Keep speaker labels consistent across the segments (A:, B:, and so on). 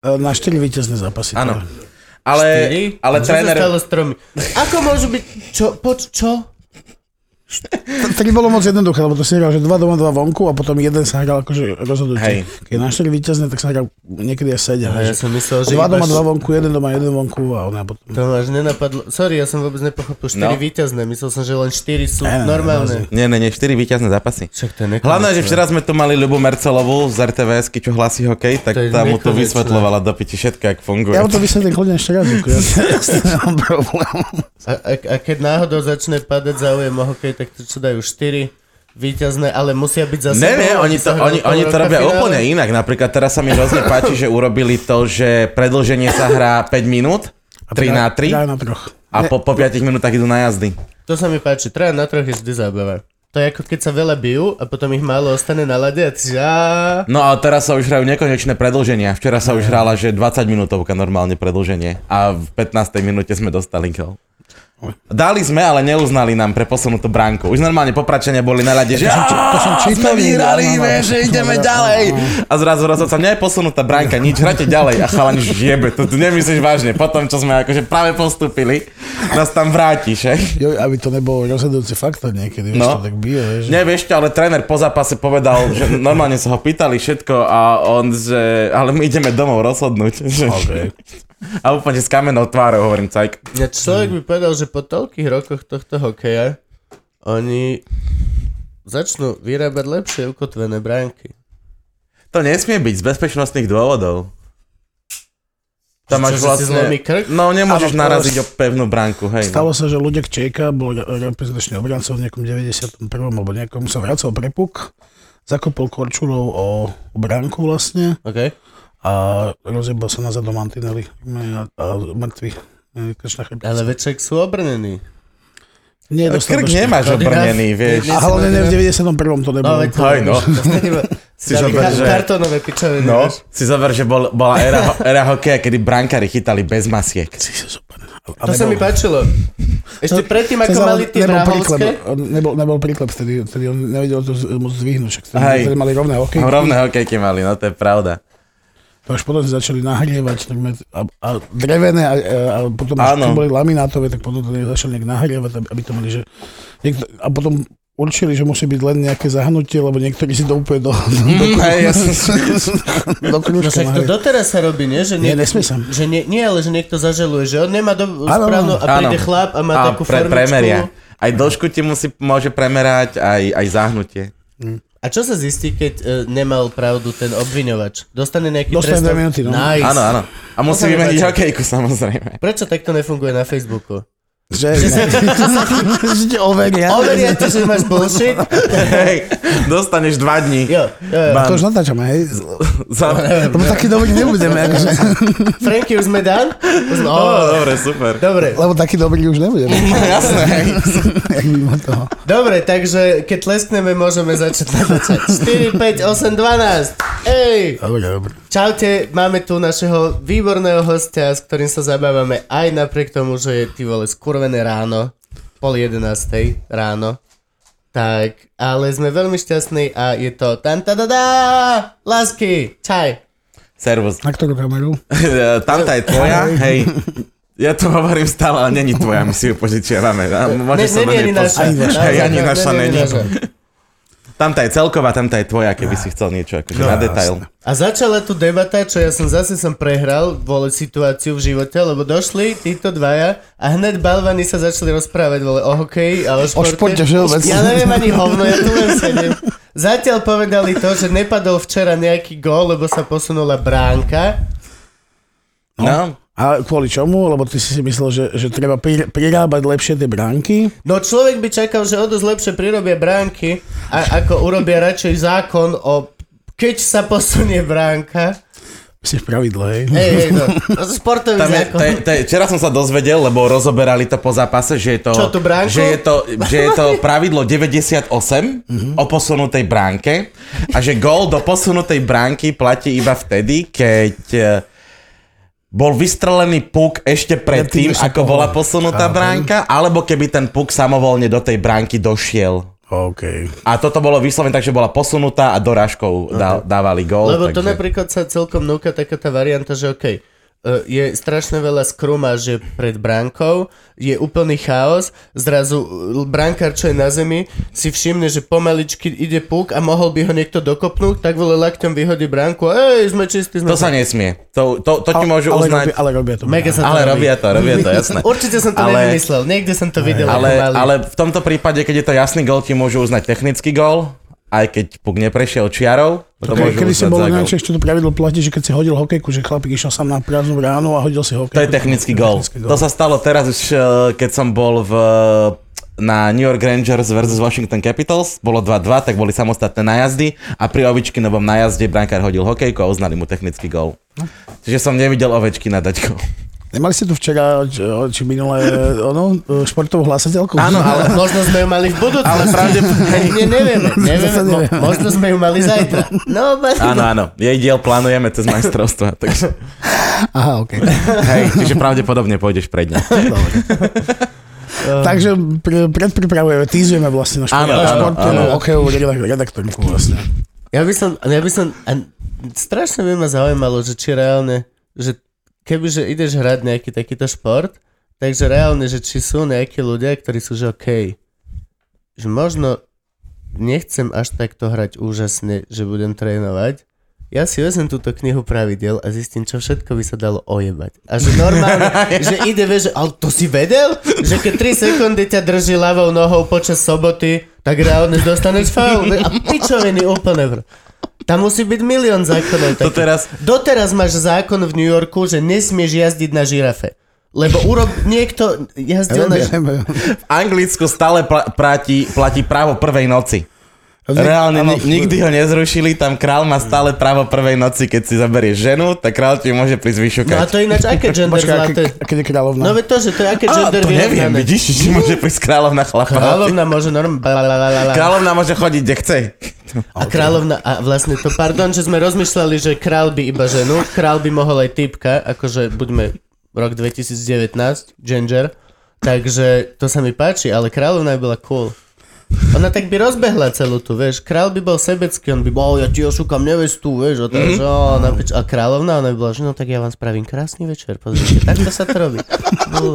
A: E, Na 4 víťazné zápasy.
B: Áno. Ale, E, ale
C: Čo
B: tréner...
C: sa stalo s tromi? Ako môžu byť... Čo? Poč, čo?
A: T- Tak bolo moc jednoduché, lebo to si hral, že dva doma, dva vonku a potom jeden sa hral akože
B: Hej.
A: rozhodujúci. Keď na 4 víťazné, tak sa hral niekedy až 7.
C: A No, ja som myslel, že
A: Dva
C: iba
A: doma, dva
C: š-
A: vonku, jeden doma, jeden vonku a ona potom...
C: To ma až nenapadlo. Sorry, ja som vôbec nepochopil 4
B: No.
C: víťazné. Myslel som, že len 4 sú
A: Ne, ne, ne,
C: normálne.
B: Nie, nie, nie, 4 víťazné zápasy.
C: Však to je nekonečné.
B: Hlavné, že včera sme tu mali Ľubu Mercelovú z RTVS, čo hlasí hokej, tak
C: To je
B: tá mu to
C: nekonečné.
B: vysvetľovala do piti všetko, jak funguje.
A: Ja mu to vysvetlím kľudne ešte raz. ako ja- ja nemám problém.
C: A, a, a keď náhodou začne padať záujem o hokej, tak to čo dajú 4 víťazné, ale musia byť za
B: Ne,
C: sebou,
B: ne,
C: aby
B: oni to,
C: sa hralo
B: oni,
C: pol
B: oni to
C: roka
B: robia
C: finále.
B: úplne inak. Napríklad teraz sa mi hrozne páči, že urobili to, že predlženie sa hrá 5 minút, 3 na 3
A: Hrajú na troch.
B: a po, po 5 minútach idú na jazdy.
C: To sa mi páči, traja na troch je vždy zábava. To je ako keď sa veľa bijú a potom ich málo ostane na lade a ty že "Á."
B: No a teraz sa už hrajú nekonečné predlženia. Včera sa už hrala, že 20 minútovka normálne predlženie a v 15. minúte sme dostali gol. Dali sme, ale neuznali nám pre posunutú bránku. Už normálne popračania boli na rade, že
A: som či- to som
B: "Á,
A: čítal
B: sme
A: niekde,
B: vyhrali,
A: áno, áno,
B: vieš,
A: to
B: že
A: som
B: ideme
A: videl,
B: ďalej.
A: áno,
B: A zrazu rozhodca, nie je posunutá bránka, nič, hrajte ďalej. A chalani, že jebe, to tu nemyslíš vážne. Potom, čo sme akože práve postúpili, nás tam vrátiš, hej.
A: Jo, aby to nebolo rozhodujúci faktor niekedy, no.
B: No.
A: to tak bije, vieš.
B: Nie, vieš čo, ale tréner po zápase povedal, že normálne sa ho pýtali všetko a on, že ale my ideme domov rozhodnúť. Že...
A: Okay.
B: A úplne s kamenou tvárou hovorím, cajk.
C: Ja človek by povedal, že po toľkých rokoch tohto hokeja oni začnú vyrábať lepšie ukotvené bránky.
B: To nesmie byť z bezpečnostných dôvodov. Tam máš
C: Čo, že si
B: vlastne...
C: zlomí krk?
B: No nemôžeš
A: Áno,
B: naraziť
A: to-
B: o pevnú bránku, hej. no.
A: Stalo sa, že Ludek Čejka bol re- reprezentačný obrancov v nejakom 91. alebo nejakom sa vracal pre puk, zakopol Korčulov o o bránku vlastne
C: OK?
A: a rozjebal sa na zadom Antinelli no a, a mŕtvy. E, Krčná chrbtica.
C: Ale veček sú obrnený.
A: Nie,
B: No,
A: dostal
B: Krk
A: do štyri.
B: nemáš obrnený, vieš.
A: A hlavne ne v 91. to nebolo.
C: No, veď to-
B: Hej, no.
C: to ste iba-
B: Si
C: si dali
B: zober,
C: ka-
B: že-
C: kartónové pičoviny.
B: No,
C: vieš.
B: si zober, že bol, bola éra, ho- éra hokeja, kedy brankári chytali bez masiek.
A: Si si super. A, a
C: To sa
B: no.
C: mi páčilo. Ešte predtým, ako mali tie
A: nebol príklep,
C: vrahovské,
A: nebol, nebol príklep, vtedy, vtedy on nevedel to z- moc zdvihnúť, však vtedy,
B: Hej.
A: vtedy mali rovné hokej.
B: Rovné hokejky mali, no to je pravda.
A: To až potom začali nahrievať takmer, a, a drevené a, a, a potom až keď
B: Áno.
A: boli laminátové, tak potom to začali nejak nahrievať, aby- aby to mali, že... Niekto, a potom určili, že musí byť len nejaké zahnutie, lebo niektorí si to úplne do, do, do,
B: Mm, hej, ja som...
A: do
C: No
A: kľúčka
C: však to
A: nahrie-
C: doteraz sa robí, nie? Že
A: Nie,
C: niekto-
A: nesmie sa.
C: Že nie, nie, ale že niekto zažaluje, že on nemá do,
A: Áno,
C: správnu a
B: áno.
C: príde
B: Áno.
C: chlap a má
B: A
C: takú
B: pre,
C: formičku.
B: premeria. Aj dĺžku ti musí, môže premerať, aj, aj zahnutie.
C: A čo sa zistí, keď e, nemal pravdu ten obviňovač? Dostane nejaký
A: Dostane
C: trest?
A: dve minúty, no.
C: Nice.
B: Áno, áno. A musí
C: Pozor,
B: vymeniť
C: Maťo.
B: hokejku, samozrejme.
C: Prečo takto nefunguje na Facebooku?
A: Že, že ťa overia.
C: Overia ti, že máš bullshit?
B: Hej, dostaneš dva dní.
C: Jo, jo, jo.
A: To
B: Ban.
A: už natáčame, hej?
B: Za...
A: Lebo taký dobrý nebudeme, akože,
C: Franky, už sme done? Už sme-
B: Ó,
C: Ó,
B: No, dobre, super.
C: Dobre,
A: lebo taký dobrý už nebudeme.
B: Jasné, hej.
A: Jak mimo toho.
C: dobre, takže keď tleskneme, môžeme začať natáčať. 4, 5, 8, 12. Ej!
A: Dobre, dobre.
C: Čaute, máme tu našeho výborného hostia, s ktorým sa zabávame aj napriek tomu, že je ty vole skurvené ráno, pol jedenástej ráno. Tak, ale sme veľmi šťastní a je to tam ta da da Lásky, čaj.
B: Servus.
A: Na ktorú kameru?
B: E, Tamta je tvoja, hej. Ja to hovorím stále, ale není tvoja, my si ju požičiavame. A Môžeš sa do nej
C: nie ani naša.
B: pozrieť. Hej,
C: Naozaj,
B: ani
C: ne-
B: naša
C: ne- ne-
B: není.
C: naša.
B: Tamta je celková, tamta je tvoja, keby si chcel niečo
C: No,
B: akože na detail.
C: A začala tu debata, čo ja som zase som prehral, vole situáciu v živote, lebo došli títo dvaja a hneď balvani sa začali rozprávať, vole, o hokeji a o športe.
A: športe všeobecne.
C: Ja neviem ani hovno, ja tu len sedím. Zatiaľ povedali to, že nepadol včera nejaký gól, lebo sa posunula bránka.
B: No,
A: A kvôli čomu? Lebo ty si si myslel, že, že treba pri- prirábať lepšie tie bránky.
C: No človek by čakal, že o dosť lepšie prirobia bránky, a ako urobia radšej zákon o keď sa posunie bránka.
A: Si v pravidle, hej?
C: Hej, hej, no. To sú športový
B: Tam je,
C: zákon.
B: to je, to je, včera som sa dozvedel, lebo rozoberali to po zápase, že je to,
C: Čo, tú bránku?
B: že je to, že je to pravidlo 98 o posunutej bránke a že gól do posunutej bránky platí iba vtedy, keď eh, bol vystrelený puk ešte
A: Predtým,
B: predtým,
A: než sa
B: ako
A: pohol.
B: bola posunutá
A: Áno.
B: bránka, alebo keby ten puk samovolne do tej bránky došiel.
A: OK.
B: A toto bolo vyslovene tak, že bola posunutá a dorážkou dá, dávali gól.
C: Lebo to
B: takže...
C: napríklad sa celkom núka taká tá varianta, že okej, e, je strašne veľa skruma, že pred bránkou, je úplný chaos, zrazu e, brankár, čo je na zemi, si všimne, že pomaličky ide puk a mohol by ho niekto dokopnúť, tak vole lakťom vyhodí bránku, ej, sme čistí, sme
B: To sa nesmie. To, to, to ti môžu
A: ale,
B: uznať...
A: robia, ale robia to.
C: Mega sa to
B: Ale robia to, robia to, jasné.
C: Určite som to
B: Ale-
C: ale... nevymyslel, niekde som to videl.
B: Ale,
C: ako malý.
B: ale v tomto prípade, keď je to jasný gól, ti môžu uznať technický gól, aj keď puk neprešiel čiarou, to
A: Ke,
B: môžu
A: kedy si
B: uznať
A: bolo
B: za gól.
A: najčešie, čo to pravidlo platí, že keď si hodil hokejku, že chlapík išiel sám na prázdnu ráno a hodil si hokejku.
B: To je technický gól. To sa stalo teraz už, eh, keď som bol v, eh, na New York Rangers versus Washington Capitals. Bolo 2-2, tak boli samostatné najazdy a pri Ovičkinovom najazde brankár hodil hokejku a uznali mu technický gól. Čiže som nevidel Ovečkina dať gól.
A: Nemali ste tu včera, či, či minulé, ono, športovú hlasateľku?
B: Áno, ale
C: Možno sme ju mali v budúcnosti. Ale pravde... Ne, nevieme, nevieme.
A: Zase
C: Mo,
A: nevieme.
C: možno sme ju mali zajtra. No, ba-
B: Áno, áno. Jej diel plánujeme cez majstrovstva, takže
A: Aha, OK.
C: Ehm.
B: hej, čiže pravdepodobne pôjdeš pred ňa.
A: Dobre. Takže pre, predpripravujeme, týzujeme vlastne našu
B: Áno, áno,
A: športovú
B: áno.
A: hokejovú redak- redaktorku vlastne.
C: Ja by som, ja by som, a strašne by ma zaujímalo, že či reálne, že kebyže ideš hrať nejaký takýto šport, takže reálne, že či sú nejakí ľudia, ktorí sú, že OK, že možno nechcem až takto hrať úžasne, že budem trénovať, ja si vezmem túto knihu pravidel a zistím, čo všetko by sa dalo ojebať. A že normálne, že ide, vieš, že, ale to si vedel? Že keď 3 sekundy ťa drží ľavou nohou počas soboty, tak reálne dostaneš faul. A pičoviny úplne. Bro. Tam musí byť milión zákonov.
B: To
C: takých.
B: teraz-
C: Doteraz máš zákon v New Yorku, že nesmieš jazdiť na žirafe. Lebo urob... Niekto jazdil na...
A: Neviem,
C: ži-
A: neviem.
B: V Anglicku stále pla- platí, platí právo prvej noci. Reálne
A: Áno,
B: ni- nikdy ho nezrušili, tam král má stále právo prvej noci, keď si zaberieš ženu, tak král ti môže prísť
C: No a
B: vyšukať.
C: to ináč, aké gender
A: Počkaj, a
C: zlaté?
A: ke- a keď je kráľovná?
C: No veď to, že to je aké
B: A,
C: gender
B: to neviem,
C: vyrovnané.
B: vidíš, či môže prísť kráľovna chlapa.
C: Kráľovna môže normálne...
B: Kráľovna môže chodiť, kde chce.
C: A kráľovna, a vlastne to, pardon, že sme rozmýšľali, že král by iba ženu, král by mohol aj typka, akože buďme rok 2019, gender, takže to sa mi páči, ale kráľovna by bola cool. Ona tak by rozbehla celú tu, vieš, král by bol sebecký, on by bol, ja ti ošúkam nevestu, vieš, a, tak, že, ó, na pič- a kráľovna, ona by bola, že no tak ja vám spravím krásny večer, pozrite, takto sa to robí. Bú.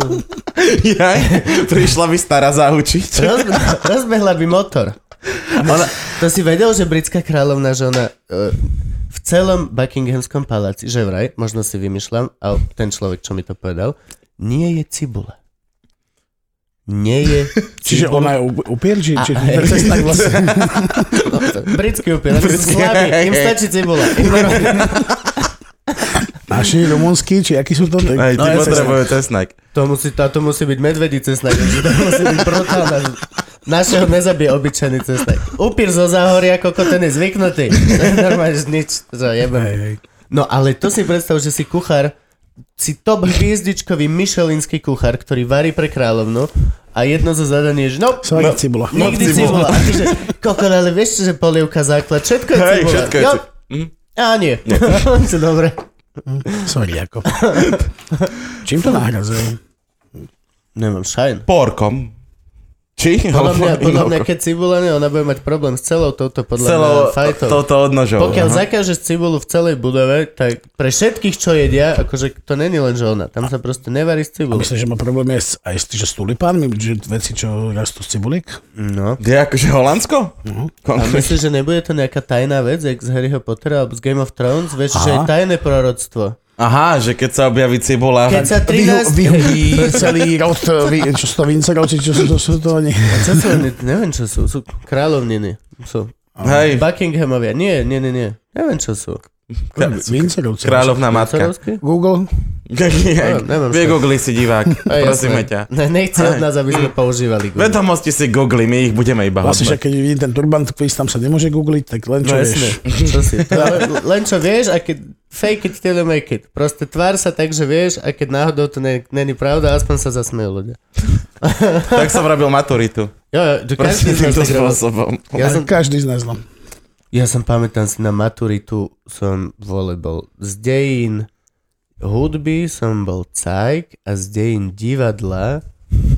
B: Jaj, prišla by stará zahučiť.
C: Rozbe- rozbehla by motor. Ona, to si vedel, že britská kráľovná žena e, v celom Buckinghamskom paláci, že vraj, možno si vymýšľam, a ten človek, čo mi to povedal, nie je cibula. Nie je
A: Čiže
C: cibula.
A: ona je u- upier, či, či,
C: A- a-
A: to je tak vlastne.
C: Britský úplne, oni sú
B: Britský,
C: slabí,
B: hej,
C: im
B: hej.
C: stačí cibula. Im
A: Naši rumunskí, či akí sú to? Tak-
B: Hej, ty
A: No, ja sa-
B: potrebujú cesnak.
C: To musí, táto musí byť medvedí cesnak, takže to musí byť brutálna. Našeho nezabije obyčajný cesnak. Upír zo záhoria, koko ten je zvyknutý. To je normálne že nič, že jebem.
A: Hej, hej.
C: No ale to si predstav, že si kuchár, si top hviezdičkový myšelinský kuchár, ktorý varí pre kráľovnu a jedno zo zadaní je, že no,
A: Sorry, cibula.
C: nikdy
B: cibula.
C: cibula. A tyže, kokon, ale vieš, že polievka základ, všetko je
B: Hej,
C: cibula.
B: všetko je
C: Jo.
B: cibula.
C: Á, nie. To Dobre.
A: Sorry, ako. Čím to nahrazujem?
C: Nemám šajn.
B: Porkom. Či?
C: Podľa mňa,
B: Alebo
C: podľa
B: inou
C: mňa keď cibula nie, ona bude mať problém s celou touto podľa
B: no. celou
C: mňa fajtou. To,
B: touto odnožou.
C: Pokiaľ
B: Aha.
C: zakážeš cibulu v celej budove, tak pre všetkých, čo jedia, akože to není len že ona, tam sa proste nevarí z cibulu.
A: Myslím, že má problém je s- aj s, že s tulipánmi, že veci, čo rastú z cibuliek.
C: No.
B: Kde akože Holandsko?
C: A
B: Konkrétne.
C: myslíš, že nebude to nejaká tajná vec, jak z Harryho Pottera alebo z Game of Thrones? Vieš, že je
A: Aha.
C: tajné proroctvo.
B: Aha, že keď sa objaví cibula...
C: Keď sa
A: Vyhu-
C: 13...
A: vyhodí celý rod, vy, čo sú to vincerovci, čo sú to, sú to oni.
C: Čo sú oni? Neviem, čo sú. Sú kráľovniny. Sú.
B: Hej,
C: Buckinghamovia. Nie, nie, nie, nie. Neviem, čo sú.
A: Vincerovci.
B: kráľovná matka.
C: Vincerovci?
A: Google.
B: Jak-
C: neviem,
B: Vie
C: čo.
B: googli si divák,
C: A
B: prosíme
C: jasné.
B: ťa.
C: Ne, nechce od nás, aby sme používali. Google.
B: Vedomosti si googli, my ich budeme iba
A: Vlastne, že keď
B: hodnať.
A: vidím ten turbant, quiz tam sa nemôže googliť, tak len čo
C: No jasne,
A: vieš.
C: čo si. To, ale len čo vieš a keď fake it till you make it. Proste tvár sa tak, že vieš a keď náhodou to ne- není pravda, aspoň sa zasmejú ľudia.
B: Tak som robil maturitu.
C: Jo, jo, to
B: Presne
C: každý z nás
B: týmto
C: tak robil.
B: spôsobom.
C: Ja som,
A: Každý z nás no.
C: ja som pamätám si na maturitu som vole bol z dejín hudby som bol cajk a z dejín divadla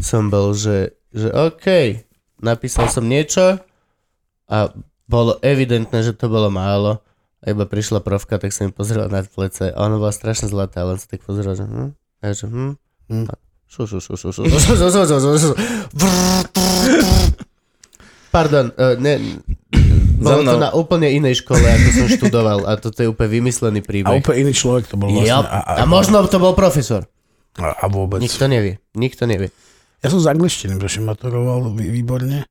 C: som bol, že, že OK, napísal som niečo, a bolo evidentné, že to bolo málo. A iba prišla profka, tak sa mi pozrela na plece a ona bola strašne zlatá, len sa tak pozrela, že hm, a ja, že hm, hm. A šu, šu, šu, šu, šu, šu, šu, šu, šu, šu, šu, šu. Brrr, brrr, brrr. Pardon, eh, ne, bolo to
B: mnou.
C: na úplne inej škole, ako som študoval a toto je úplne vymyslený
A: A
C: príbeh.
A: úplne iný človek to bol
C: Yep.
A: vlastne.
C: A možno to bol profesor.
A: a, a vôbec.
C: Nikto nevie, nikto nevie.
A: Ja som z angličtiny, pretože maturoval vý- výborne,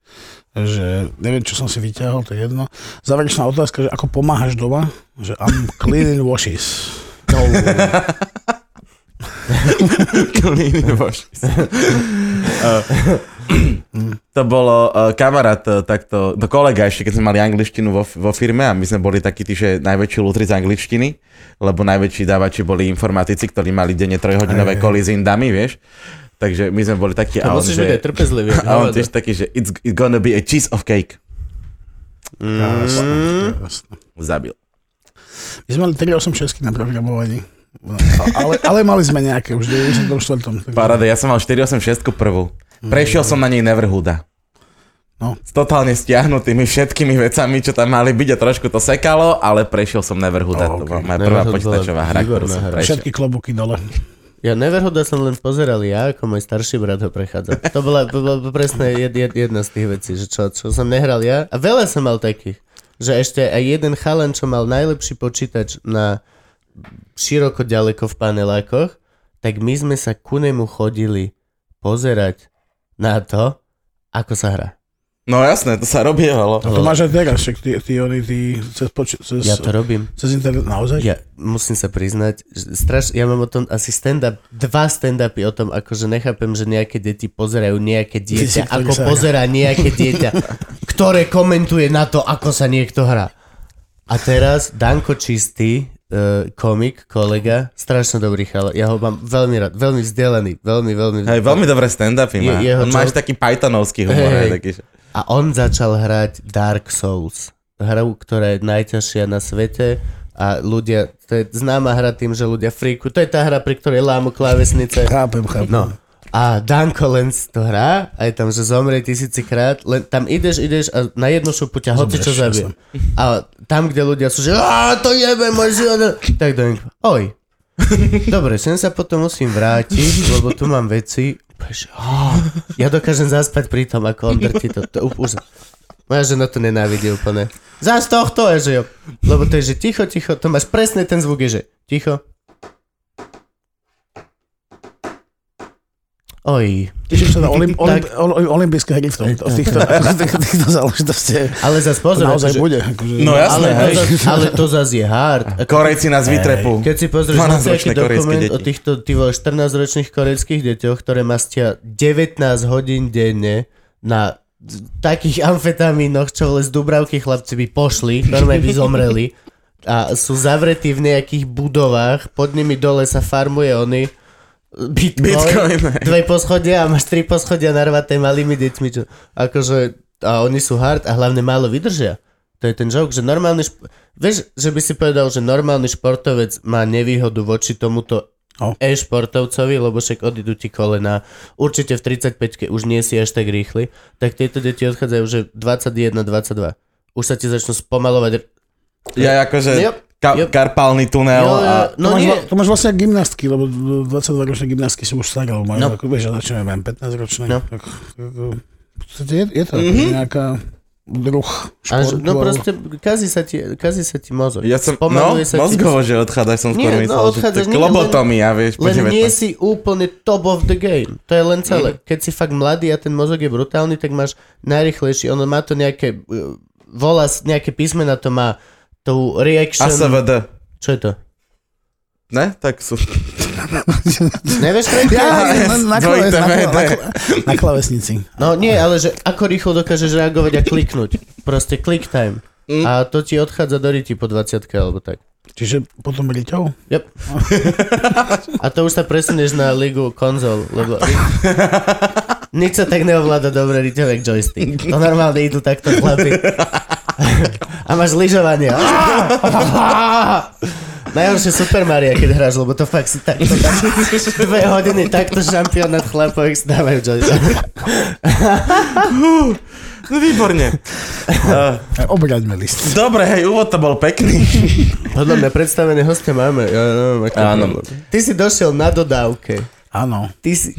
A: že neviem, čo som si vyťahol, to je jedno. Záverečná otázka, že ako pomáhaš doma? Že I'm cleaning washes.
C: No,
B: Klíny voši. Eh, to bolo eh, kamarát, eh, takto, to kolega ešte, keď sme mali angličtinu vo, vo firme a my sme boli takí tí, že najväčší lútri z angličtiny, lebo najväčší dávači boli informatici, ktorí mali denne
A: Aj.
B: trojhodinové koly s indami, vieš. Takže my sme boli takí...
C: to
B: a on,
C: musíš byť aj trpezlivý.
B: a on
C: hovado.
B: tiež taký, že it's, it's gonna be a cheese of cake.
A: Jasné, jasné.
B: Zabil.
A: My sme mali 386 na programovaní. No, a- ale, ale mali sme nejaké už v 94.
B: Paráda, ja som mal 486 prvú. Prešiel som na nej Neverhuda.
A: No.
B: S totálne stiahnutými všetkými vecami, čo tam mali byť a trošku to sekalo, ale prešiel som Neverhuda.
A: Oh,
B: Oh, okay.
A: okay.
B: To bola moja prvá
C: Neverhood
B: počítačová
C: bola
B: hra, ktorú
C: výborná
B: som
C: hra.
B: prešiel.
A: Všetky klobúky dole.
C: Ja Neverhoda som len pozeral ja, ako môj starší brat ho prechádza. To bola, bola presne jed, jed, jedna z tých vecí, že čo, čo som nehral ja. A veľa som mal takých, že ešte aj jeden chalan, čo mal najlepší počítač na široko ďaleko v panelákoch, tak my sme sa ku nemu chodili pozerať na to, ako sa hrá.
B: No jasné, to sa robievalo.
A: A to máš aj teraz, však ty, ty, oni, ty, cez, poč- cez,
C: Ja to robím.
A: cez internet, naozaj?
C: Ja musím sa priznať, že straš, ja mám o tom asi stand-up, dva stand-upy o tom, akože nechápem, že nejaké deti pozerajú nejaké
A: Deti,
C: dieťa,
A: ktoré
C: ako
A: sa hrá.
C: pozerá nejaké dieťa, ktoré komentuje na to, ako sa niekto hrá. A teraz Danko Čistý, eh, komik, kolega, strašne dobrý chala. Ja ho mám veľmi rád, veľmi vzdelaný, veľmi, veľmi...
B: Hej, veľmi dobré stand-upy má.
C: Je- jeho
B: On má
C: joke-
B: ešte taký Pythonovský humor.
C: Hej,
B: Hey,
C: hej.
B: taký, že...
C: A on začal hrať Dark Souls. Hru, ktorá je najťažšia na svete a ľudia, to je známa hra tým, že ľudia fríku, to je tá hra, pri ktorej lámu klávesnice.
A: Chápem, chápem.
C: No. A Danko len to hrá, aj tam, že zomrie tisícikrát, len tam ideš, ideš a na jednu šupu ťa hoci čo
A: Zomrieš,
C: zabije. A tam, kde ľudia sú, že "Á, to jebe môj život, tak Danko, oj. Dobre, sem sa potom musím vrátiť, lebo tu mám veci. Peš, á, ja dokážem zaspať pri tom, ako on drtí to. to up, už, moja žena to nenávidí úplne. Zas tohto je, že jo. Lebo to je, že ticho, ticho, to máš presne ten zvuk, je, že ticho. Oj,
A: Teším sa na olim, olim,
C: Tak.
A: olim, olympijské hry v, tom, v týchto, v týchto, v týchto záležitostiach.
C: ale zas
A: To
C: pozor,
A: naozaj
C: akože-
A: bude. Akože,
B: No
C: ale,
B: jasné,
C: to
B: hej.
C: zas, ale to zas je hard. Ako,
B: Korejci nás vytrepú.
C: keď si pozrieš na
B: 12-ročné
C: nejaký
B: korejské
C: dokument
B: deti.
C: o týchto ty vole, 14-ročných korejských deťoch, ktoré mastia 19 hodín denne na takých amfetamínoch, čo vole z Dubravky chlapci by pošli, normálne by zomreli a sú zavretí v nejakých budovách, pod nimi dole sa farmuje oni Bitcoin,
B: Bitcoin, hej.
C: dve poschodia a máš tri poschodia narvaté malými deťmi. Čo, akože, a oni sú hard a hlavne málo vydržia. To je ten joke, že normálny... Šp- vieš, že by si povedal, že normálny športovec má nevýhodu voči tomuto
A: No.
C: e-športovcovi, lebo však odídu ti kolena. Určite v 35 už nie si až tak rýchly. Tak tieto deti odchádzajú, že 21-22. Už sa ti začnú spomalovať.
B: Ja akože...
C: Yep,
B: Ka-
C: yep.
B: Karpálny tunel
C: Jo, jo,
B: a...
A: to,
C: no
A: máš,
C: nie.
A: vla- to máš vlastne ako gymnastky, lebo 22-ročné gymnastky sú už staré, lebo majú,
C: No.
A: no. ako, vieš, ja začínam, ja mám 15-ročné.
C: No.
A: No. Tak, ako, v podstate je, je to
B: Mhm.
A: mm-hmm. nejaká druh športu.
C: Až, no
A: alebo-
C: proste, kazí sa ti, kazí sa ti mozog.
B: Ja som, no,
C: Spomaluje sa ti-
B: mozgovo, že odchádzaš, som skôr
C: Nie, no,
B: myslel, že to
C: odchádzaš,
B: je
C: nie, len-
B: klobotomia, vieš, po
C: Len nie
B: 19.
C: si úplne top of the game. To je len celé. Keď si fakt mladý a ten mozog je brutálny, tak máš najrychlejší. Ono má to nejaké... uh, Volá, s- nejaké písmena to má tú reaction...
B: ASVD.
C: Čo je to?
B: Ne? Tak sú...
C: Nevieš, čo je to?
A: Ja,
B: Ja,
A: na, na, klaves,
B: dvojité
A: na, klaves,
B: V, to
A: na,
B: je-
A: klaves, na klavesnici.
C: No nie, ale že ako rýchlo dokážeš reagovať a kliknúť. Proste click time. A to ti odchádza do riti po 20 alebo tak.
A: Čiže potom riťou?
C: Yep. A to už sa presunieš na ligu konzol, lebo... Nič sa tak neovláda dobre riteľek joystick. To normálne idú takto chlapi. A máš lyžovanie. Najhoršie Super Mario, keď hráš, lebo to fakt si takto dáš. Dve hodiny takto šampionát chlapových si dávajú joystick.
B: No výborne. Eh,
A: E, Obraďme list.
B: Dobre, hej, úvod to bol pekný.
C: Podľa mňa predstavené hostia máme. Ja neviem, aký
B: Áno.
C: Áno. Ty si došiel na dodávke.
A: Áno.
C: Ty si,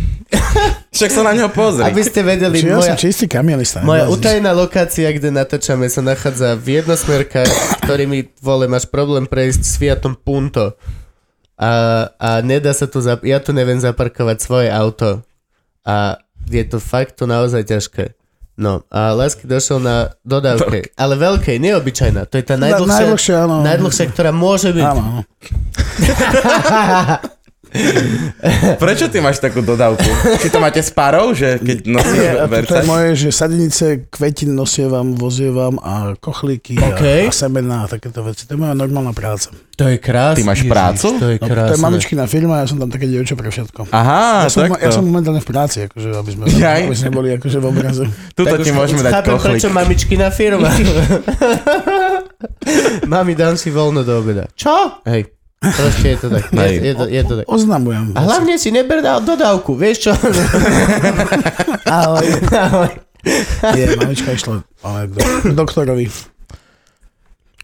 B: Však sa na neho pozri.
C: aby ste vedeli,
A: Čiže ja
C: moja,
A: som čistý kamielista.
C: moja
A: neblázni.
C: utajená lokácia, kde natáčame, sa nachádza v jednosmerkách, ktorými, vole, máš problém prejsť sviatom punto. A, a nedá sa tu, zap- ja tu neviem zaparkovať svoje auto. A je to fakt to naozaj ťažké. No, a Lásky došiel na dodávke, ale veľkej, neobyčajná. To je tá
A: Na-
C: najdlhšia,
A: najdlhšia, áno.
C: najdlhšia ktorá môže byť.
A: Áno. áno.
B: Prečo ty máš takú dodávku? Či to máte s parou, že keď
C: Hm.
B: nosíš
A: Nie, a to- to
B: verca?
A: je moje, že sadenice, kvetin nosievam, vozievam a kochlíky
C: Okej.
A: a, a semená a takéto veci. To je moja normálna práca.
C: To je krásne.
B: Ty máš prácu?
C: To je
A: No, to je
C: krásne.
A: mamičkina firma, ja som tam také dievča pre všetko.
B: Aha,
A: ja, som, ja som
B: takto.
A: momentálne v práci, akože, aby sme,
B: Jaj.
A: aby sme boli akože v obraze.
B: Tuto
C: Tak
B: ti
C: už-
B: môžeme
C: už
B: dať
C: chápem,
B: kochlik.
C: prečo mamičkina firma. Mami, dám si voľno do obeda. Čo? Hej, proste je to tak. Je,
B: Hej.
C: je, to, je to tak.
A: Oznamujem.
C: A hlavne si neber dá- dodávku, vieš čo? ahoj, ahoj.
A: Je, mamička išla, ale do, k doktorovi.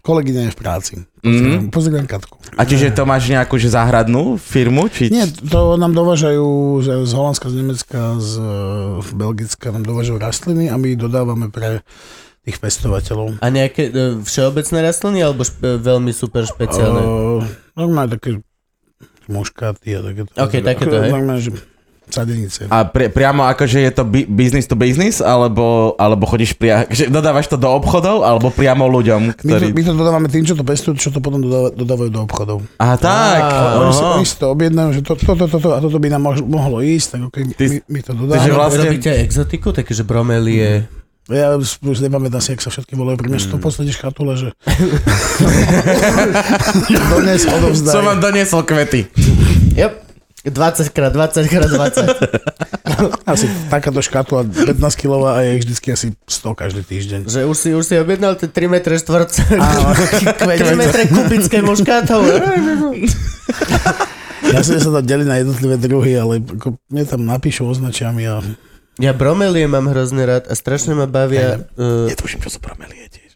A: Kolegyňa je v práci.
B: Mhm.
A: Pozdravujem, pozdravujem Katku.
B: A čiže to máš nejakú že záhradnú firmu? Či...
A: Nie, to nám dovážajú z, z Holandska, z Nemecka, z eh, Belgicka, nám dovážajú rastliny a my ich dodávame pre tých pestovateľov.
C: A nejaké e, všeobecné rastliny, alebo špe- veľmi super špeciálne?
A: Eh, normálne také muškaty a takéto.
C: Ok, takéto, hej.
A: Normálne, že sadenice.
B: A pri, priamo akože je to bi- business to business, alebo, alebo chodíš pria- že dodávaš to do obchodov, alebo priamo ľuďom,
A: My to,
B: ktorí...
A: my to dodávame tým, čo to pestujú, čo to potom dodáva, dodávajú do obchodov.
B: Aha, tak.
C: Á,
A: Oni si,
B: aha.
A: oni si to objednajú, že to- toto to, to, to, a toto by nám mož- mohlo ísť, tak okay,
B: Ty-
A: my, my to
B: že
A: dodávame.
B: vla- vlastne-
C: Robíte aj exotiku, takže bromelie?
A: Ja už už nepamätám si, jak sa všetky volajú. Pri mňa sú to v
B: Mm.
A: podstate škatule, že... Dnes odovzdaj.
B: Som vám doniesol kvety.
C: Yep. 20 krát 20 krát 20.
A: Asi takáto škatula 15 kilová a je ich vždycky asi 100 každý týždeň.
C: Že už si, už si objednal tie 3 metre štvorce. 3 metre kubické muškátov.
A: Ja si sa to delí na jednotlivé druhy, ale ako mne tam napíšu označiami a...
C: Ja bromelie mám hrozne rád a strašne ma bavia uh,
B: Netuším, čo sú bromelie tiež.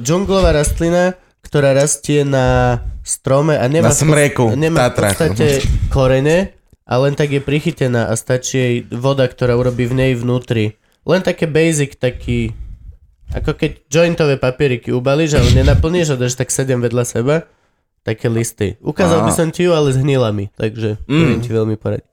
C: džunglová rastlina, ktorá rastie na strome a nemá,
B: Na no. smreku, v
C: nemá v
B: Tatrách.
C: podstate korene a len tak je prichytená a stačí jej voda, ktorá urobí v nej vnútri. Len také basic, taký ako keď jointové papieriky ubalíš, ale nenaplníš a dáš tak sedem vedľa seba, také listy. Ukázal
B: Á.
C: by som ti ju, ale s hnilami, takže mm. neviem ti veľmi poradiť.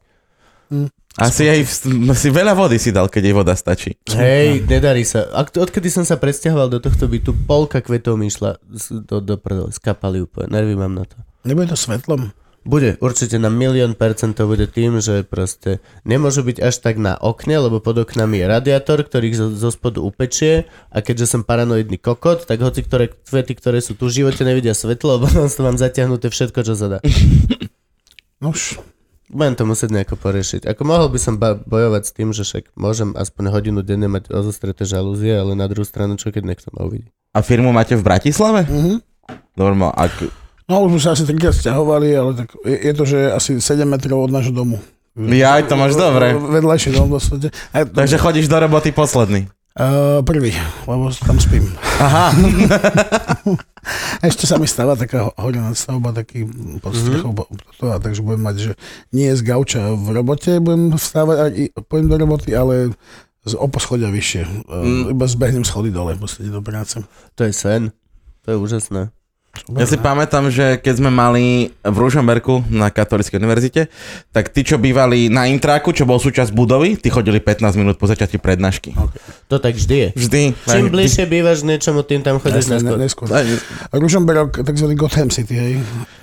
B: Asi jej, no si veľa vody si dal, keď jej voda stačí.
C: Hej, nedarí sa. Ak, odkedy som sa presťahoval do tohto bytu, polka kvetov mi išla z, do, do prdele, skapali úplne, nervy mám na to.
A: Nebude to svetlom?
C: Bude, určite na milión percent to bude tým, že proste nemôžu byť až tak na okne, lebo pod oknami je radiátor, ktorý ich zo, zo spodu upečie a keďže som paranoidný kokot, tak hoci ktoré kvety, ktoré sú tu v živote, nevidia svetlo, lebo tam mám zatiahnuté všetko, čo sa dá.
A: Nož.
C: Budem to musieť nejako poriešiť. Ako mohol by som ba- bojovať s tým, že však môžem aspoň hodinu denne mať rozostreté žalúzie, ale na druhú stranu, čo keď niekto ma uvidí.
B: A firmu máte v Bratislave?
A: Mhm.
B: Normo, ak...
A: No už sme sa asi trikrát sťahovali, ale tak je, je to, že je asi 7 metrov od nášho domu.
B: Jaj, to máš dobre.
A: Vedľajší dom v podstate. A,
B: Takže chodíš do roboty posledný.
A: Uh, prvý, lebo tam spím.
B: Aha.
A: Ešte sa mi stáva taká ho- horená stavba, taký pod strechou,
B: Mhm.
A: mm-hmm. to, a takže budem mať, že nie z gauča v robote budem vstávať a i- pôjdem do roboty, ale z o poschodia vyššie.
B: Mhm.
A: Mm. Iba zbehnem schody dole v podstate do práce.
C: To je sen. To je úžasné.
B: Ja si pamätám, že keď sme mali v Ružomberku na Katolíckej univerzite, tak tí, čo bývali na intráku, čo bol súčasť budovy, tí chodili 15 minút po začiatí prednášky.
C: To tak vždy je.
B: Vždy.
C: Čím bližšie bývaš k niečomu, tým tam chodíš
A: Jasne,
C: neskôr.
A: ne- neskôr. Ružomberok, tzv. Gotham City, hej.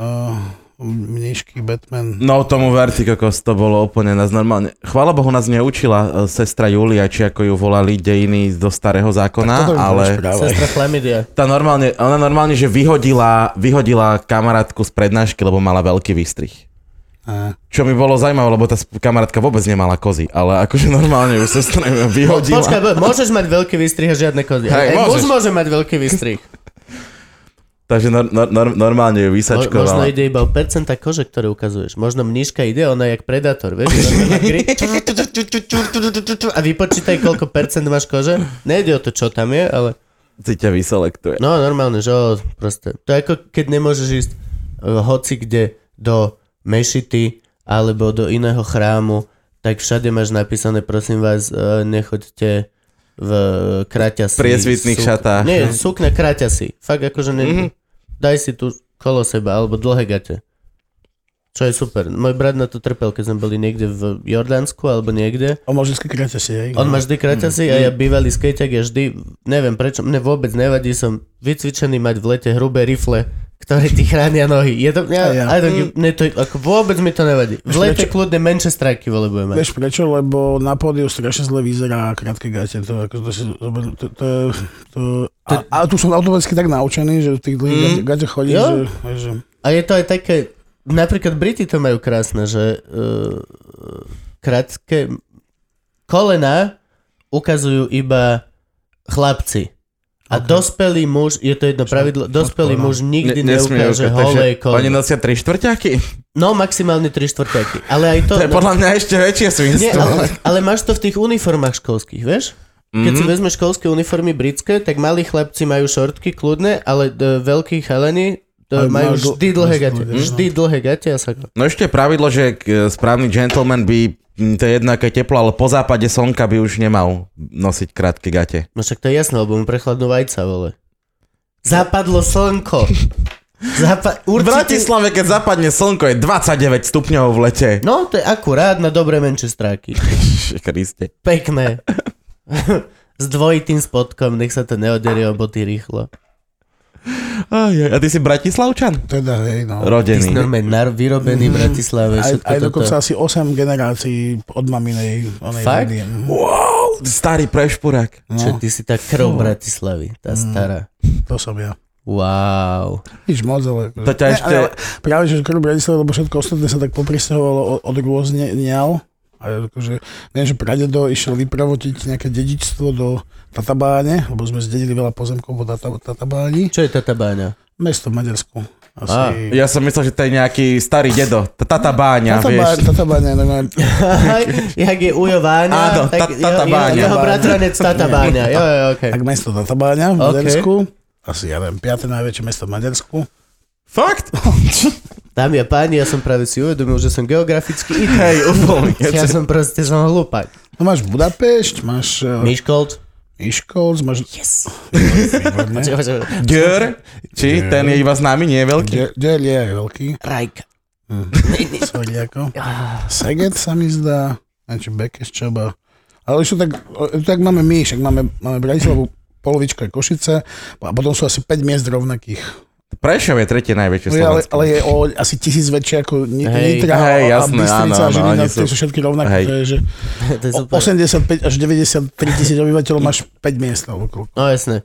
A: Uh, mníšky, Batman.
B: No tomu ver, ty kokos, to bolo úplne nás normálne. Chvála Bohu nás neučila e, sestra Julia, či ako ju volali dejiny do starého zákona,
A: Toto mi boli
B: ale...
A: správa.
C: Sestra Flamidia.
B: Tá normálne, ona normálne, že vyhodila, vyhodila kamarátku z prednášky, lebo mala veľký výstrih.
A: A-
B: Čo mi bolo zaujímavé, lebo tá sp- kamarátka vôbec nemala kozy, ale akože normálne ju sestra
C: No,
B: vyhodila.
C: Počkaj, bo- môžeš mať veľký výstrih a žiadne kozy.
B: Hej,
C: Aj
B: môžeš.
C: muž môže mať veľký výstrih.
B: Takže nor, nor, nor, normálne ju
C: Mo- Možno
B: vysačkovala.
C: ide iba o percenta kože, ktoré ukazuješ. Možno mníška ide, ona je jak predátor, vieš? ona má gry. A vypočítaj, koľko percent máš kože. Nejde o to, čo tam je, ale...
B: Si ťa vyselektuje.
C: No, normálne, že o, proste. To je ako keď nemôžeš ísť uh, hoci kde do mešity alebo do iného chrámu, tak všade máš napísané, prosím vás, uh, nechoďte v uh, kraťasi.
B: V priesvitných šatách. Mhm.
C: Nie, sukňa kraťasi. Fakt akože ne... Mm-hmm. Daj si tu kolo seba, alebo dlhé gate. Čo je super. Môj brat na to trpel, keď sme boli niekde v Jordánsku alebo niekde.
A: On má vždy kráťa si, hej?
B: No.
C: On má vždy kraťasy a
B: Mm.
C: ja bývalý skejťak, ja vždy, neviem prečo, mne vôbec nevadí, som vycvičený mať v lete hrubé rifle, ktoré ti chránia nohy. Je to, ja,
A: A ja.
C: ja. I don't, give- mne to, ako vôbec mi to nevadí. V lete
A: prečo?
C: kľudne menšie strajky vole budem mať.
A: Vieš prečo? Lebo na pódiu strašne zle vyzerá krátke gate. To, ako, to, si, zober- to, to, je- to, a, a, tu som automaticky tak naučený, že v tých dlhých mm. gate chodí, že,
C: Jo.
A: že...
C: A je to aj také, napríklad Briti to majú krásne, že uh, krátke kolena ukazujú iba chlapci. A dospelý muž, je to jedno pravidlo, dospelý muž nikdy
B: Ne- nesmie
C: neukáže
B: ukázať,
C: holé
B: takže Oni
C: koleno.
B: nosia tri štvrťaky?
C: No, maximálne 3 štvrťaky. Ale aj to...
B: To je podľa mňa ešte väčšie
C: nie,
B: svinstvo.
C: ale, ale máš to v tých uniformách školských, vieš? Keď
B: Mhm.
C: si vezmeš školské uniformy britské, tak malí chlapci majú šortky kľudné, ale d- veľkí chalani d-
A: Ale majú
C: majú
A: dl-
C: vždy dlhé
A: dlhé
C: gate.
A: spodne, no.
C: Vždy dlhé gate a sa...
B: No ešte je pravidlo, že k- správny gentleman by, m, to je jedno aké teplo, ale po západe slnka by už nemal nosiť krátke gate.
C: No však to je jasné, lebo mu prechladnú vajca, vole. Zapadlo slnko. Zapa-
B: V
C: určite...
B: Bratislave, keď zapadne slnko, je 29 stupňov v lete.
C: No, to je akurát na dobré menšie stráky.
B: Ježiš Kriste.
C: Pekné. S dvojitým spodkom, nech sa to neoderie o boty rýchlo.
B: Aj, aj, A ty si Bratislavčan?
A: Teda, hej, no.
C: Ty si
B: Rodený.
C: normálne nar- vyrobený v Bratislave,
A: Aj,
C: všetko
A: aj
C: toto.
A: dokonca asi 8 generácií od maminej. Onej
C: Fakt?
A: rodiny.
B: Wow, starý prešpurák.
A: No,
C: Čo, ty si tá krv Bratislavy, tá stará.
A: to som ja.
C: Wow.
A: Nič moc, ale...
B: To ťa
A: Ne,
B: ešte...
A: ale práve, že krv Bratislava, lebo všetko ostatné sa tak popristahovalo od, od rôzne nial. A ja akože, viem, že pradedo išiel vypravotiť nejaké dedičstvo do Tatabáne, lebo sme zdedili veľa pozemkov po Tata, Tatabáni.
C: Čo je tata báňa?
A: Mesto v Maďarsku. Asi.
C: Á,
B: Ja som myslel, že to je nejaký starý dedo. T- Tata Báňa,
A: Tatabá,
B: vieš.
A: Tatabáňa je normálne
C: Jak je Ujo Váňa,
B: Áno,
C: tak
B: ta- tata
C: jeho,
B: Báňa.
C: Jeho, jeho bratranec tata báňa. Jo, jo, okay.
A: tak mesto Tatabáňa v
C: OK.
A: Maďarsku. Asi, ja neviem, piaté najväčšie mesto v Maďarsku.
B: Fakt?
C: Dámy a páni, ja som práve si uvedomil, že som geograficky
B: Hej,
C: idiot.
B: úplne.
C: Ja som proste som hlupák.
A: No máš Budapešť, máš uh,
C: Miškolt.
A: Iškolc, máš...
C: Yes.
A: Výborné.
C: Čo, čo,
B: Dür? Či? Ten je iba s nami, nie je veľký?
A: Diel diel je aj veľký.
C: Rajka.
A: Soliako. Seget sa mi zdá, neviem, či Bekeš Čaba. Ale ešte tak, e, tak máme my, však máme, máme Bratislavu, polovička je Košice a potom sú asi 5 miest rovnakých.
B: Prešov je tretie najväčšie
A: No, je, ale,
B: Slovensko.
A: ale je o asi tisíc väčšie ako Ni-
C: Hej.
A: Nitra
B: Hej,
A: a-
B: jasné,
A: a Bystrica a
B: áno, áno,
A: Žilina,
B: oni
A: tie
B: sú-
A: sú všetky rovnaké.
B: Hej.
A: To je, že
C: To je
A: o-
C: super.
A: 85 až 93 tisíc obyvateľov máš 5 miest. alebo koľko.
C: No jasné.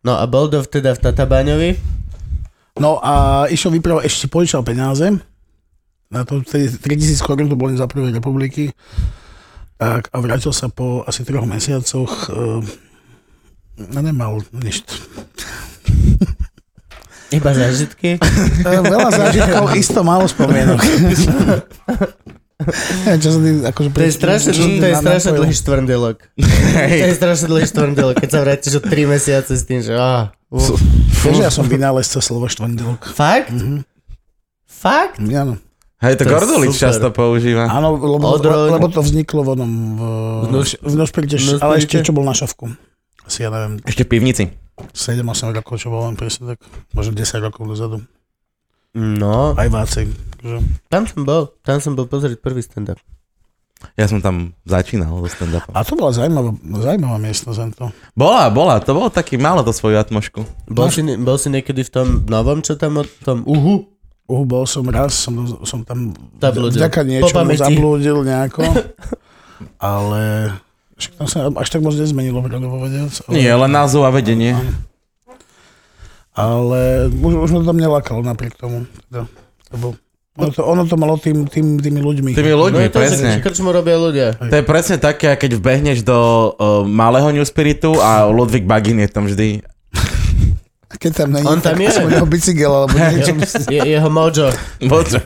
C: No a Boldov teda v Tatabáňovi.
A: No a išiel výprava, ešte si požičal peniaze. Na to vtedy 3000 korún to boli za prvej republiky. Tak, a vrátil sa po asi troch mesiacoch. Uh, nemal nič.
C: Iba zážitky.
A: E, veľa zážitkov, isto málo spomienok. Ja, čo sa ty, akože,
C: To je strašne,
A: čo sa ty
C: to je
A: na-
C: strašne
A: napojil?
C: dlhý štvrndelok. To je strašne dlhý štvrndelok, keď sa vrátiš o 3 mesiace s tým, že á, ú.
A: Vieš, že ja som vynálezca slova štvandelok.
C: Fakt? Fakt?
A: Áno.
B: Hej, to,
C: To je
B: Gordulič
C: super.
B: často používa.
A: Áno, lebo,
C: Odroň.
A: lebo to vzniklo v onom, v,
C: nož-
A: v nožprite,
C: v nožprite?
A: ale ešte čo bol na šavku. Asi ja neviem,
B: Ešte v pivnici.
A: 7-8 rokov, čo bolo len presne tak, možno 10 rokov dozadu.
C: No,
A: Aj vácej. Že...
C: tam som bol, tam som bol pozrieť prvý stand-up.
B: Ja som tam začínal so stand
A: A to bola zaujímavá, zaujímavá miestnosť. len to.
B: Bola, bola, to bolo taký, malo to svoju atmošku.
C: Bol, si, ne- bol si niekedy v tom novom, čo tam od tom uhu?
A: Uhu, bol som raz, som, som tam
C: Zablúdil.
A: vďaka
C: Po
A: niečomu
C: pamäti.
A: zablúdil nejako, ale však tam sa až tak moc nezmenilo, pravdu povediac. Ale,
B: Nie, len názov a vedenie.
A: ale už, už ma to tam nelakalo napriek tomu. Teda, to bol, ono, to, ono to malo tým, tým, tými ľuďmi.
B: Tými
C: No, je
B: ľuďmi,
C: to, že
B: presne.
C: Krčmu robia ľudia.
B: To je presne také, keď eh, vbehneš do uh, malého New Spiritu a Ludvík Bagin je tam vždy.
A: Keď tam není,
C: On tam
A: tak
C: je.
A: aspoň jeho bicykel, alebo niečo.
C: Je, jeho mojo.
B: Bože.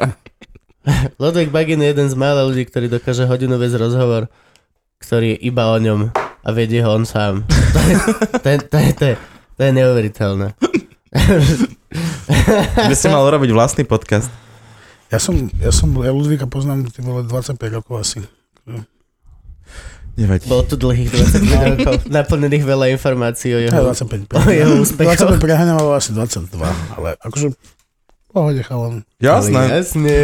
C: Ludvík Bagin je jeden z mála ľudí, ktorý dokáže hodinu viesť rozhovor, ktorý je iba o ňom a vedie ho on sám. To je, to je, to je, to je, to je neuveriteľné.
B: By si mal robiť vlastný podcast.
A: Ja som, ja som, ja Ludvíka poznám, ty vole, 25 rokov asi.
B: Nevadí.
C: Bolo tu dlhých 20 rokov, naplnených veľa informácií o jeho...
A: Ja 25.
C: O jeho úspechoch.
A: 25 preháňam, ale asi 22. Ale akože, v pohode chalán.
B: Jasné.
C: Jasne.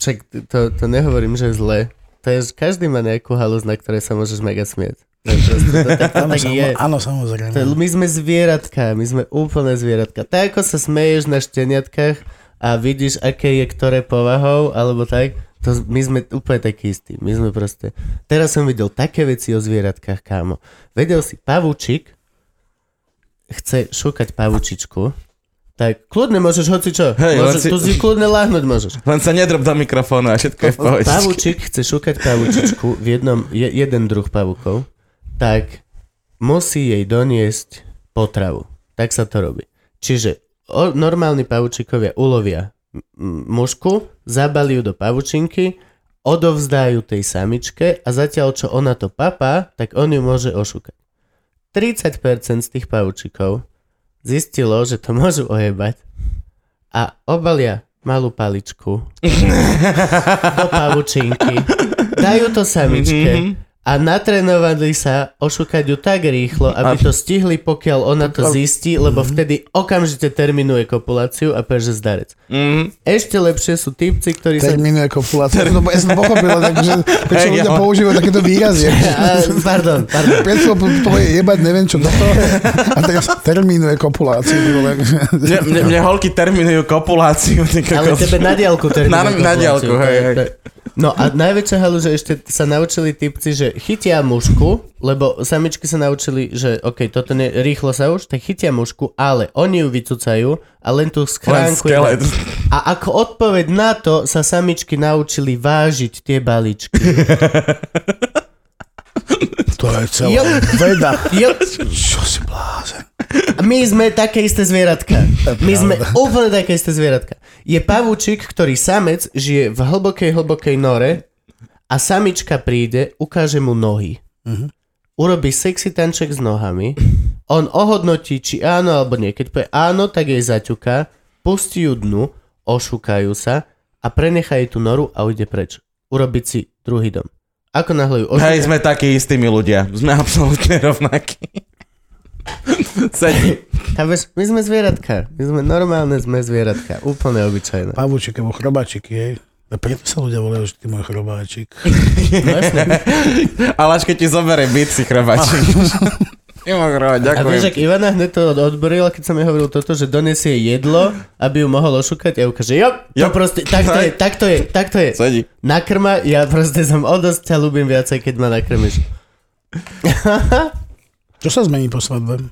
C: Však to, to nehovorím, že zle. To je, každý má nejakú halus, na ktorej sa môžeš mega smieť. To je proste, to, tak- to,
A: Áno,
C: tak je.
A: samo, áno, samozrejme.
C: To, je- my sme zvieratka, my sme úplne zvieratka. Tak ako sa smeješ na šteniatkách a vidíš, aké je ktoré povahou, alebo tak, to z- my sme úplne takí istí. My sme proste... Teraz som videl také veci o zvieratkách, kámo. Vedel si, pavučik chce šúkať pavučičku, tak kľudne môžeš hoci čo.
B: Hej,
C: môžeš,
B: hoci-
C: tu si kľudne láhnuť môžeš.
B: Len sa nedrob do mikrofónu a všetko je v pohode.
C: Pavučik chce šukať pavučičku v jednom, je, jeden druh pavukov, tak musí jej doniesť potravu. Tak sa to robí. Čiže o, normálni pavučikovia ulovia m- mužku, zabali ju do pavučinky, odovzdajú tej samičke a zatiaľ čo ona to papá, tak on ju môže ošukať. 30% z tých pavučikov zistilo, že to môžu ojebať a obalia malú paličku do pavučinky, dajú to samičke a natrénovali sa ošukať ju tak rýchlo, aby to stihli, pokiaľ ona to zistí, lebo vtedy okamžite terminuje kopuláciu a perže zdarec.
B: Mm.
C: Ešte lepšie sú typci, ktorí sa...
A: Termínu ako populácia. No, bo ja som pochopil, takže prečo
B: Hej,
A: ľudia
B: ja-
A: používajú takéto výrazy.
C: A, pardon, pardon.
A: Prečo to je jebať, neviem čo do toho. A teraz termínu je kopulácia. ty vole.
B: Mne, mne, mne holky terminujú kopuláciu. ty
C: Ale
B: kokos.
C: tebe na diálku terminuje
B: Na- na
C: kopuláciu,
B: diaľku,
C: to je-
B: hej, hej.
C: to je- No a najväčšia halu, že ešte sa naučili typci, že chytia mužku, lebo samičky sa naučili, že OK, toto nie, rýchlo sa už, tak chytia mužku, ale oni ju vycúcajú a len tú
B: Len
C: schránku...
B: skelet.
C: A ako odpoveď na to sa samičky naučili vážiť tie balíčky.
A: To je
B: No,
A: celé.
C: Jo.
A: Veda.
C: Jo,
A: Čo si blázen.
C: my sme také isté zvieratka. My sme úplne také isté zvieratka. Je pavúčik, ktorý samec žije v hlbokej, hlbokej nore a samička príde, ukáže mu nohy.
B: Mhm.
C: Urobí sexy tanček s nohami. On ohodnotí, či áno alebo nie. Keď povie áno, tak jej zaťuká, pustí ju dnu, ošúkajú sa a prenechá jej tú noru a ujde preč. Urobiť si druhý dom. Ako náhle ju ošúka,
B: Hej, sme takí istými ľudia. Sme absolútne rovnakí. Sedí.
C: Chápeš? my sme zvieratka. My sme normálne, sme zvieratka. Úplne obyčajné.
A: Pavúčik alebo chrobáčik, hej. A preto sa ľudia volajú, že ty môj chrobáčik. No,
B: Ale až keď ti zoberie byt si chrobáči. Imogrova,
C: A
B: ďakujem.
C: vieš, ak Ivana hneď to odborila, keď som jej hovoril toto, že donesie jedlo, aby ju mohol ošukať a ukáže, jo, to
B: Jo.
C: proste, tak to je, tak to je, tak to je.
B: Sedí.
C: Nakrma, ja proste som o dosť ťa ľúbim viacej, keď ma nakrmiš.
A: Čo sa zmení po svadbe?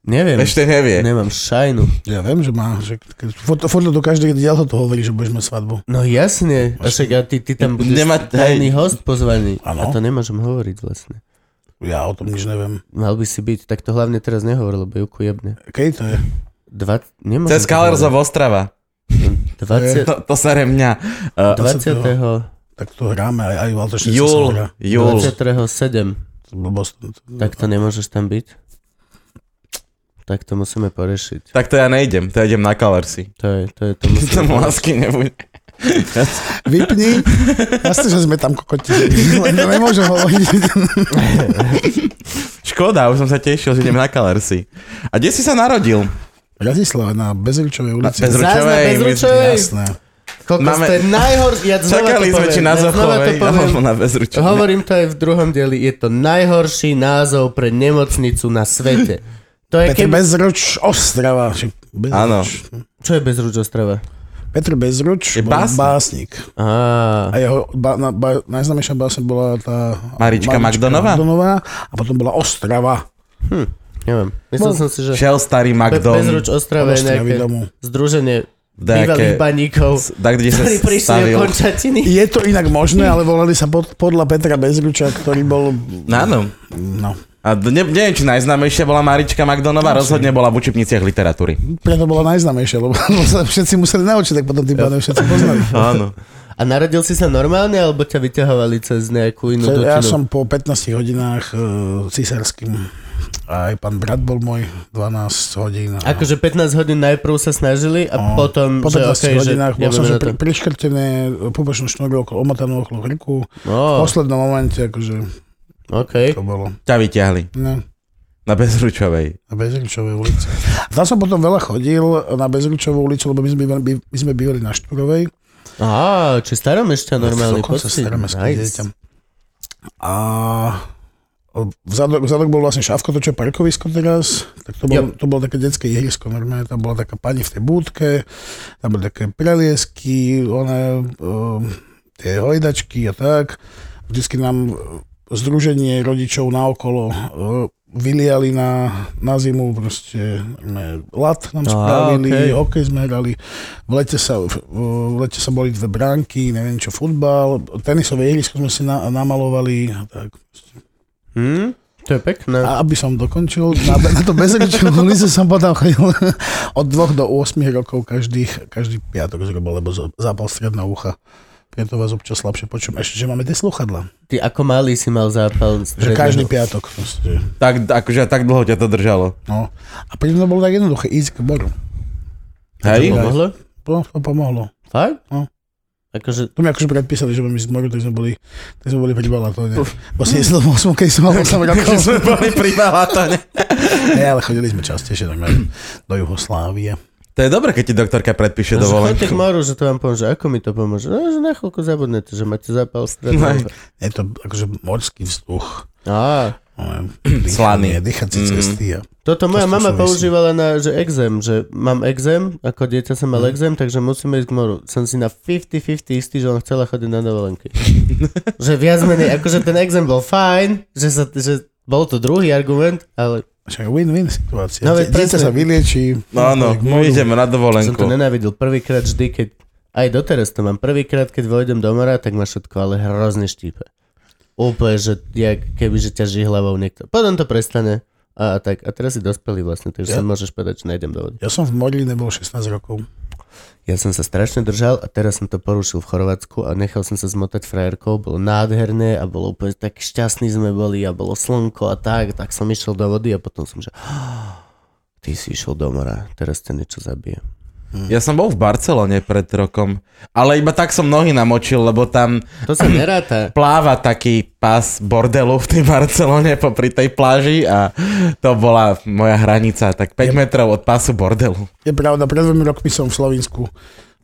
C: Neviem,
B: Ešte nevie.
C: nemám šajnu.
A: Ja viem, že má. Že keď, furt, furt to každý ďalho to hovorí, že budeš mať svadbu.
C: No jasne, a však a ty, ty tam budeš
B: Nemá-
C: tajný
B: hej.
C: host pozvaný.
A: Áno.
C: A to nemôžem hovoriť vlastne.
A: Ja o tom nič neviem.
C: Mal by si byť, tak to hlavne teraz nehovor, lebo ju kujebne.
A: Kedy to je?
C: Dva, nemôžem
B: Cez
C: to hovoriť.
B: Kalerzov Ostrava.
C: 20,
B: To, to sere mňa. Uh,
C: 20.
A: Tak to hráme aj, aj Valtošnice sa hrá.
B: júl, júl.
C: 27.
A: Blbosť.
C: Tak to nemôžeš tam byť? Tak to musíme porešiť.
B: Tak to ja nejdem, to ja idem na Kalersy.
C: To je, to je, to musíme...
B: Tam lásky nebude.
A: Vypni. Jasne, že sme tam kokoti. Len to nemôžem hovoriť.
B: Škoda, už som sa tešil, že idem na Kalersy. A kde si sa narodil?
A: Bratislava na Bezručovej ulici.
B: Bezručovej. Zručovej,
C: Zázna bez
B: my-
C: ručovej!
A: Jasné.
C: Kokos,
B: Máme-
C: to je najhoršie... Ja znova
B: Čakali
C: to
B: sme,
C: poviem,
B: či na
C: ja znova to
B: Zochovej,
C: poviem.
B: alebo na Bezručovej.
C: Hovorím to aj v druhom dieli, je to najhorší názov pre nemocnicu na svete. To je
A: Petr
C: keby...
A: Bezruč Ostrava. či Bezruč.
B: Áno.
C: Čo je bezruč Ostrava?
A: Petr Bezruč
B: Je
A: bol
B: básnik.
A: básnik.
C: Á,
A: A jeho ba, na, ba, najznámejšia básne bola tá
B: Marička Magdonová?
A: Magdonová. A potom bola Ostrava.
C: neviem. Myslel som si, že
B: Šel starý
C: Be-
B: McDon.
C: bezruč Ostrava je
A: Ostravy
C: nejaké
A: domu.
C: združenie
B: Nejaké-
C: bývalých baníkov,
B: Tak, kde sa
C: ktorí prišli
B: stavil.
C: o končatiny.
A: Je to inak možné, ale volali sa pod, podľa Petra Bezruča, ktorý bol...
B: Áno.
A: No.
B: A d- ne, neviem, či najznámejšia bola Marička Magdonová, rozhodne bola v učebniciach literatúry.
A: Preto bola najznámejšia, lebo, lebo sa všetci museli naučiť, tak potom tým pádom všetci poznali.
B: Áno.
C: A narodil si sa normálne, alebo ťa vyťahovali cez nejakú inú dotinu?
A: Ja som po 15 hodinách uh, cisárským a aj pán brat bol môj 12 hodín. a-
C: Akože 15 hodín najprv sa snažili a
A: No,
C: potom,
A: po
C: že
A: 15
C: okej, že
A: hodinách bol som,
C: nebudeme
A: že
C: na to.
A: pri, priškrtené pubočnú šnúru okolo, omotanú okolo krku. V
C: No,
A: poslednom momente, akože
C: okej.
A: to bolo.
B: Ťa vyťahli
A: No.
B: na Bezručovej.
A: Na Bezručovej ulici. Tam som potom veľa chodil na Bezručovú ulicu, lebo my sme bývali, by- my sme bývali na Štúrovej.
C: Á, či starom ešte
A: No,
C: normálny
A: Dokonca
C: pocit.
A: staromestským
C: Nice.
A: dieťam. A vzadok, vzadok bol vlastne šávko, to čo je parkovisko teraz, tak to bolo, to bolo také detské ihrisko, normálne tam bola taká pani v tej búdke, tam boli také preliesky, one, um, tie hojdačky a tak. Vždycky nám e, združenie rodičov naokolo uh, vyliali na, na zimu, proste ne, lat nám
C: Aha,
A: spravili,
C: okej.
A: hokej sme hrali, v lete, sa, v, v lete sa boli dve bránky, neviem čo, futbal, tenisové ihrisko sme si na, namalovali. a Tak.
C: Hm? To je pekné.
A: A aby som dokončil, na, na to bezrečnú ulicu som potom chodil od 2 do 8 rokov každý, každý piatok zhruba, lebo zo- zápal stredného ucha. Preto vás občas slabšie počujem. Ešte, že máme tie sluchadla.
C: Ty ako malý si mal zápal
A: Že
C: stredného.
A: každý piatok. Proste,
B: Tak, akože tak dlho ťa to držalo.
A: no. A pri tom to bolo tak jednoduché, ísť k boru.
B: Hej?
C: Pomohlo?
A: To, to pomohlo.
C: Fakt?
A: No.
C: Akože,
A: To mi akože predpísali, že mám ísť k moru, tak sme boli, tak sme boli pri Balatone. Bo si jeslo 8, keď som mal 8
B: Takže
A: rokov.
B: sme boli pri Balatone.
A: Nie, ale chodili sme častejšie normálne do Juhoslávie.
B: To je dobré, keď ti doktorka predpíše
C: že chodte k
B: dovolenku.
C: moru, že to vám pomôže. Ako mi to pomôže? No, že na chvíľku zabudnete, že máte zápal
B: Aj.
C: stredného.
A: Je to akože morský vzduch.
C: Á,
A: Máme
B: Slaný.
A: dýchanie, Dýchacie
B: Mm.
A: cesty. A...
C: Toto moja
A: To
C: mama
A: súvisí.
C: používala na, že exém, že mám exém, ako dieťa som
A: Mhm.
C: mal exém, takže musíme ísť k moru. Som si na 50-50 istý, že on chcela chodiť na dovolenky. že viac menej, akože ten exém bol fajn, že, sa, že bol to druhý argument, ale
A: Však win-win situácia.
C: No,
A: No,
C: veď
A: Dieťa
C: presne.
A: sa vyliečí.
B: No áno,
A: Tak
B: my
A: môžu.
B: ideme na
C: som to
B: dovolenku.
C: nenávidel prvýkrát vždy, keď aj doteraz to mám. Prvýkrát, keď vojdem do mora, tak ma všetko ale hrozne štípe. Úplne, že jak keby, že ťa žije hlavou niekto. Potom to prestane. A, a tak, a teraz si dospelý vlastne, takže
A: Ja-
C: sa môžeš povedať, že nejdem do vody.
A: Ja som v mori nebol 16 rokov.
C: Ja som sa strašne držal a teraz som to porušil v Chorvátsku a nechal som sa zmotať frajerkou, bolo nádherné a bolo úplne tak šťastní sme boli a bolo slnko a tak, tak som išiel do vody a potom som že ty si išiel do mora, teraz ťa niečo zabije.
B: Ja som bol v Barcelone pred rokom, ale iba tak som nohy namočil, lebo tam
C: To sa neráta.
B: pláva taký pás bordelu v tej Barcelone popri tej pláži a to bola moja hranica, tak 5 metrov od pásu bordelu.
A: Je pravda, pred dvomi rokmi som v Slovensku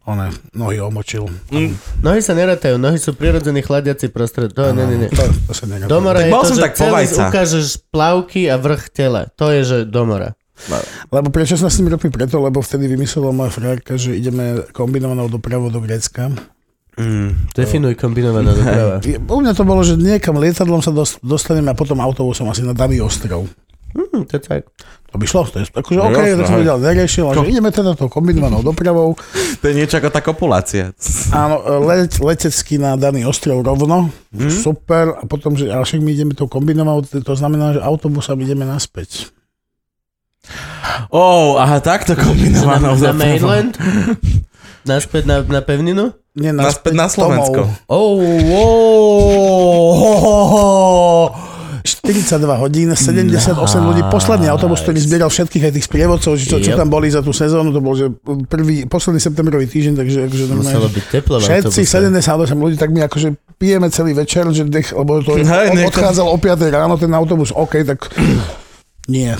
A: one, nohy omočil.
B: Mm.
C: Nohy sa nerátajú, nohy sú prirodzený chladiaci prostred. To, ne, ne, ne.
A: To, to sa nerobí.
C: Do mora
B: Tak
C: je
B: bol
C: to,
B: som
C: že
B: tak po
C: celý
B: vajca.
C: ukážeš plavky a vrch tela. To je, že do mora.
A: Lebo pred 16 rokmi preto, lebo vtedy vymyslela moja frajerka, že ideme kombinovanou dopravou do Grécka.
C: Definuj kombinovaná doprava.
A: Je- U mňa to bolo, že niekam lietadlom sa dos- dostaneme a potom autobusom asi na daný ostrov.
C: Hm, to je tak.
A: To by šlo, to je akože
B: No
A: OK,
B: jasné,
A: to som
B: hej.
A: vedel, neriešil, ale že ideme teda tou kombinovanou dopravou.
B: To je niečo ako tá kopulácia.
A: Áno, let, letecky na daný ostrov rovno, mm. super, a potom, že ale však my ideme tou kombinovanou, to to znamená, že autobusom ideme naspäť.
B: Ó, oh, aha, takto
C: Na,
B: kombinovanou
C: na
B: dopravou.
C: mainland? Naspäť na, na pevninu?
A: Nie
B: Naspäť na Slovensko.
A: domov.
C: Oh, oh.
A: 42 hodín, 78 ľudí, posledný autobus, ktorý zbieral všetkých aj tých sprievodcov, či čo, čo
C: Yep.
A: tam boli za tú sezónu, to bol že prvý, posledný septembrový týždeň, takže akože
C: Muselo
A: normálne, že
C: byť teplo v
A: Všetci
C: autobuse.
A: 78 ľudí, tak my akože pijeme celý večer, že dech, lebo to
B: Hej,
A: on
B: niekto-
A: odchádzal o 5 ráno ten autobus, OK, tak nie,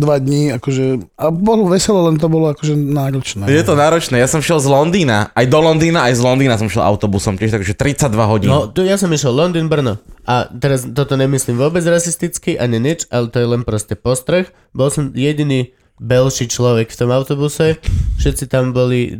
A: dva dní, akože, a bolo veselo, len to bolo akože náročné.
B: Je to náročné, ja som šiel z Londýna, aj do Londýna, aj z Londýna som šiel autobusom, tiež takže 32 hodín.
C: No, tu ja som išiel Londýn, Brno. A teraz toto nemyslím vôbec rasisticky, ani nič, ale to je len proste postreh. Bol som jediný belší človek v tom autobuse. Všetci tam boli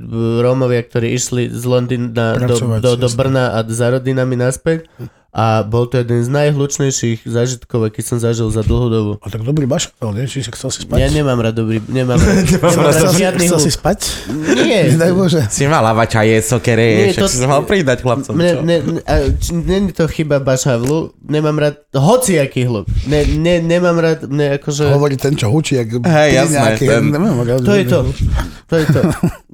C: Rómovia, ktorí išli z Londýna do,
A: Pracovať,
C: do, do
A: jasne.
C: Brna a za rodinami naspäť. a bol to jeden z najhlučnejších zážitkov, aký som zažil za dlhú dobu.
A: A tak dobrý baš, ale nie, či si chcel si spať?
C: Ja nemám rád dobrý, nemám rád, nemám rád
A: chcel, si,
C: žiadny
A: chcel si
C: hud.
A: spať?
C: Nie,
A: Nedaj Bože.
B: Si mala vača je sokere,
C: Nie,
B: však
C: to-
B: si sa mal pridať chlapcom.
C: Ne,
B: čo?
C: ne, ne, a č- není to chyba bašavlu, nemám rád hociaký hluk. Ne, ne, nemám rád, ne, akože...
A: Hovorí ten, čo hučí, jak
B: Hej, jasné, ten-
A: Neviem, ako-
C: To je to, to je to.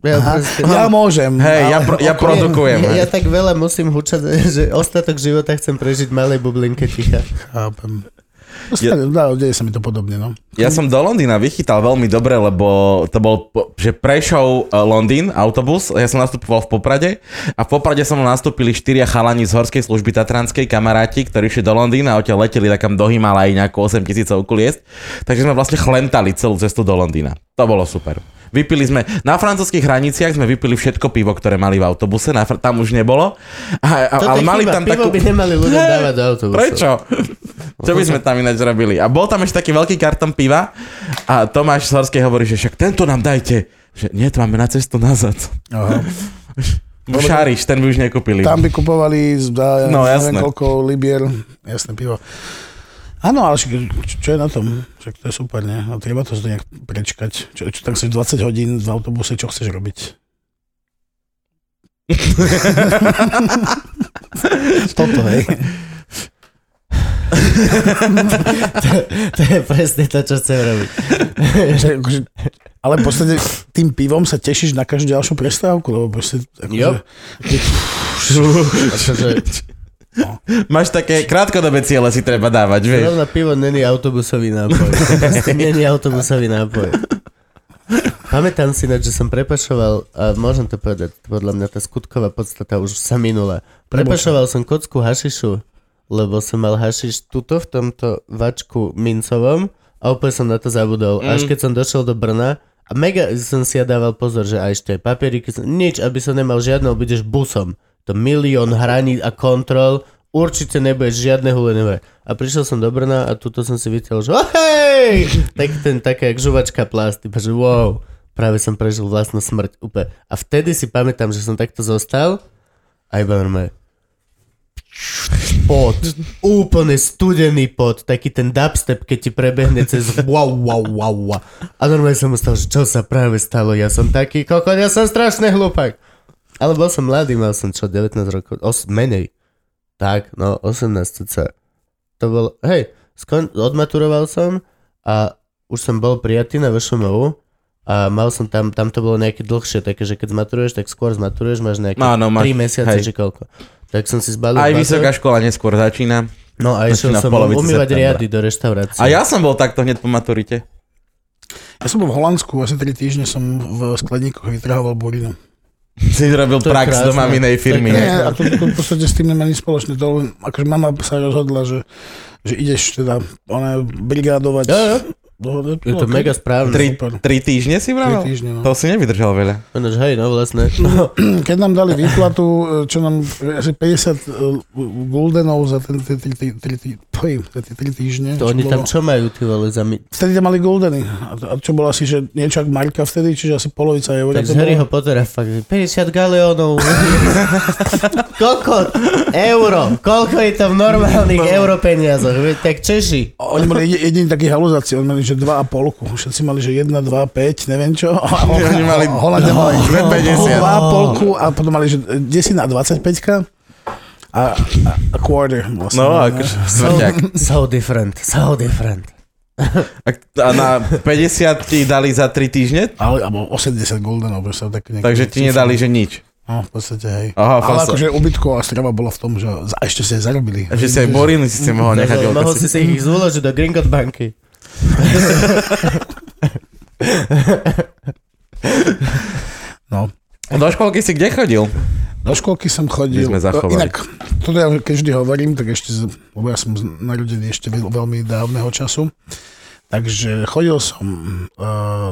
C: Ja,
A: Aha,
C: proste,
A: ja môžem.
B: No. Hej, ja,
A: ale-
B: pro, ja produkujem.
C: Ja, ja
B: hej.
C: tak veľa musím hučať, že ostatok života chcem prežiť v malej bublinke ticha.
A: Chápem. Stane- dá, No, Deje sa mi to podobne, no.
B: Ja som do Londýna vychytal veľmi dobre, lebo to bol, po- že prešov e, Londýn, autobus, ja som nastupoval v Poprade a v Poprade som nastúpili štyria chalani z horskej služby Tatranskej, kamaráti, ktorí išli do Londýna a odtiaľ leteli takam do Himalají nejakú 8 tisícovku liest, takže sme vlastne chlentali celú cestu do Londýna. To bolo super. Vypili sme, na francúzských hraniciach sme vypili všetko pivo, ktoré mali v autobuse, na, fr- tam už nebolo, a, a,
C: Toto
B: ale
C: je
B: mali
C: chyba,
B: tam
C: pivo
B: takú...
C: by nemali ľudia
B: Hej,
C: dávať do autobusu.
B: Prečo? Čo by sme tam ináč robili? A bol tam ešte taký veľký karton piva a Tomáš z Horskej hovorí, že však tento nám dajte. Že nie, to máme na cestu nazad.
A: Aha.
B: Šáriš, ten by už nekúpili.
A: Tam by kupovali za no,
B: No,
A: neviem
B: jasné.
A: koľko libier, jasné pivo. Áno, ale však čo, čo je na tom? Však to je super, nie? No, treba to nejak prečkať. Čo, čo tak si 20 hodín v autobuse, čo chceš robiť? Toto, hej.
C: To je presne to, čo chcem robiť.
A: Že, akože, ale v podstate tým pivom sa tešíš na každú ďalšiu prestávku, lebo proste...
C: Jo.
A: Akože,
C: Akože,
B: Máš také krátkodobé ciele si treba dávať, vieš.
C: rovno pivo není autobusový nápoj. To proste není autobusový nápoj. Pamätám si ináč, že som prepašoval, a môžem to povedať, podľa mňa tá skutková podstata už sa minula. Prepašoval som kocku hašišu, lebo som mal hašiš tuto v tomto vačku mincovom a úplne som na to zabudol. Mm. Až keď som došiel do Brna, a mega som si ja dával pozor, že aj ešte aj papieriky, som- nič, aby som nemal žiadne, lebo ideš busom. To milión hraní a kontrol, určite nebudeš žiadne hulenové. A prišiel som do Brna a tuto som si videl, že oh, hej! Tak ten taká jak žuvačka plast, iba že wow, práve som prežil vlastnú smrť úplne. A vtedy si pamätám, že som takto zostal a iba normálne pot, úplne studený pot, taký ten dubstep, keď ti prebehne cez wow, wow, wow, wow. A normálne som ustal, že čo sa práve stalo, ja som taký kokot, ja som strašný hlupak. Ale bol som mladý, mal som čo, 19 rokov, os, menej. Tak, no, 18 cca. To bolo, hej, skon, odmaturoval som a už som bol prijatý na VŠMU a mal som tam, tam to bolo nejaké dlhšie, také, že keď zmaturuješ, tak skôr zmaturuješ, máš nejaké
B: Áno, máš-
C: 3 mesiace,
B: hej.
C: či koľko. Tak som si zbalil
B: Aj
C: bater.
B: vysoká škola neskôr začína.
C: No a išiel
B: Začína v
C: som
B: polovici
C: umývať
B: septembra.
C: riady do reštaurácie.
B: A ja som bol takto hneď po maturite.
A: ja som bol v Holandsku, asi 3 týždne som v skladníkoch vytrhával burinu.
B: Si robil
C: To je
B: prax do
C: krásne.
B: maminej
C: To je
B: firmy.
C: krásne.
B: ne?
A: Nie, a to, to v podstate s tým nemá nič spoločné. To, len- akože mama sa rozhodla, že, že ideš teda ona brigádovať.
C: Jo, jo.
A: Do- do-
C: Je to
A: do-
C: mega správne.
B: Tri,
A: Super.
B: tri týždne si
A: tri
B: vravel?
A: týždne, no.
B: To si nevydržal veľa.
C: Ono, že hej, no vlastne.
A: Keď nám dali výplatu, e, čo nám e, asi 50 e, guldenov za ten- tie tri tri- tri- tri- poj, za tie tri týždne.
C: To
A: čo
C: oni
A: bolo-
C: tam
B: no.
C: čo majú, ty vole, za mi...
A: Vtedy tam mali guldeny. A, to- a čo bolo asi, že niečo ako marka vtedy, čiže asi polovica eur.
C: Tak z Harryho Pottera fakt, že 50 galeónov. Koľko? Euro. Koľko je to v normálnych
B: No.
C: euro peniazoch? Veď Tak Češi.
A: Oni mali jedi- jediný taký haluzácií, oni mali, že 2 a polku. Všetci mali, že 1, 2, 5, neviem čo. A
B: Oni mali
A: Holandia mali 2
B: 2,50.
A: a polku a potom mali, že 10 a 25 a, a, a quarter vlastne.
B: No, akože
C: So,
B: smrťak.
C: so different, so different.
B: A a na 50 ti dali za 3 týždne?
A: Ale, alebo 80 goldenov, proste, tak nejaké-
B: Takže ti nedali, že nič.
A: No, v podstate, hej.
B: Aha,
A: Ale
B: fasa.
A: akože ubytková strava bola v tom, že za- ešte ste zarobili.
B: Že si aj boriny si si mohol nechať
C: Mohol- Mohol si
B: okasiť.
C: si ich zúložiť do Gringot banky.
A: No.
B: Do školky si kde chodil?
A: Do školky som chodil.
B: My sme zachovali.
A: Inak, toto ja keď vždy hovorím, tak ešte, z- lebo ja som z- narodený ešte veľ- veľmi dávneho času. Takže chodil som uh,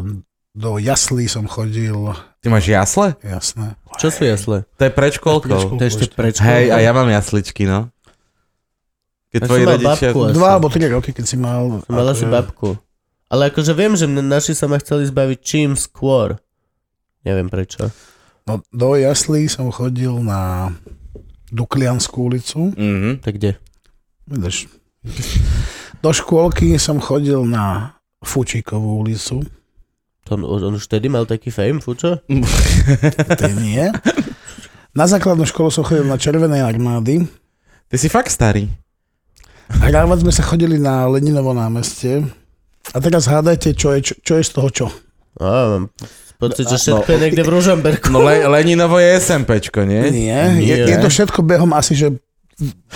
A: do jaslí som chodil,
B: Ty máš jasle?
A: jasné.
C: Čo sú jasle?
B: To je predškolkou.
A: Predškolkou.
C: To je ešte prečo.
B: Hej, a ja mám jasličky, no. Keď
C: Ja som
B: tvoji
C: mal
B: rodičia...
C: babku asi.
A: Dva alebo tri roky, keď si mal...
C: Som mal asi
A: akože-
C: babku. Ale akože viem, že mne- naši sa ma chceli zbaviť čím skôr. Neviem prečo.
A: No, do jaslí som chodil na Duklianskú ulicu.
B: Mhm.
C: Tak kde?
A: Vidíš. Do škôlky som chodil na Fučíkovú ulicu.
C: To on, on už vtedy mal taký fame, fučo?
A: Ty nie. Na základnú školu som chodil na Červenej armády.
B: Ty si fakt starý.
A: Hrávať sme sa chodili na Leninovo námestie. A teraz hádajte, čo je, čo, čo je z toho čo.
C: Á, mám pocit, že všetko
B: no.
C: je niekde v Ružomberku.
B: No Le- Leninovo je SMPčko, nie?
A: Nie, je,
C: Nie.
A: je to všetko behom asi, že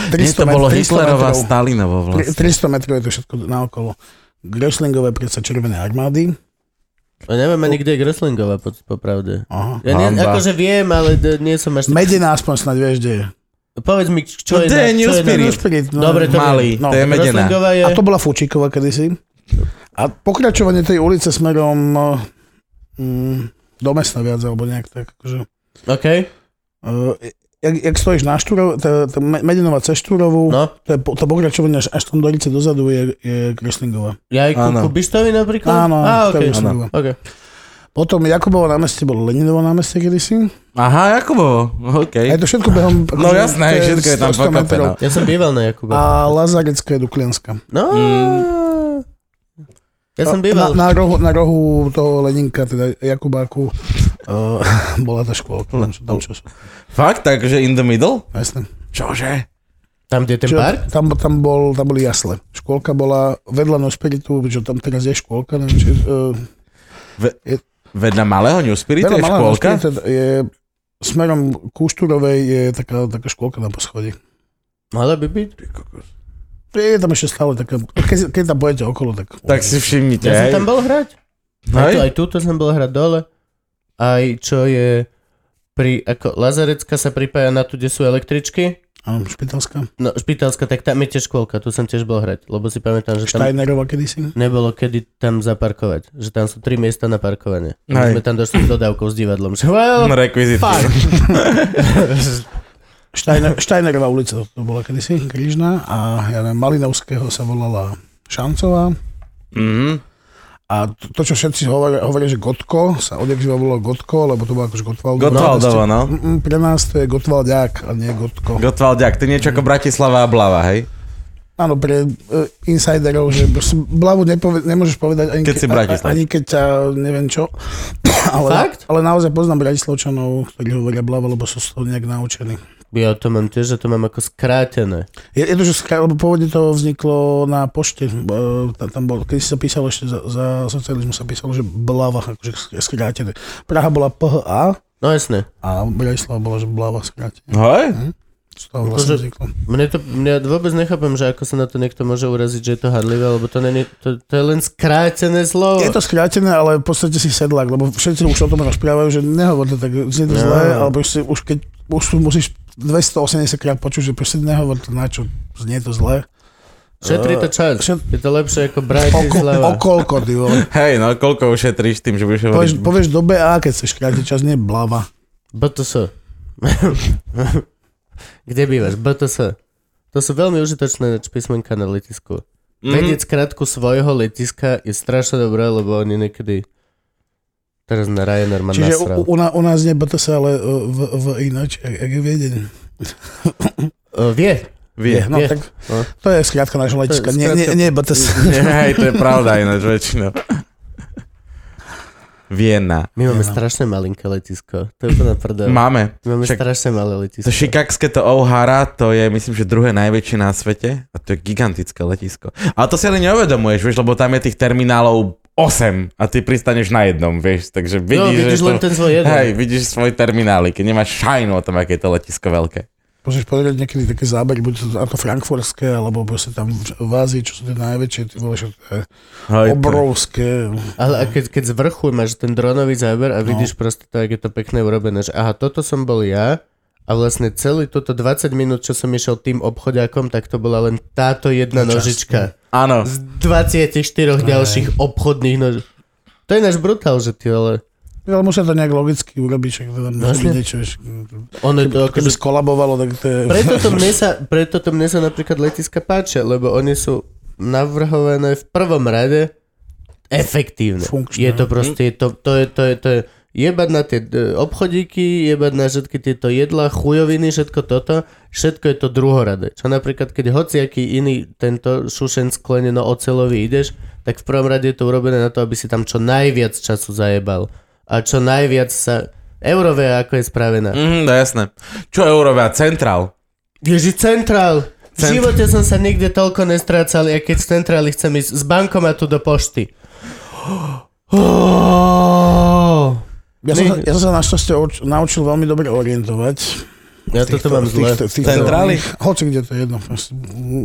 A: 300
B: Nie, to bolo
A: met- 300
B: Hitlerova,
A: metrov.
B: Stalinovo
A: Tri-
B: vlastne.
A: 300 metrov je to všetko naokolo. Greslingové predsa Červené armády.
C: Ja neviem ani, kde je Greslingová, po, popravde.
A: Aha.
C: Ja nie,
B: Hamba.
C: akože viem, ale d- nie som až... tak-
A: Medina aspoň snáď vieš, kde je.
C: Povedz mi, čo
B: No,
C: je...
B: to je
C: na-
B: New
C: čo na-
B: Spirit.
A: Spirit, no.
C: Dobre, to
B: Malý,
A: No,
B: to je medená.
C: Greslingová je...
A: A to bola Fučíková kedysi. A pokračovanie tej ulice smerom mm, do mesta viac, alebo nejak tak. Akože,
C: OK,
A: uh, jak, jak stojíš na Štúrov, tá, tá Me- Medinová cez Štúrovú,
C: no.
A: to, je, po- to pokračovanie až, až tam do ulice dozadu je, je Kreslingová.
C: Ja aj ku
B: Áno.
C: Kubištovi napríklad?
A: Áno, to
C: Á, OK.
A: je Kreslingová.
C: OK.
A: Potom Jakubovo námestie bolo Leninovo námestie kedysi.
B: Aha, Jakubovo,
A: A je
B: OK.
A: to všetko behom... akože
B: No jasné, všetko je tam
A: 100 metrov.
B: pokopené.
C: Ja som býval na Jakuba.
A: A Lazarecká je Duklianská.
C: No. Ja som býval.
A: Na, na, rohu, na rohu toho Leninka, teda Jakubáku, uh, bola tá škôlka.
B: Hm.
A: Tam, čo- tam čo sú.
B: Fakt, takže in the middle?
A: Jasné.
B: Čože?
C: Tam, kde je ten
A: Čo-
C: park?
A: Tam, tam, bol, tam boli jasle. Škôlka bola vedľa no spiritu, čo tam teraz je škôlka, neviem, či, uh,
B: Vedľa malého New Spiritu je
A: malého
B: škôlka?
A: Spiritu je smerom ku Štúrovej je taká, taká škôlka na poschodí.
C: Mala by byť.
A: Je tam ešte stále taká, keď, keď tam pojete okolo, tak...
B: Tak si všimnite.
C: Ja som
B: hej.
C: tam bol hrať. Aj,
B: Hej?
C: tu, aj túto som bol hrať dole. Aj čo je pri, ako Lazarecka sa pripája na tu, kde sú električky.
A: Áno, špitalská.
C: No, Špitalská, tak tam je tiež škôlka, tu som tiež bol hrať, lebo si pamätám, že tam
A: Štajnerova kedysi.
C: nebolo kedy tam zaparkovať, že tam sú tri miesta na parkovanie.
B: Hej.
C: My sme tam došli s dodávkou s divadlom, že well,
B: Rekvizity.
C: fuck.
A: Štajner, Štajnerová ulica to bola kedysi, Krížna a ja neviem, Malinovského sa volala Šancová.
B: Mhm.
A: A to, to čo všetci hovoria, hovoria, že Gotko, sa odjak živa volalo Gotko, lebo to bolo akože Gotwaldova.
B: Gotwaldovo, no.
A: Mm, mm, Pre nás to je Gotwaldiak a nie Gotko.
B: Gotwaldiak, to je niečo ako Bratislava a Blava, hej?
A: Áno, pre e, insiderov, že proste blavu nepove, nemôžeš povedať ani
B: Keď si
A: a- a-
B: Bratislav.
A: ani keď ťa neviem čo. ale,
C: Fakt?
A: ale naozaj poznám Bratislavčanov, ktorí hovoria blava, lebo sú z toho nejak naučení.
C: Ja to mám tiež, že to mám ako skrátené.
A: Je, je to, že skra- lebo pôvodne to vzniklo na pošte. e, Tam, tam bol, keď sa písalo ešte za, za socializmu, sa písalo, že Blava, akože sk- skrátené. Praha bola PHA
C: No jasné.
A: a Bratislava bola, že Blava skrátené.
B: Hej?
A: Z toho vlastne
C: Akože-
A: vzniklo.
C: Mne to, mne vôbec nechápem, že ako sa na to niekto môže uraziť, že je to hadlivé, lebo to, není, to, to je len skrátené slovo.
A: Je to skrátené, ale v podstate si sedlák, lebo všetci už o tom rozprávajú, že nehovor to tak, znie to
C: No.
A: zlé, ale proste už keď už tu musíš 280 krát počuť, že proste nehovor to na čo, znie to zlé.
C: Šetrí to čas.
A: Šet-
C: Je to lepšie ako
A: Oko,
C: Bratislava.
A: okolko, ty vole.
B: Hej, no koľko ušetríš tým, že budeš hovoriť?
A: Povieš, povieš do BA, keď chceš krátiť čas, nie blava.
C: BTS. Kde bývaš? BTS. To sú veľmi užitočné písmenka na letisku.
B: Mhm.
C: Mm. Vedieť krátku svojho letiska je strašne dobré, lebo oni niekedy... Teraz na Ryanair ma
A: Čiže
C: nasral.
A: u, u, na- u nás nie BTS, ale e, v, v ináč, ak, ak je viedeň.
C: O, E, vie.
A: Je,
B: Vie.
A: no,
C: je.
A: tak,
C: No.
A: to je skrátka nášho letiska, nie, nie,
C: skrátka-
A: nie BTS.
B: Hej, to je pravda ináč väčšinou. Viena.
C: My máme
A: Ja.
C: strašne malinké letisko. To je úplne prdel.
B: Máme.
C: My máme
B: Však-
C: strašne malé
B: To
C: letisko.
B: šikakské, to O'Hara, to je myslím, že druhé najväčšie na svete a to je gigantické letisko. Ale to si ale neuvedomuješ, vieš, lebo tam je tých terminálov 8 a ty pristaneš na jednom, vieš, takže vidíš,
C: no, vidíš
B: že
C: len
B: to...
C: ten svoj jeden.
B: Hej, vidíš svoj terminály, keď nemáš šajnu o tom, aké je to letisko veľké.
A: Môžeš pozrieť niekedy také zábery, buď to ako frankfurtské, alebo proste tam v v Ázii, čo sú tie najväčšie, ty vole, e, že to je
B: Hej,
A: obrovské.
C: Ale a keď, keď z vrchu máš ten dronový záber a vidíš proste to, jak je to pekné urobené, že aha, toto som bol ja a vlastne celý toto 20 minút, čo som išiel tým obchodiakom, tak to bola len táto jedna
A: Časť.
C: nožička.
B: Áno.
C: Z 24 ďalších obchodných nož. To je náš brutál, že ty, ale
A: Ale musia to nejak logicky urobiť, že to tam musí byť
C: Jasne.
A: niečo, vieš,
C: ono je Vlastne- to
A: keby
C: akože...
A: skolabovalo, tak to je...
C: Preto to, mne sa, preto to mne sa napríklad letiska páčia, lebo oni sú navrhované v prvom rade efektívne.
A: Funkčné.
C: Je to proste, je to, to, je, to, je, to je jebať na tie e, obchodíky, jebať na všetky tieto jedla, chujoviny, všetko toto, všetko je to druhoradé. Čo napríklad, keď hociaký iný tento šušen skleneno ocelový ideš, tak v prvom rade je to urobené na to, aby si tam čo najviac času zajebal. A čo najviac sa... Eurové, ako je spravená.
B: Mhm, no jasné. Čo Eurovia? Central.
C: Ježi, centrál!
B: Cent-
C: V živote som sa nikde toľko nestrácal, ja keď z centrály chcem ísť z bankomatu do pošty. Oh.
A: Ja som, sa, ja som sa našťastie oč- naučil veľmi dobre orientovať.
C: Ja
A: v
C: toto mám
A: v
C: zle.
A: týchto- v týchto-
B: Centrály?
A: Hoci kde to je jedno. proste.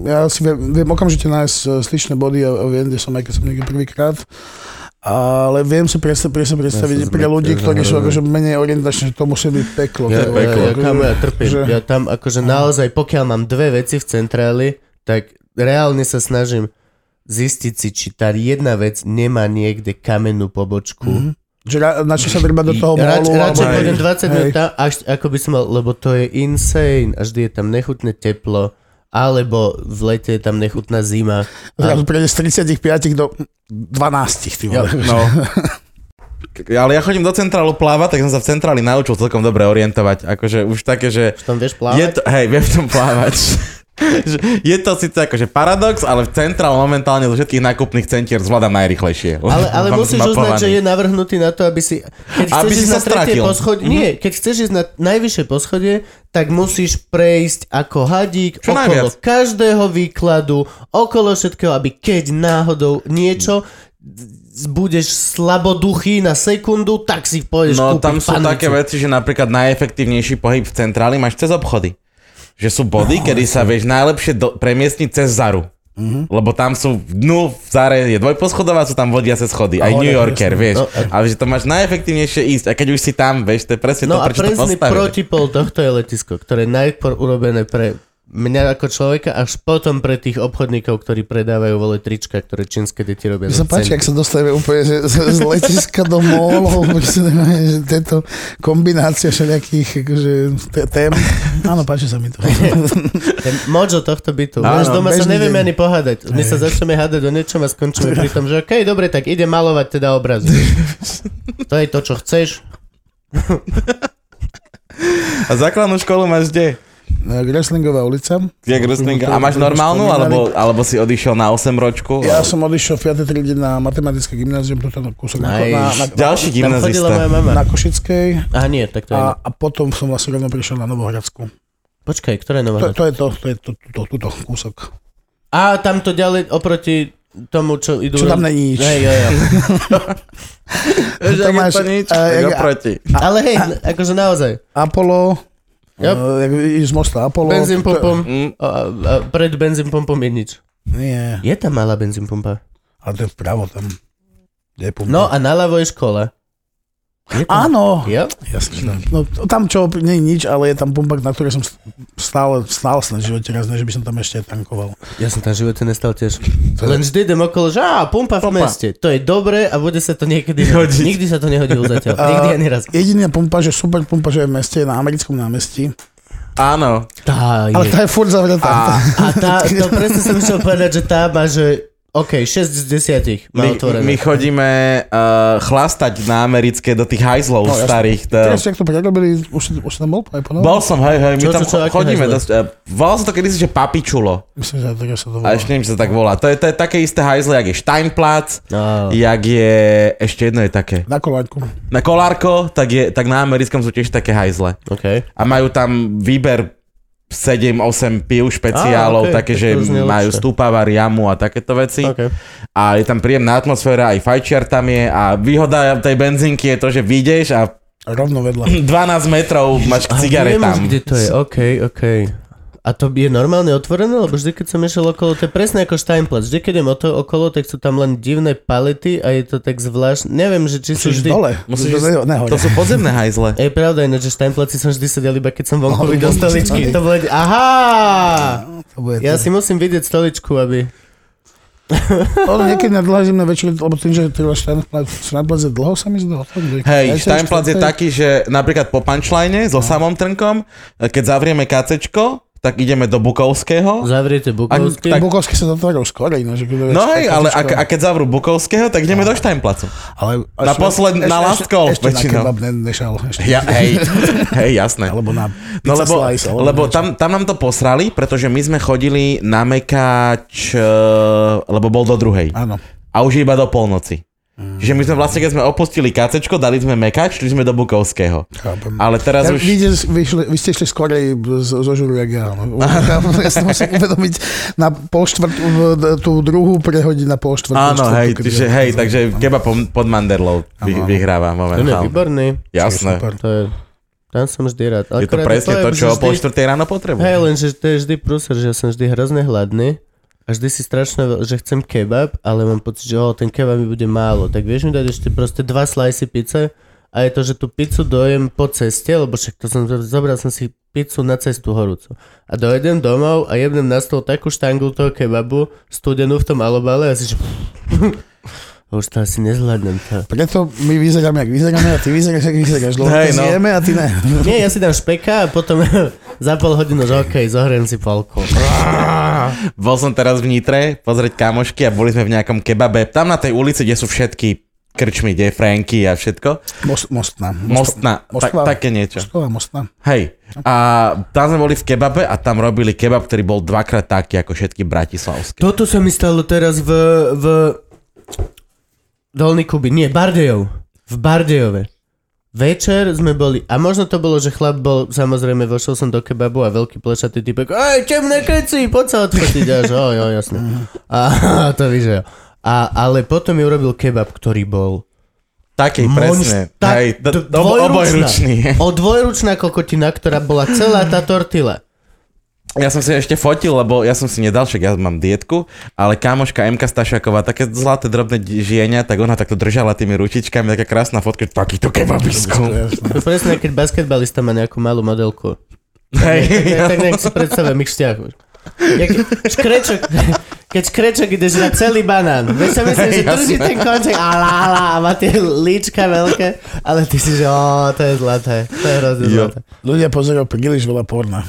A: Ja si viem, viem okamžite nájsť e, styčné body a a viem, kde som aj keď som niekde prvýkrát. Ale viem si presne, presne predstaviť pre ľudí, ktorí sú akože menej orientační, že to musí byť peklo. To
C: Ja,
A: je
C: ja, ja,
A: akože-
C: kámo, ja trpím.
A: že-
C: Ja tam akože naozaj, pokiaľ mám dve veci v centráli, tak reálne sa snažím zistiť si, či tá jedna vec nemá niekde kamennú pobočku.
A: Mhm.
C: Mm-hmm.
A: Že ra- na čo sa treba do toho
C: Rad,
A: molu?
C: radšej
B: alebo-
C: pôjdem 20 minút
A: Hej.
C: tam, až ako by som mal, lebo to je insane, a vždy je tam nechutné teplo, alebo v lete je tam nechutná zima.
A: Zrazu prejde z 35 do 12, ty vole.
B: No. Ale ja chodím do centrálu plávať, tak som sa v centráli naučil celkom dobre orientovať. Akože už také, že...
C: Tam
B: Je
C: vieš plávať?
B: to, hej, viem v tom plávať. Že je to síce akože paradox, ale v centrál momentálne zo všetkých nákupných centier zvládam najrychlejšie.
C: Ale, ale
B: Mám
C: musíš uznať,
B: zmapovaný.
C: že je navrhnutý na to, aby si... Keď chceš
B: Aby si sa
C: ísť na tretie
B: stratil. Mhm.
C: poschodie, nie, keď chceš ísť na najvyššie poschodie, tak musíš prejsť ako hadík
B: Čo
C: okolo
B: najviac.
C: každého výkladu, okolo všetkého, aby keď náhodou niečo z- budeš slaboduchý na sekundu, tak si pôjdeš
B: No
C: kúpiť
B: tam sú
C: panicu.
B: také veci, že napríklad najefektívnejší pohyb v centráli máš cez obchody. Že sú body, kedy sa vieš najlepšie do, premiestniť cez Zaru. Lebo tam sú dnu v Zare je dvojposchodová, sú tam vodia cez schody. Aj New Yorker, vieš. Ale že to máš najefektívnejšie ísť. A keď už si tam, vieš, to je presne to,
C: No a
B: prečo to
C: presný
B: postavili.
C: protipol tohto je letisko, ktoré je najprv urobené pre mňa ako človeka, až potom pre tých obchodníkov, ktorí predávajú vole trička, ktoré čínske deti robia.
A: Mi sa
C: za
A: páči,
C: ceny.
A: ak sa dostajeme úplne že, z, z letiska do molov, že, že tieto kombinácia všelijakých akože, t- tém. Eh, Áno, páči sa mi to.
C: Ten mojo tohto bytu.
B: Áno,
C: Máš doma sa
A: bežný
C: nevieme
A: deň.
C: ani pohádať. My sa začneme hádať o niečom a skončíme pri tom, že okej, dobre, tak ide malovať teda obraz. to je to, čo chceš.
B: A základnú školu máš kde?
A: Greslingová ulica.
B: Kde wrestling? A máš normálnu, alebo, alebo si odišiel na 8 ročku?
A: Ja
B: Alebo-
A: som odišiel v 5. triede na matematické gymnázium, toto na kúsok na,
C: Nice.
A: na, na,
B: Ďalší
C: Tam chodila moja
B: gymnazista.
C: mama.
A: na Košickej
C: Aha, nie, tak to je.
A: a, a potom som vlastne rovno prišiel na Novohradsku.
C: Počkaj, ktorá je nová?
A: To, to je to, to je to, to, to, to kúsok.
C: A tam to ďalej oproti tomu, čo idú...
A: Čo tam není nič.
C: Hej, jo, jo.
B: Vieš,
A: to
B: ak je
A: máš,
B: to nič,
A: a-
B: tak
A: jak-
B: oproti.
C: Ale hej, akože naozaj.
A: Apollo,
C: Yep.
A: eh, z mosta Apollo. to-
C: Benzín pompom.
B: Mm.
C: A, a, a pred benzín pompom je nič.
A: Nie,
C: Je tam malá benzín pompa.
A: ale to je vpravo tam. Kde je pumpa?
C: No a naľavo je škola. Je tam...
A: Áno.
C: Jo?
A: Jasne. že tam- No, to- tam čo, nie je nič, ale je tam pumpa, na ktorej som st- stále, stále sa na živote raz, ne, že by som tam ešte aj tankoval.
C: Ja som tam v živote nestal tiež. Len vždy idem okolo, že á, pumpa v meste. To je dobré a bude sa to niekedy hodiť. Nikdy sa to nehodilo zatiaľ. Nikdy ani raz.
A: Jediná pumpa, že super pumpa, že je v meste, je na americkom námestí,
B: Áno.
C: Tá je.
A: ale tá je furt zavretá.
C: A tá, to presne som chcel povedať, že tá má, že OK, 6 z 10 má
B: My,
C: otvorené.
B: my chodíme uh, chlastať na americké do tých hajzlov
A: No,
B: no,
A: jasne.
B: starých. To...
A: Teraz, jak to prerobili, už, si- už si tam bol no? aj po
B: Bol som, hej, hej, my
C: Čo
B: tam
C: sú čo, aké
B: chodíme.
C: hajzle?
B: Dosť, uh, volal sa to kedysi, že papičulo.
A: Myslím, že teraz sa to
C: No.
A: volá.
B: A ešte neviem, či sa tak volá. To je, to je také isté hajzle, jak je Steinplatz,
C: No.
B: jak je... Ešte jedno je také.
A: Na koláčku.
B: Na Kolárko, tak, je, tak na americkom sú tiež také hajzle.
C: OK.
B: A majú tam výber 7-8 pív špeciálov,
C: Á, okej,
B: také,
C: tak
B: že
C: to už nie je
B: majú
C: lepšie.
B: stúpavar, jamu a takéto veci.
C: OK.
B: A je tam príjemná atmosféra, aj fajčiar tam je a výhoda tej benzínky je to, že vyjdeš a
A: Rovno vedľa.
B: 12 metrov máš k cigare
C: viem už,
B: tam.
C: kde to je, OK, OK. A to je normálne otvorené, lebo vždy, keď som išiel okolo, to je presne ako Steinplatz. Vždy, keď idem o to okolo, tak sú tam len divné palety a je to tak zvláštne. Neviem, že či
A: Musíš
C: sú
A: ísť
C: vždy...
A: dole.
B: Musíš
A: Musíš ísť dole.
B: To sú podzemné hajzle.
C: Je pravda iné, že Steinplatzi som vždy sedel iba keď som vonku
A: Ale
C: videl
A: vonku stoličky.
C: stoličky. To bolo... Aha!
A: To bude
C: Ja
A: to.
C: si musím vidieť stoličku, aby...
A: Ono niekedy na dlhé zimné večery, lebo tým, že trvá Steinplatz, Steinplatz je dlho sa mi zdalo. fakt, že-
B: Hej,
A: Aj
B: Steinplatz je No.
A: čtvrtej-
B: taký, že napríklad po punchline so samom trnkom, keď zavrieme kacečko, tak ideme do Bukovského.
C: Zavriete Bukovský.
A: Tak...
B: Tak-
A: Bukovský sa zatvoril skoro ináč. ako
B: No hej, ale a,
A: kapotička.
B: a keď zavrú Bukovského, tak ideme do Štajnplacu.
A: Ale
B: Na posled- na Laskov
A: Ešte, ešte na
B: väčšinou.
A: kebab ne, nešal. Ešte.
B: Ja, hej, hej, jasné.
A: Alebo na
B: No
A: pizza
B: lebo,
A: slice, alebo
B: lebo
A: niečo.
B: tam, tam nám to posrali, pretože my sme chodili na mekač, e, lebo bol do druhej.
A: Áno.
B: A už iba do polnoci. Čiže my sme vlastne, keď sme opustili kacečko, dali sme mekač, šli sme do Bukovského.
A: Chápem.
B: Ale teraz
A: Ja, vy,
B: už...
A: ide- vy, šli- vy ste išli skorej z- zo žuru, jak ja. No. Ja si to musím uvedomiť na pol štvrt, v- tú druhú prehodiť na pol štvrt.
B: Áno,
A: štvrtú,
B: hej,
A: keď
B: čiže,
A: ja-
B: hej, takže keba pom- pod Manderlou
A: Áno,
B: vy,
A: áno.
B: vyhráva
C: Ten je
B: momentálne.
C: výborný.
B: Jasné.
A: Super.
C: To je, tam som vždy rád.
B: Je to
C: Akurát
B: presne to, čo o
C: že
B: pol
C: vždy-
B: štvrtej ráno potrebujem.
C: Hej, lenže to je vždy prúser, že ja som vždy hrozne hladný a vždy si strašne, veľ- že chcem kebab, ale mám pocit, že o, ten kebab mi bude málo. Tak vieš mi dať ešte proste dva slice pice a je to, že tú pizzu dojem po ceste, lebo však to som, zobral som si pizzu na cestu horúcu. A dojdem domov a jebnem na stôl takú štangu toho kebabu, studenú v tom alobale a si že... Už to asi nezvládnem. To.
A: Preto my vyzeráme, jak vyzeráme a ty vyzeráš, jak vyzeráš. Lebo hey,
B: Hej,
A: no.
B: no.
A: zjeme a ty ne.
C: Nie, ja si dám špeka a potom za pol hodinu, že okej, zohriem si polku.
B: Bol som teraz v Nitre pozrieť kamošky a boli sme v nejakom kebabe. Tam na tej ulici, kde sú všetky krčmy, kde je Franky a všetko.
A: Most, mostná.
B: Mostná, tak,
A: Moskva.
B: také niečo.
A: Mostová mostná.
B: Hej. A tam sme boli v kebabe a tam robili kebab, ktorý bol dvakrát taký ako všetky bratislavské.
C: Toto sa mi stalo teraz v, v Dolný Kuby, nie, Bardejov. V Bardejove. Večer sme boli, a možno to bolo, že chlap bol, samozrejme, vošiel som do kebabu a veľký plešatý typek, aj, temné keci, poď sa odfotiť, až, oj, oj, jasne. A to víš, že jo. A, ale potom mi urobil kebab, ktorý bol
B: Taký, presne.
C: Monšt- tak-
B: Hej, do,
C: d-
B: do, obojručný.
C: O dvojručná kokotina, ktorá bola celá tá tortila.
B: Ja som si ešte fotil, lebo ja som si nedal, však ja mám dietku, ale kámoška MK Stašaková, také zlaté drobné di- žienia, tak ona takto držala tými ručičkami, taká krásna fotka, že takýto kebabisko.
A: Jasné.
C: To je presne, keď basketbalista má nejakú malú modelku.
B: Hej,
C: Tak, tak nejak si predstavujem ich vzťah. Jak škrečok, keď škrečok ideš na celý banán. Vieš, ja myslím, že drží ten konček a lá, lá, a má tie líčka veľké, ale ty si, že ó, to je zlaté, to je hrozne
B: Jo.
C: zlaté.
A: Ľudia pozerajú príliš veľa porna.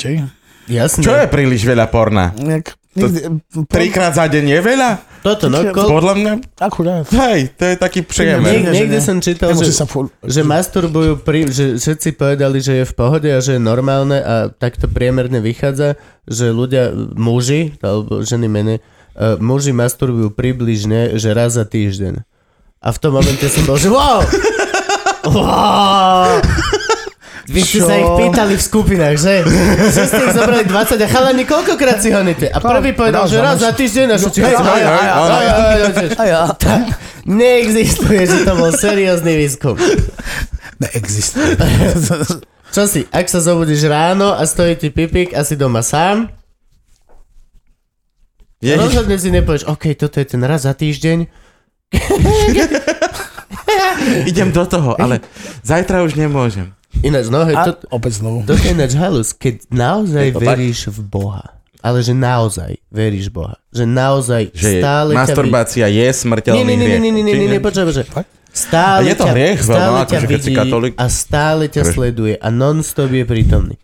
A: Či?
C: Jasné.
B: čo je príliš veľa porna?
A: Jak, nikdy,
B: Trikrát za deň je veľa?
C: Toto, no, kol...
B: Podľa mňa,
A: Akurát.
B: hej, to je taký
A: Nie,
B: priemer.
A: nie,
C: Niek- niekde
A: že ne.
C: som čítal,
A: Nemusí
C: že...
A: sa furt...
C: že masturbujú, pri, že všetci povedali, že je v pohode a že je normálne a takto priemerne vychádza, že ľudia, muži, alebo ženy menej, eh, muži masturbujú približne, že raz za týždeň. A v tom momente som bol, že wow! wow! Vy ste
A: Čo?
C: sa ich pýtali v skupinách, že? Že ste ich zobrali 20 a chalani, koľkokrát si honíte? A prvý povedal,
A: raz
C: že
A: za
C: raz za týždeň a všetci... hej, hej,
B: hej,
C: hej,
B: áno.
C: hej, hej, hej, hej. Neexistuje, že to bol seriózny výskum.
A: Neexistuje.
C: Čo si, ak sa zobudíš ráno a stojí ti pipík a si doma sám,
B: Je-
C: rozhodne si nepovieš, OK, toto je ten raz za týždeň,
B: Idem do toho, ale zajtra už nemôžem.
C: ináč, no hej,
A: A
C: to,
A: opäť znovu.
C: to je ináč halus, keď naozaj
B: Je to tak?
C: veríš v Boha, ale že naozaj veríš v Boha, že naozaj
B: Že je,
C: stále
B: masturbácia je
C: ťa... vidí-
B: smrteľný
C: Nie, nie, nie, nie, nie, nie, nie,
B: hriech.
C: nie, počujem, že stále
B: A je to
C: ťa,
B: hriech, veľmi,
C: stále
B: akože
C: ťa
B: keď si
C: vidí
B: katolík.
C: a stále ťa
B: Prečo?
C: sleduje a non-stop je prítomný.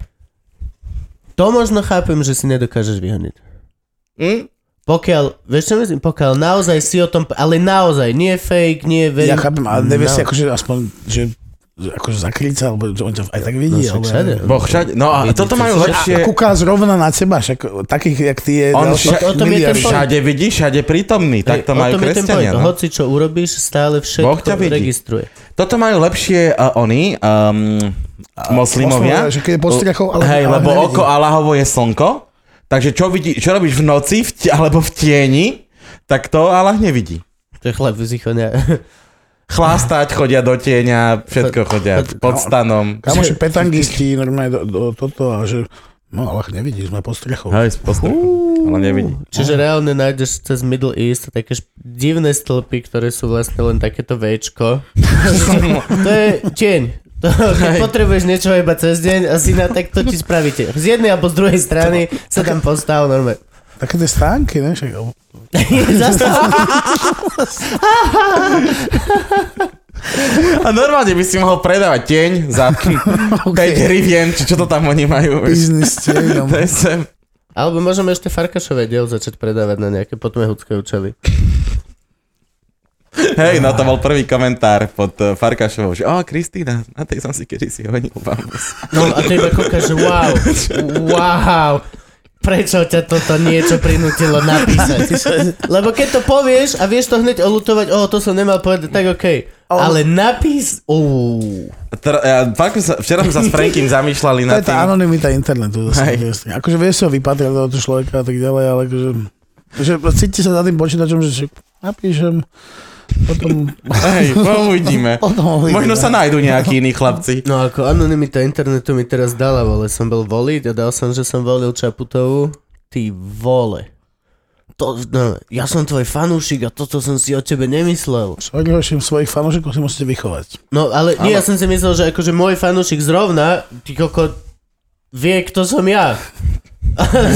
C: To možno chápem, že si nedokážeš vyhoniť.
B: Hm?
C: Pokiaľ, vieš čo myslím, pokiaľ naozaj si o tom, ale naozaj, nie fake, nie veľmi.
A: Ja chápem, ale nevie
C: No.
A: si akože aspoň, že že akože zakryť sa, alebo že on ťa aj tak vidí.
C: však
A: alebo-
C: všade.
B: Boh všade. No a toto majú
A: A
B: lepšie.
A: kúká zrovna na teba, však takých, jak ty je
B: On
A: ďalších
B: vša-
C: o tom je ten
A: miliardy.
C: point.
B: Všade vidí, všade prítomný. Tak to
C: Hej, o
B: majú
C: tom je ten
B: kresťania.
C: point.
B: No.
C: Hoci čo urobíš, stále
B: Boh ťa
C: všetko
B: vidí.
C: registruje.
B: Toto majú lepšie uh, oni, um, moslimovia.
A: moslimovia, že keď je pod strechou, ale-
B: Hej,
A: ale
B: lebo
A: nevidí.
B: oko Allahovo je slnko. Takže čo, vidí, čo robíš v noci v t- alebo v tieni, tak to Allah nevidí.
C: To je chlap vyzichonia.
B: Chlástať, chodia do tieňa, všetko chodia
C: no.
B: pod stanom.
A: Kamoši petangisti, normálne do, do, toto, a že no ale nevidí, sme pod strechou.
B: Hej, pod strechou, ale nevidí.
C: Čiže reálne nájdeš cez Middle East také šp- divné stĺpy, ktoré sú vlastne len takéto Včko. to je tieň. To, keď potrebuješ niečo iba cez deň, asi na tak to ti spravíte. Z jednej alebo z druhej strany sa tam postav normálne.
A: Také tie stánky, ne? Však,
C: Zastav.
B: A normálne by si mohol predávať tieň za 5 rivien, či čo to tam oni majú. vieš.
A: Biznis no. s
C: no.
A: tieňom.
B: To je sem.
C: Alebo môžeme ešte Farkašové diel začať predávať na nejaké potmehúcké účely.
B: Hej, no to bol prvý komentár pod eh, Farkašovou, že o, Kristýna, na tej som si kedysi honil bambus.
C: No a ty iba kúkaš, že wow, wow, prečo ťa toto niečo prinútilo napísať? Lebo keď to povieš a vieš to hneď olutovať, o, to som nemal povedať, tak okej. Ale napís... Uuu.
B: Tr- ja, fakt sme sa, včera sme sa s Frankim zamýšľali
A: To
B: na
A: je tá
B: tým.
A: anonimita internetu. zase,
B: Hej.
A: jasne. Akože vie sa vypatriť do toho človeka a tak ďalej, ale akože, že cíti sa za tým počítačom, že si napíšem, potom,
B: Hej, no, uvidíme.
A: potom
B: Možno
A: uvidíme.
B: sa nájdú nejakí iní chlapci.
C: No ako anonimita internetu mi teraz dala, vole, som bol voliť a dal som, že som volil Čaputovu. Ty vole. To, no, ja som tvoj fanúšik a toto som si o tebe nemyslel.
A: Svojich svojich fanúšikov si musíte vychovať.
C: No ale nie, ja som si myslel, že akože môj fanúšik zrovna, ty koko, vie, kto som ja.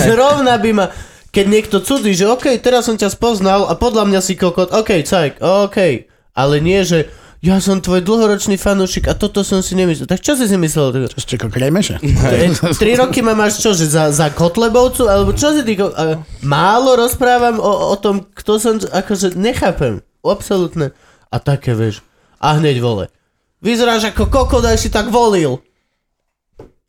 C: zrovna by ma, keď niekto cudzí, že okej, teraz som ťa spoznal a podľa mňa si kokot, okej, cajk, okej. Ale nie, že ja som tvoj dlhoročný fanúšik a toto som si nemyslel. Tak čo si si myslel?
A: Čo ste ako kremeše?
C: E, Tri roky ma máš čo, že za, za Kotlebovcu? Alebo čo si ty... ko- a Málo rozprávam o, o tom, kto som... Akože nechápem. Absolutne. A také, vieš. A hneď vole. Vyzeráš ako kokot, aj si tak volil.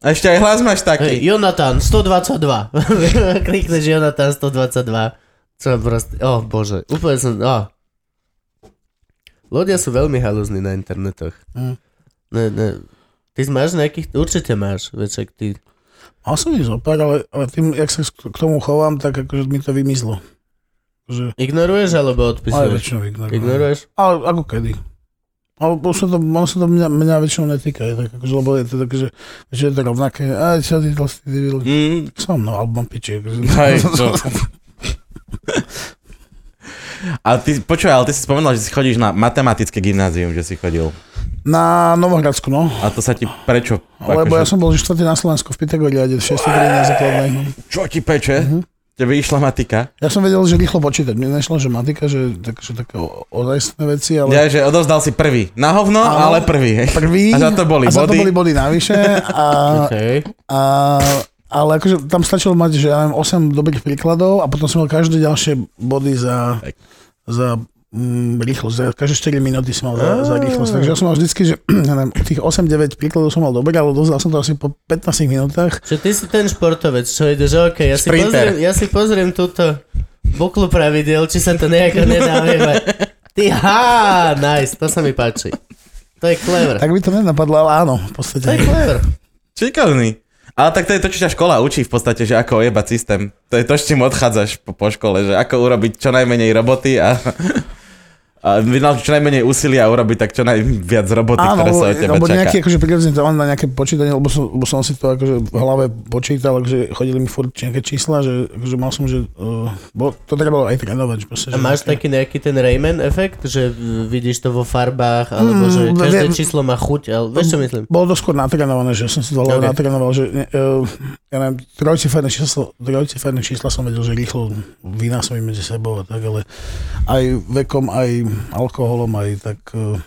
B: A ešte aj hlas máš
C: Hej,
B: taký.
C: Jonatan, 122. Klikneš Jonatan, 122. Čo proste... Oh, bože. Úplne som... Oh. Ľudia sú veľmi halúzni na internetoch.
A: Mm.
C: Ne, ne. Ty máš nejakých... Určite máš, veček, ty...
A: Mal som ich zopár, ale, ale tým, jak sa k tomu chovám, tak akože mi to vymizlo. Že,
C: Ignoruješ alebo
A: ale
C: odpisuješ?
A: väčšinou ignorujem.
C: Ignoruješ?
A: Ale ako kedy? Ale už sa to, ono sa to mňa, mňa väčšinou netýka, je tak, akože, lebo je to také, že, že je to rovnaké, a čo ty tlstý debil.
B: Mm.
A: Som, no, alebo mám piči. Akože,
B: Hej, čo? A ty, počuj, ale ty si spomenul, že si chodíš na matematické gymnázium, že si chodil.
A: na Novohradsku, no.
B: A to sa ti prečo?
A: Lebo
B: akože-
A: ja som bol že štvrtý na Slovensku v Pythagoriade, 6. na základnej. no.
B: Čo ti peče?
A: Mhm.
B: Mm-hmm. Tebe išla matika?
A: Ja som vedel, že rýchlo počítať. Mne nešlo, že matika, že, tak, že také o- ozajstné veci, ale...
B: Ja, že odovzdal si prvý. Na hovno,
A: Áno.
B: ale prvý. hej.
A: prvý.
B: A za to boli
A: a za to
B: body.
A: boli body navyše. A,
C: Hej.
A: a, ale akože tam stačilo mať, že ja neviem, 8 dobrých príkladov a potom som mal každé ďalšie body za,
B: Tak.
A: za mm, rýchlosť. Za každé 4 minúty som mal za, za rýchlosť. Takže ja som mal vždycky, že ja neviem, tých 8-9 príkladov som mal dobre, ale dozdal som to asi po 15 minútach.
C: Čo ty si ten športovec, čo ide, že OK, ja si,
B: Sprinter.
C: pozriem, ja si pozriem túto buklu pravidel, či sa to nejako nedávieva. Ty há, nice, to sa mi páči. To je clever.
A: Tak by to nenapadlo, ale áno, v
C: To je
A: podstate.
C: clever.
B: Šikovný. Ale tak to je to, čo ťa škola učí v podstate, že ako ojebať systém. To je to, s čím odchádzaš po, po škole, že ako urobiť čo najmenej roboty a, a vynaložiť čo najmenej úsilia a urobiť tak čo najviac roboty,
A: Áno,
B: ktoré sa od teba
A: lebo
B: čaká.
A: nejaký akože prirodzene to mám na nejaké počítanie, lebo som, lebo som si to akože v hlave počítal, akože chodili mi furt nejaké čísla, že akože mal som, že uh, bo, to trebalo aj trénovať. že Proste,
C: A
A: že
C: máš
A: také-
C: taký nejaký ten Rayman efekt, že mm, vidíš to vo farbách, alebo že
A: Mm,
C: každé
A: viem. Mm.
C: číslo má chuť, ale vieš čo myslím?
A: Bolo to skôr natrénované, že som si to hlavu
C: Ok.
A: okay. natrénoval, že uh, ja neviem, trojciferné čísla, trojciferné čísla som vedel, že rýchlo vynásobím medzi sebou a tak, ale aj vekom, aj alkoholom, aj tak uh,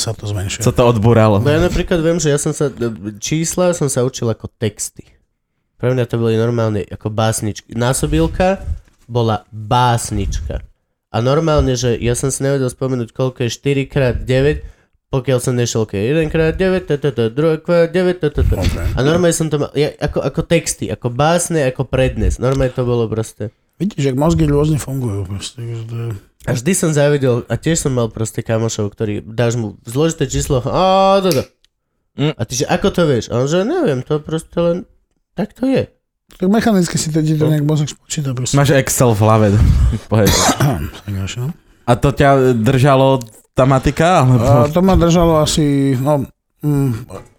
A: sa to zmenšuje.
B: Co to odbúralo?
C: No ja napríklad viem, že ja som sa, čísla som sa učil ako texty. Pre mňa to boli normálne ako básničky. Násobilka bola básnička. A normálne, že ja som si nevedel spomenúť, koľko je 4x9, pokiaľ som nešiel, keď 1x9, toto, 2x9, toto. A normálne som to mal, ja, ako, ako texty, ako básne, ako prednes. Normálne to bolo proste.
A: Vidíš, jak mozgy rôzne fungujú. Proste, že to je...
C: A vždy som závidel, a tiež som mal proste kamošov, ktorý dáš mu zložité číslo, a to, to.
B: Mm.
C: A ty, že ako to vieš? A on, že neviem, to proste len, tak to je.
A: Tak mechanicky si to, ti to nejak mozog spočíta. Proste.
B: Máš Excel v hlave. Poď.
A: Tak ďalšie, no.
B: A to ťa držalo tá matika? Alebo...
A: A to ma držalo asi, no, mm,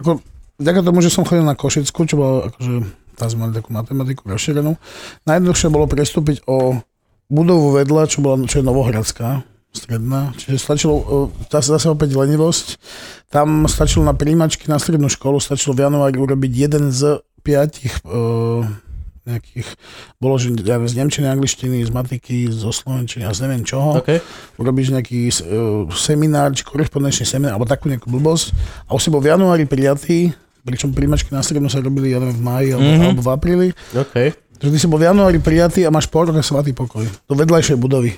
A: ako, vďaka tomu, že som chodil na Košicku, čo bolo akože, tam sme mali takú matematiku rozšírenú, najjednoduchšie bolo prestúpiť o budovu vedľa, čo, bola, čo je Novohradská, stredná, čiže stačilo, e, tá- zase opäť lenivosť, tam stačilo na príjimačky na strednú školu, stačilo v januári urobiť jeden z piatich e, nejakých, bolo, že ja z Nemčiny, angličtiny, z matiky, zo Slovenčiny a z neviem čoho.
C: OK.
A: Urobíš nejaký uh, seminár, či korespondenčný seminár, alebo takú nejakú blbosť. A už si bol v januári prijatý, pričom príjmačky na strednú sa robili, ja neviem, v máji alebo,
B: Mhm.
A: mm-hmm. alebo v apríli.
C: OK.
A: Takže ty si bol v januári prijatý a máš pol roka svatý pokoj do vedľajšej budovy.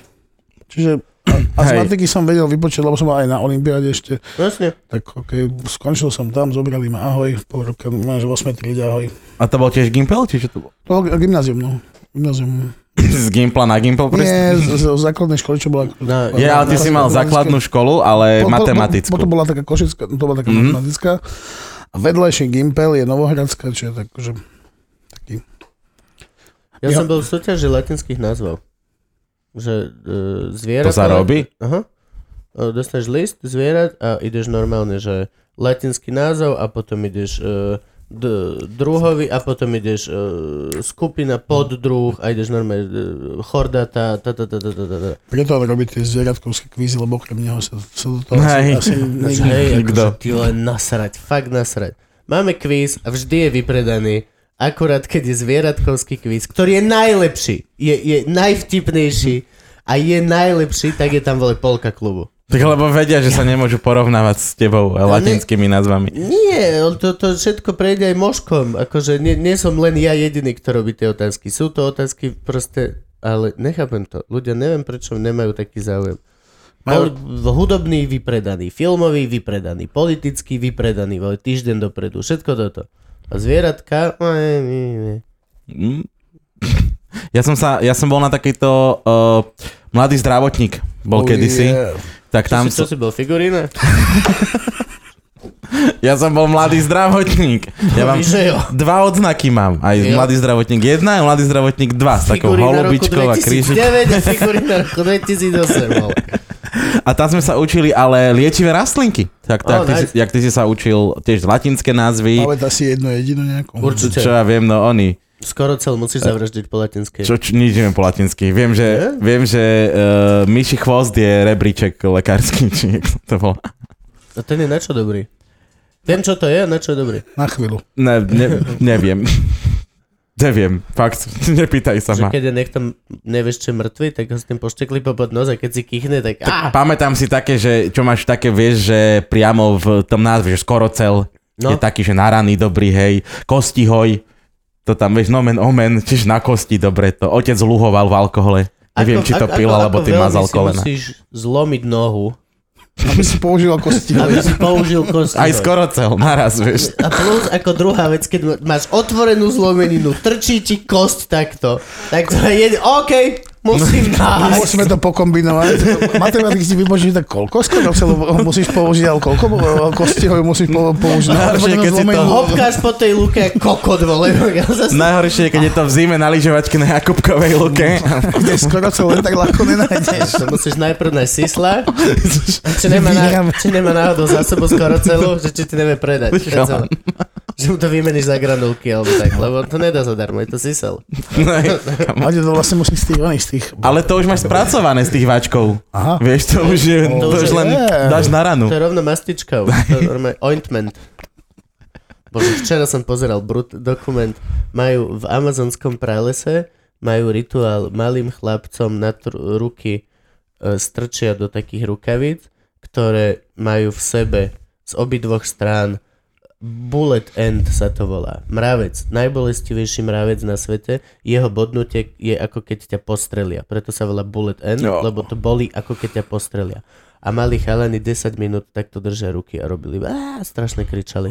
A: Čiže a z
B: Hej.
A: matiky som vedel vypočítať, lebo som bol aj na Olympiáde ešte.
C: Jasne.
A: Tak okay, skončil som tam, zobrali ma ahoj, pol roka, máš 8 triede, ahoj.
B: A to bol tiež Gimpel, či čo to bol?
A: To bolo gymnázium, no. Gymnázium.
B: Z Gimpla na Gimpel?
A: Nie,
B: presne?
A: z, z, z základnej školy, čo bola...
C: No,
B: Ja, ale ty
A: na-
B: si
A: na-
B: mal
A: na-
B: základnú školu, ale
A: po- po-
B: matematickú.
A: Potom bola taká košická, to bola taká
B: Mhm.
A: matematická. A vedľajšie Gimpel je Novohradská, čo je tak, že... Taký.
C: Ja,
A: Ja-
C: som bol v súťaži latinských názvov. Že e, zvierat...
B: To sa robí?
C: Aha. E, dostaneš list zvierat a ideš normálne, že latinský názov a potom ideš e, d- druhovi a potom ideš e, skupina poddruh a ideš normálne e, chordata, ta, ta, ta, ta, ta, ta, ta.
A: Preto ale robí tie zvieratkovské kvízy, lebo okrem neho sa, sa do toho
B: Hej.
A: asi, asi
C: Že
A: nikdy...
C: hej,
B: Nikto.
C: akože ty len nasrať, fakt nasrať. Máme kvíz a vždy je vypredaný. Akurát keď je zvieratkovský kvíz, ktorý je najlepší, je, je najvtipnejší a je najlepší, tak je tam vole polka klubu.
B: Tak lebo vedia, že sa nemôžu porovnávať s tebou a latinskými názvami.
C: Nie, on to, to všetko prejde aj možkom. Akože nie, nie som len ja jediný, kto robí tie otázky. Sú to otázky proste, ale nechápem to. Ľudia neviem, prečo nemajú taký záujem. Pol,
A: Majú-
C: hudobný vypredaný, filmový vypredaný, politický vypredaný, vole, týždeň dopredu, všetko toto. A zvieratka... no, aj, nie, nie.
B: Mm. Ja som, sa, ja som bol na takejto... Uh, mladý zdravotník
A: Oh,
B: bol kedysi.
A: yeah.
B: Tak tam...
C: Čo, si, čo
B: som-
C: si bol, figurína?
B: Ja som bol mladý zdravotník. Ja mám
C: Víš, že jo.
B: dva odznaky mám. Aj
C: Jo.
B: mladý zdravotník 1 a mladý zdravotník 2 s takou
C: Figurína roku
B: holubičkou a krížom.
C: 2009 a figurína roku 2008, vole.
B: A tam sme sa učili ale liečivé rastlinky. Tak to,
C: Oh,
B: jak, ty, si-
C: nice.
B: jak ty si sa učil tiež latinské názvy.
A: Pamätá si jedno jedinú nejakú.
C: Určite.
B: Čo ja viem, no oni.
C: Skoro cel
B: E-
C: musíš zavraždiť po latinskej.
B: Čo, čo nič neviem po latinsky. Viem, že,
C: Nie?
B: viem, že uh, myši chvost je rebríček lekársky, či jak to bolo.
C: A ten je na čo dobrý? Viem, čo to je, na čo je dobrý.
A: Na chvíľu.
B: Ne, ne, neviem. neviem, fakt, nepýtaj sa ma.
C: Že keď je niekto, m- nevieš, čo je mŕtvy, tak ho s tým poštekli popod nos a keď si kichne, tak á,
B: Pamätám si také, že čo máš také, vieš, že priamo v tom názve, že skoro cel no.
C: No.
B: je taký, že naraný, dobrý, hej, kosti hoj, to tam, vieš, nomen omen, čiže na kosti, dobre, to otec luhoval v alkohole. Neviem, či to pil, alebo ty
C: veľmi
B: mazal
C: si
B: kolena.
C: musíš zlomiť nohu,
A: Aby si použil ako stíle.
C: aby si použil kosti.
B: Aj skoro cel, naraz, vieš.
C: A plus ako druhá vec, keď ma- máš otvorenú zlomeninu, trčí ti kosť takto, tak to je, OK, musím nájsť.
A: Musíme to pokombinovať. Matematik si vypočíta koľko skoro musíš použiť, ale koľko eh, kostiho musíš po- použiť.
B: No, že keď si to
A: Zlomenú-
C: Hopkáš po tej luke ako kokot, vole. Ja zase
B: Najhoršie je, keď je to v zime na lyžovačke na Jakubkovej luke.
A: Kde skoro sa len tak ľahko nenájdeš.
C: To musíš najprv na sisla, či nemá, na, či nemá náhodou za sebou skoro celú, že či ti nevie predať. To je celé. Že mu to vymeníš za granulky alebo tak, lebo to nedá zadarmo, je to sisel.
B: No,
A: Ale to vlastne musíš z tých, oných, z tých...
B: ale to už máš spracované z tých váčkov.
A: Aha.
B: Vieš, to už, je, to už
C: už je-
B: len dáš na ranu.
C: To je rovno mastička, už, to je normálne ointment. Bože, včera som pozeral brut dokument. Majú v amazonskom pralese, majú rituál malým chlapcom na tr- ruky e, strčia do takých rukavíc, ktoré majú v sebe z obidvoch strán bullet end sa to volá. Mravec, najbolestivejší mravec na svete, jeho bodnutie je ako keď ťa postrelia. Preto sa volá bullet end,
B: No.
C: lebo to boli ako keď ťa postrelia. A mali chalani 10 minút takto držia ruky a robili a strašne kričali.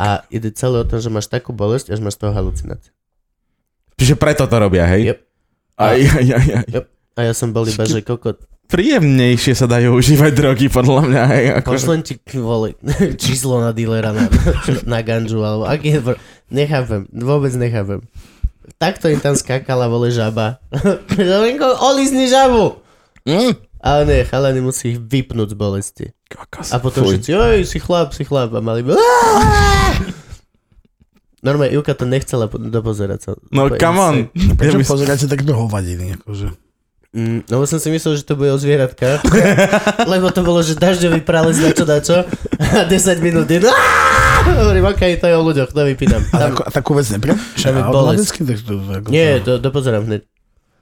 C: A ide celé o tom, že máš takú bolesť, až máš toho halucináciu.
B: Čiže preto to robia, hej?
C: Yep.
B: Aj, aj, aj, aj.
C: Yep. A ja som bol iba, že kokot,
B: Príjemnejšie sa dajú užívať drogy, podľa mňa. Hej, ako...
C: Pošlem ti k- vole, číslo na dealera na, na ganžu, alebo aký je... br- Nechápem, vôbec nechápem. Takto im tam skákala, vole, žaba. Lenko, Olizni žabu!
B: Mm.
C: Ale nie, chalani musí ich vypnúť z bolesti.
B: Kokos,
C: A potom
B: fuj.
C: všetci, oj, si chlap, si chlap. A mali... Normálne, Juka to nechcela po- dopozerať sa.
B: No
C: Úplne
B: come on.
C: insane.
B: Ja
A: Prečo
B: by som-
A: pozeráte takto hovadiny? Akože?
C: Mm, no bo som si myslel, že to bude o zvieratkách. Lebo to bolo, že dažďový prales na čo na čo. A 10 minút je... Aaaa! Hovorím, OK, to je o ľuďoch, to vypínam.
A: A
C: Tam,
A: takú, a takú vec neprepíšam
C: Tam je
A: automaticky? Tak to, ako
C: nie, to dopozerám hneď.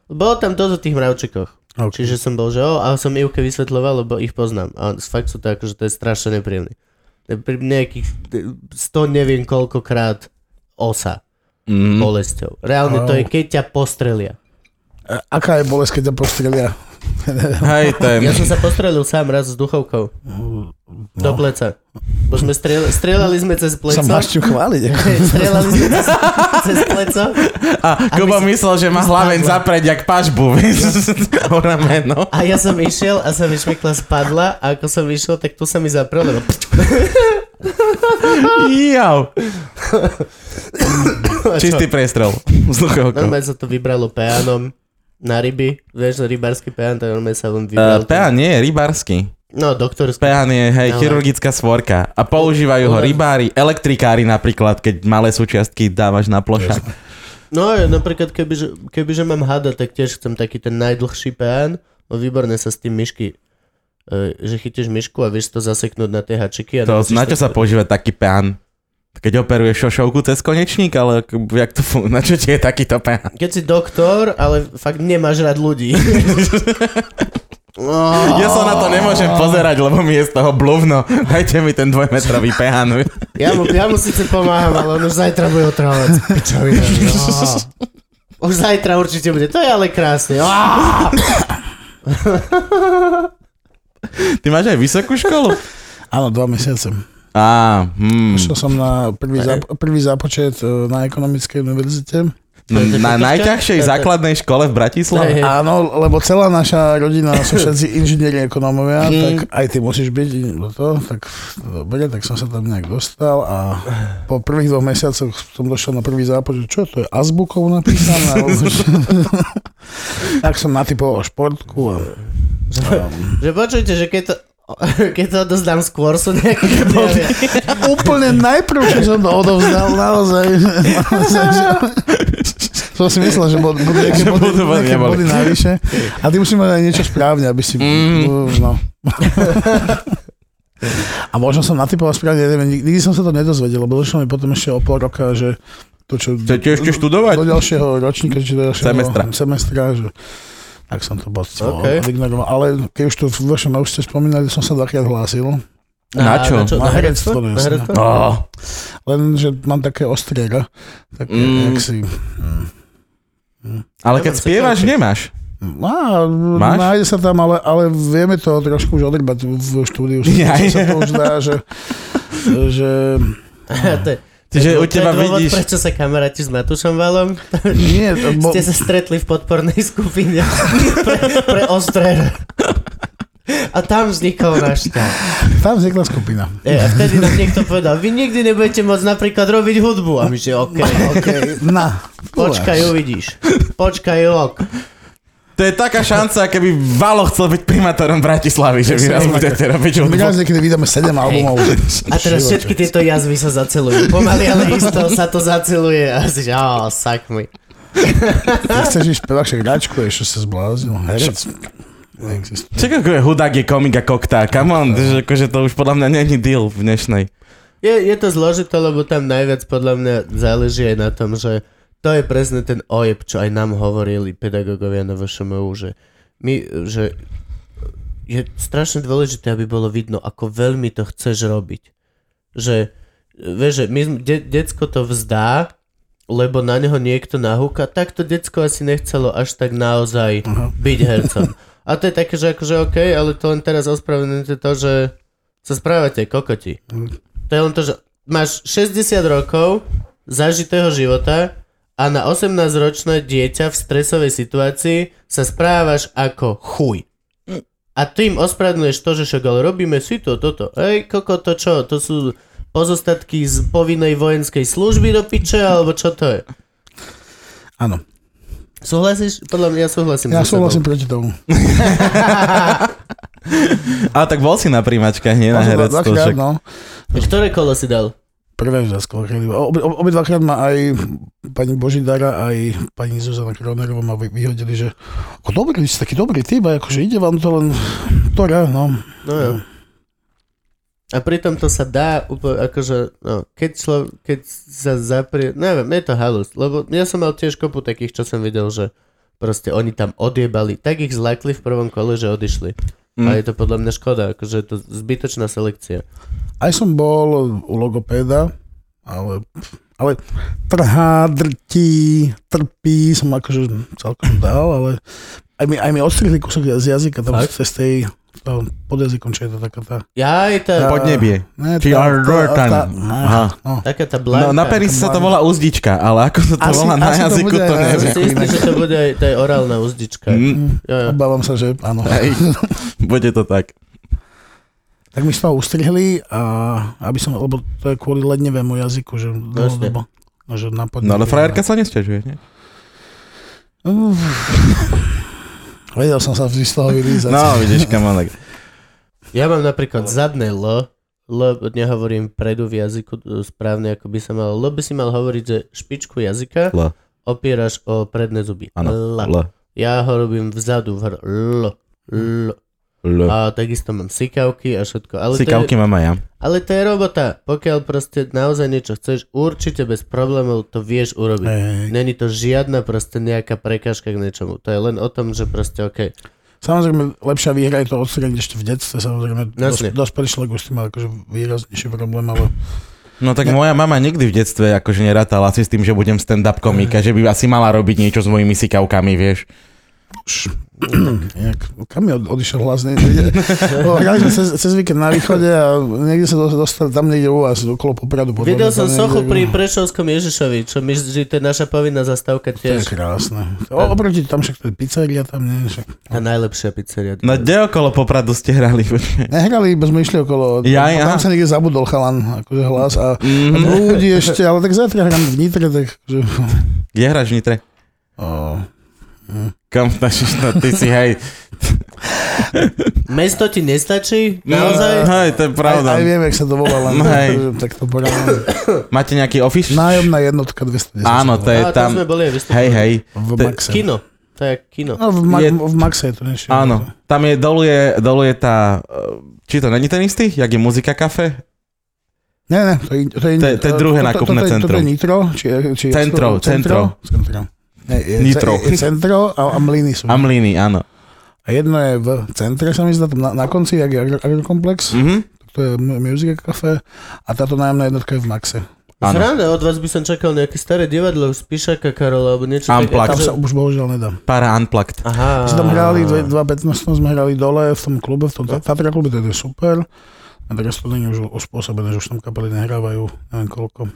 C: Bolo tam dosť o tých mravčekoch.
A: Ok.
C: Čiže som bol, že o, a som Ivke vysvetľoval, lebo ich poznám. A fakt sú to akože, to je strašne nepríjemné. To je Pri nejakých t- 100 neviem koľkokrát osa
B: Mm.
C: bolesťou. Reálne to je, keď ťa postrelia.
A: A- Aká je bolesť, keď ťa postrelia?
B: Hej, ten.
C: Ja som sa postrelil sám raz s duchovkou.
B: No.
C: Do pleca. Bo sme strieľali, strieľali sme cez
A: Sa
C: pleco.
A: máš čo chváliť. ako-
C: Hej, Strieľali sme cez, cez pleco.
B: A Kubo myslel, že má hlaveň zapreť jak pažbu, vieš, no. o rameno.
C: A ja som išiel a som vyšmykla spadla a ako som išiel, tak tu sa mi zaprel, lebo
B: Jau. Čistý prestrel. Vzduchovko.
C: normálne sa to vybralo peánom na ryby. Vieš, rybársky peán, tak normálne sa len
B: Uh,
C: vybral.
B: peán nie je rybársky.
C: No, doktorský.
B: Peán je hej,
C: Ale-
B: chirurgická svorka. A používajú ho rybári, elektrikári napríklad, keď malé súčiastky dávaš na plošak.
C: No ja napríklad, kebyže, kebyže mám hada, tak tiež chcem taký ten najdlhší peán. No výborné sa s tým myšky e, že chytíš myšku a vieš to zaseknúť na tie hačiky. A
B: To,
C: nemusíš
B: na čo
C: to-
B: sa používa taký peán? Keď operuješ šošovku cez konečník, ale ako- jak to fun- na čo ti je takýto peán?
C: Keď si doktor, ale fakt nemáš rád ľudí.
B: Ja sa na to nemôžem pozerať, lebo mi je z toho blúvno. Dajte mi ten dvojmetrový no. peán.
C: Ja mu, ja mu síce pomáham, ale on už zajtra bude otrávať. Pičovina. Á. no. Už zajtra určite bude. To je ale krásne. Á.
B: Ty máš aj vysokú školu?
A: Áno, dva mesiace.
B: Á, hm.
A: Šiel som na prvý, záp- prvý zápočet e, na ekonomickej univerzite.
B: Na najťažšej
C: To je-
B: základnej škole v Bratislave?
C: Hej, hej.
A: Áno, lebo celá naša rodina sú všetci inžinieri ekonómovia, tak aj ty musíš byť in- to, tak dobre, tak som sa tam nejak dostal a po prvých dvoch mesiacoch som došiel na prvý zápočet, čo to je azbukov napísané? alebo čo? tak som natypoval športku a
C: Že počujte, že keď to, keď to odozdám skôr, sú nejaké body.
A: úplne najprv, čo som to odovzdal, naozaj. naozaj že... Som si myslel, že budú nejaké,
B: Že
A: body,
B: budú mať
A: nejaké
B: neboli.
A: body navyše. A ty musíš mať aj niečo správne, aby si...
B: Mm.
A: No. A možno som natypoval správne, ja neviem, nikdy som sa to nedozvedel, lebo došlo mi potom ešte o pol roka, že to, čo...
B: Chcete ešte študovať?
A: Do ďalšieho ročníka, či do ďalšieho
B: Semestra.
A: semestra že tak som to pocitoval,
C: OK.
A: ignoroval. Ale keď už tu v vašom už ste spomínali, som sa dvakrát hlásil.
B: Na čo?
A: Na herectvo, no
C: Na
A: jasné.
C: herectvo?
B: Ó,
A: Lenže mám také ostriera. Tak
B: Mm.
A: mm. jak si...
B: ale keď spievaš, nemáš.
A: Á,
B: Máš?
A: nájde sa tam, ale, ale vieme to trošku už odrbať v štúdiu.
B: Jaj.
A: Čo sa to už dá, že... že
C: To je-
B: Čiže
C: to
B: u
C: je
B: teba
C: dôvod,
B: vidíš...
C: prečo sa kamaráti s Matúšom Valom?
A: nie, to bo,
C: Ste sa stretli v podpornej skupine pre, pre Ostrera. A tam vznikol náš štát.
A: tam vznikla skupina.
C: E, a vtedy nám niekto povedal, vy nikdy nebudete môcť napríklad robiť hudbu. A my že OK, OK,
A: Na.
C: počkaj, uvidíš. Počkaj, ok.
B: To je taká šanca, keby Valo chcel byť primátorom Bratislavy, že vy raz budete robiť
A: My raz
B: hudbu.
A: niekedy vydáme 7 albumov.
C: A teraz všetky tieto jazvy sa zacelujú. Pomaly, ale isto sa to zaceluje. A si že, oh, sak mi.
A: Chceš ísť spevák, však hračku, ešte sa zbláznil. Herec. Neexistuje.
B: Čak ako je hudák, je komik a koktá. Come on, že, akože to už podľa mňa není deal v dnešnej.
C: Je, je to zložité, lebo tam najviac podľa mňa záleží aj na tom, že to je presne ten ojeb, čo aj nám hovorili pedagógovia na VŠMU, že my, že je strašne dôležité, aby bolo vidno, ako veľmi to chceš robiť. Že, vieš, že my, sme- de, decko to vzdá, lebo na neho niekto nahúka, tak to decko asi nechcelo až tak naozaj byť hercom. A to je také, že akože OK, ale to len teraz ospravedlňujete to, že sa správate kokoti. To je len to, že máš 60 rokov zažitého života a na 18-ročné dieťa v stresovej situácii sa správaš ako chuj. A ty im ospravedlňuješ to, že však ale robíme si to, toto. Ej, koko, to čo? To sú pozostatky z povinnej vojenskej služby do piče, alebo čo to je?
A: Áno.
C: Súhlasíš? Podľa mňa ja súhlasím.
A: Ja
C: so sebou.
A: súhlasím proti tomu.
B: Ale tak bol si na prímačkách, nie
A: Ja
B: na
A: som
B: herectvu.
A: dvakrát,
B: však.
A: no.
C: Ktoré kolo si dal?
A: Prvé vzásko. Obe, ob- obidvakrát ma aj pani Božidara, aj pani Zuzana Kronerová ma vy- vyhodili, že ako dobrý, no.
B: No
A: vy ste taký dobrý typ, a akože ide vám to len to ráno.
C: No jo. A pritom to sa dá úplne, akože, no, keď, člo, keď sa zaprie, neviem, je to halus, lebo ja som mal tiež kopu takých, čo som videl, že proste oni tam odjebali, tak ich zlakli v prvom kole, že odišli. Mm. A je to podľa mňa škoda, akože je to zbytočná selekcia.
A: Aj som bol u logopéda, ale, ale trhá, drtí, trpí som akože celkom dal, ale aj mi, aj mi odstrihli kúsok z jazyka, tam
C: Fakt?
A: z tej to pod jazykom, čo je to taká tá...
C: Ja je tá,
B: No. Podnebie.
A: Ne,
B: Či
A: tá-
B: ar-
A: tá-
B: tam.
A: tá-
B: Aha.
A: no.
C: taká tá
B: No,
C: blanka.
B: na peris sa to volá úzdička, ale ako sa to
A: Asi-
B: volá na
A: asi to
B: jazyku,
A: bude aj
B: to
A: na
B: neviem.
C: Si istý, že to bude aj, tá je orálna úzdička.
B: Mm,
C: Jo, jo.
A: Obávam sa, že áno.
B: Hej. Bude to tak.
A: Tak my sme ho ustrihli, a aby som, lebo to je kvôli lednevému jazyku, že dlhodobo. No, že na podnebie,
B: No ale frajerka sa nestiažuje, nie?
A: Uf. Vedel som sa vždy z toho vylízať.
B: No, vidíš, kamonek.
C: Ja mám napríklad zadné L, L nehovorím predu v jazyku e, správne, ako by sa malo. L by si mal hovoriť, že špičku jazyka
B: L,
C: opieraš o predné zuby.
B: áno.
C: L.
B: L,
C: Ja ho robím vzadu, v hr- L. L.
B: L.
C: A takisto mám sikavky a všetko. Ale to je,
B: Sikavky mám aj ja.
C: Ale to je robota. Pokiaľ proste naozaj niečo chceš, určite bez problémov to vieš urobiť.
A: Hej.
C: Není to žiadna proste nejaká prekážka k niečomu. To je len o tom, že proste OK.
A: Samozrejme, lepšia výhra je to odstrieť ešte v detstve, samozrejme.
C: Jasne.
A: Dos, dospelý človek už s tým má akože výraznejší problém, ale
B: No tak moja mama nikdy v detstve akože nerátala si s tým, že budem stand-up komika, že by asi mala robiť niečo s mojimi sikavkami, vieš.
A: nejak, no, kam mi od, odišiel hlas? Ne, ne, no, hrali sme cez, cez víkend na východe a niekde sa dos- dostal tam niekde u vás, okolo Popradu. podľa
C: Videl
A: mňa,
C: som
A: tam
C: sochu
A: niekde-
C: pri Prešovskom Ježišovi, čo my, že to je naša povinná zastávka
A: To je
C: tiež.
A: krásne. O, oproti tam však to je pizzeria, tam nie, však.
C: Tá najlepšia pizzeria.
B: No kde okolo Popradu ste hrali? počkaj?
A: Nehrali, iba sme išli okolo.
B: Ja, Mhm. ja.
A: Tam sa niekde zabudol chalan, akože hlas a mm. ľudí ešte, ale tak zajtra hrám v Nitre, tak... Že,
B: Kde hráš v Nitre?
A: o,
B: Kam našiš, no ty si hej.
C: Mesto ti nestačí?
B: Naozaj?
C: Naozaj?
B: No, Hej, to je
A: aj, aj
B: pravda.
A: viem, jak sa to volá, len
B: No, hej.
A: akože tak to poradím.
B: Máte nejaký office?
A: Nájomná jednotka 210.
B: Áno, to je
C: A tam
B: tam.
C: sme boli aj
B: Hej,
C: vystúpení.
B: hej.
A: V
B: to je-
A: Maxe.
C: Kino. To je kino.
A: No, v, ma-
B: Je-
A: v Maxe je to niečo.
B: Áno. Tam je, dolu je, dolu je tá... e, Či to není ten istý? Jak je muzika kafe?
A: Nie, nie, to je, to je,
B: To je- to je druhé
A: to- to- to-
B: nákupné
A: to- To
B: centrum.
A: je Nitro? Či, či
B: Centro,
A: Centro. Centro. Nie, je,
B: Nitro.
A: Je, je centro a, a mlyny sú.
B: A mlyny, áno.
A: A jedno je v centre, sa mi zdá, tam na, na konci, jak je agro- agrokomplex,
B: Mhm.
A: to je mu- Music Cafe a táto nájomná jednotka je v Maxe.
B: Áno.
C: Zrande, od vás by som čakal nejaké staré divadlo z Pišaka Karola alebo niečo také.
B: Unplugged.
A: Tam
C: Takže-
A: sa už bohužiaľ nedá.
B: Para Unplugged.
C: Aha.
A: My sme tam hrali, dve- 2015 sme hrali dole v tom klube, v tom Ta- Tatra klube, to je super. A teraz to není už uspôsobené, že už tam kapely nehrávajú, neviem koľko.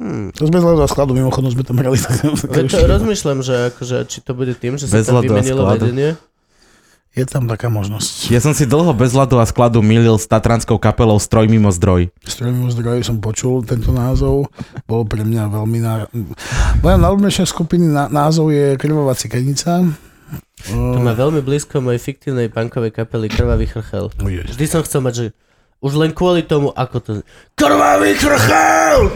C: Hmm.
A: To sme hľadu skladu, mimochodom sme tam hrali. tak-
C: Veď to, rozmýšľam, že akože, či to bude tým, že sa
B: Bez
C: tam
B: ľadu a
C: vymenilo
B: skladu.
C: vedenie.
A: Je tam taká možnosť.
B: Ja som si dlho bez ľadu a skladu milil s tatranskou kapelou Stroj mimo zdroj.
A: Strojmivo zdroj som počul tento názov, bol pre mňa veľmi... Ná... Moja najľúbenejšia skupiny na, názov je Krvová cikenica.
C: To
A: Mm.
C: má veľmi blízko mojej fiktívnej punkovej kapely Krvavý chrchel.
A: No
C: Vždy som chcel mať, že už len kvôli tomu, ako to... Krvavý chrchel!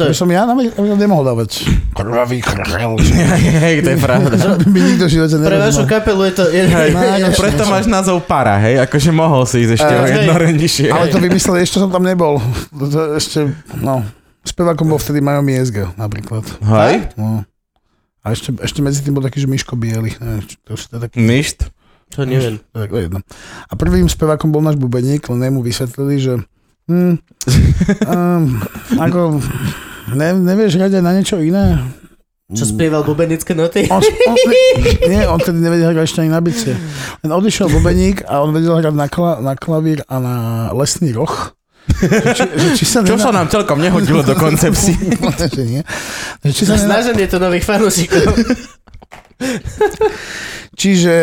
A: To by som ja na ja nemohol dávať. Krvavý krchel.
B: Hej, to je pravda.
A: by nikto v živote
C: Pre vašu
A: nerozumel.
C: kapelu je to... Je,
B: Hej,
C: je, je,
B: No, preto máš názov Para, hej, akože mohol si ísť ešte o
C: hej.
B: jedno nižšie.
A: Eh, Ale to vymysleli, ešte som tam nebol. To, to ešte, no. Spevákom bol vtedy Majo Miezga napríklad.
B: Hej,
A: No. A ešte, ešte medzi tým bol taký, že Miško Bielý. Neviem, či to, už to je taký
B: ništ.
C: to neviem.
A: Tak, to je jedno. A prvým spevákom bol náš bubeník, len mu vysvetlili, že hm, um, ako ne, nevieš hrať aj na niečo iné.
C: Čo spieval bubenické noty?
A: Mm. On, on, nie, on tedy nevedel hrať ešte ani na bicie. Len odišiel bubeník a on vedel hrať na, kla, na klavír a na lesný roh. Že, či, že, či sa
B: Čo
A: nena-
B: sa nám celkom nehodilo do koncepcie.
A: Že nie. Že Či sa nena-
C: Snaženie to nových fanúšikov.
A: Čiže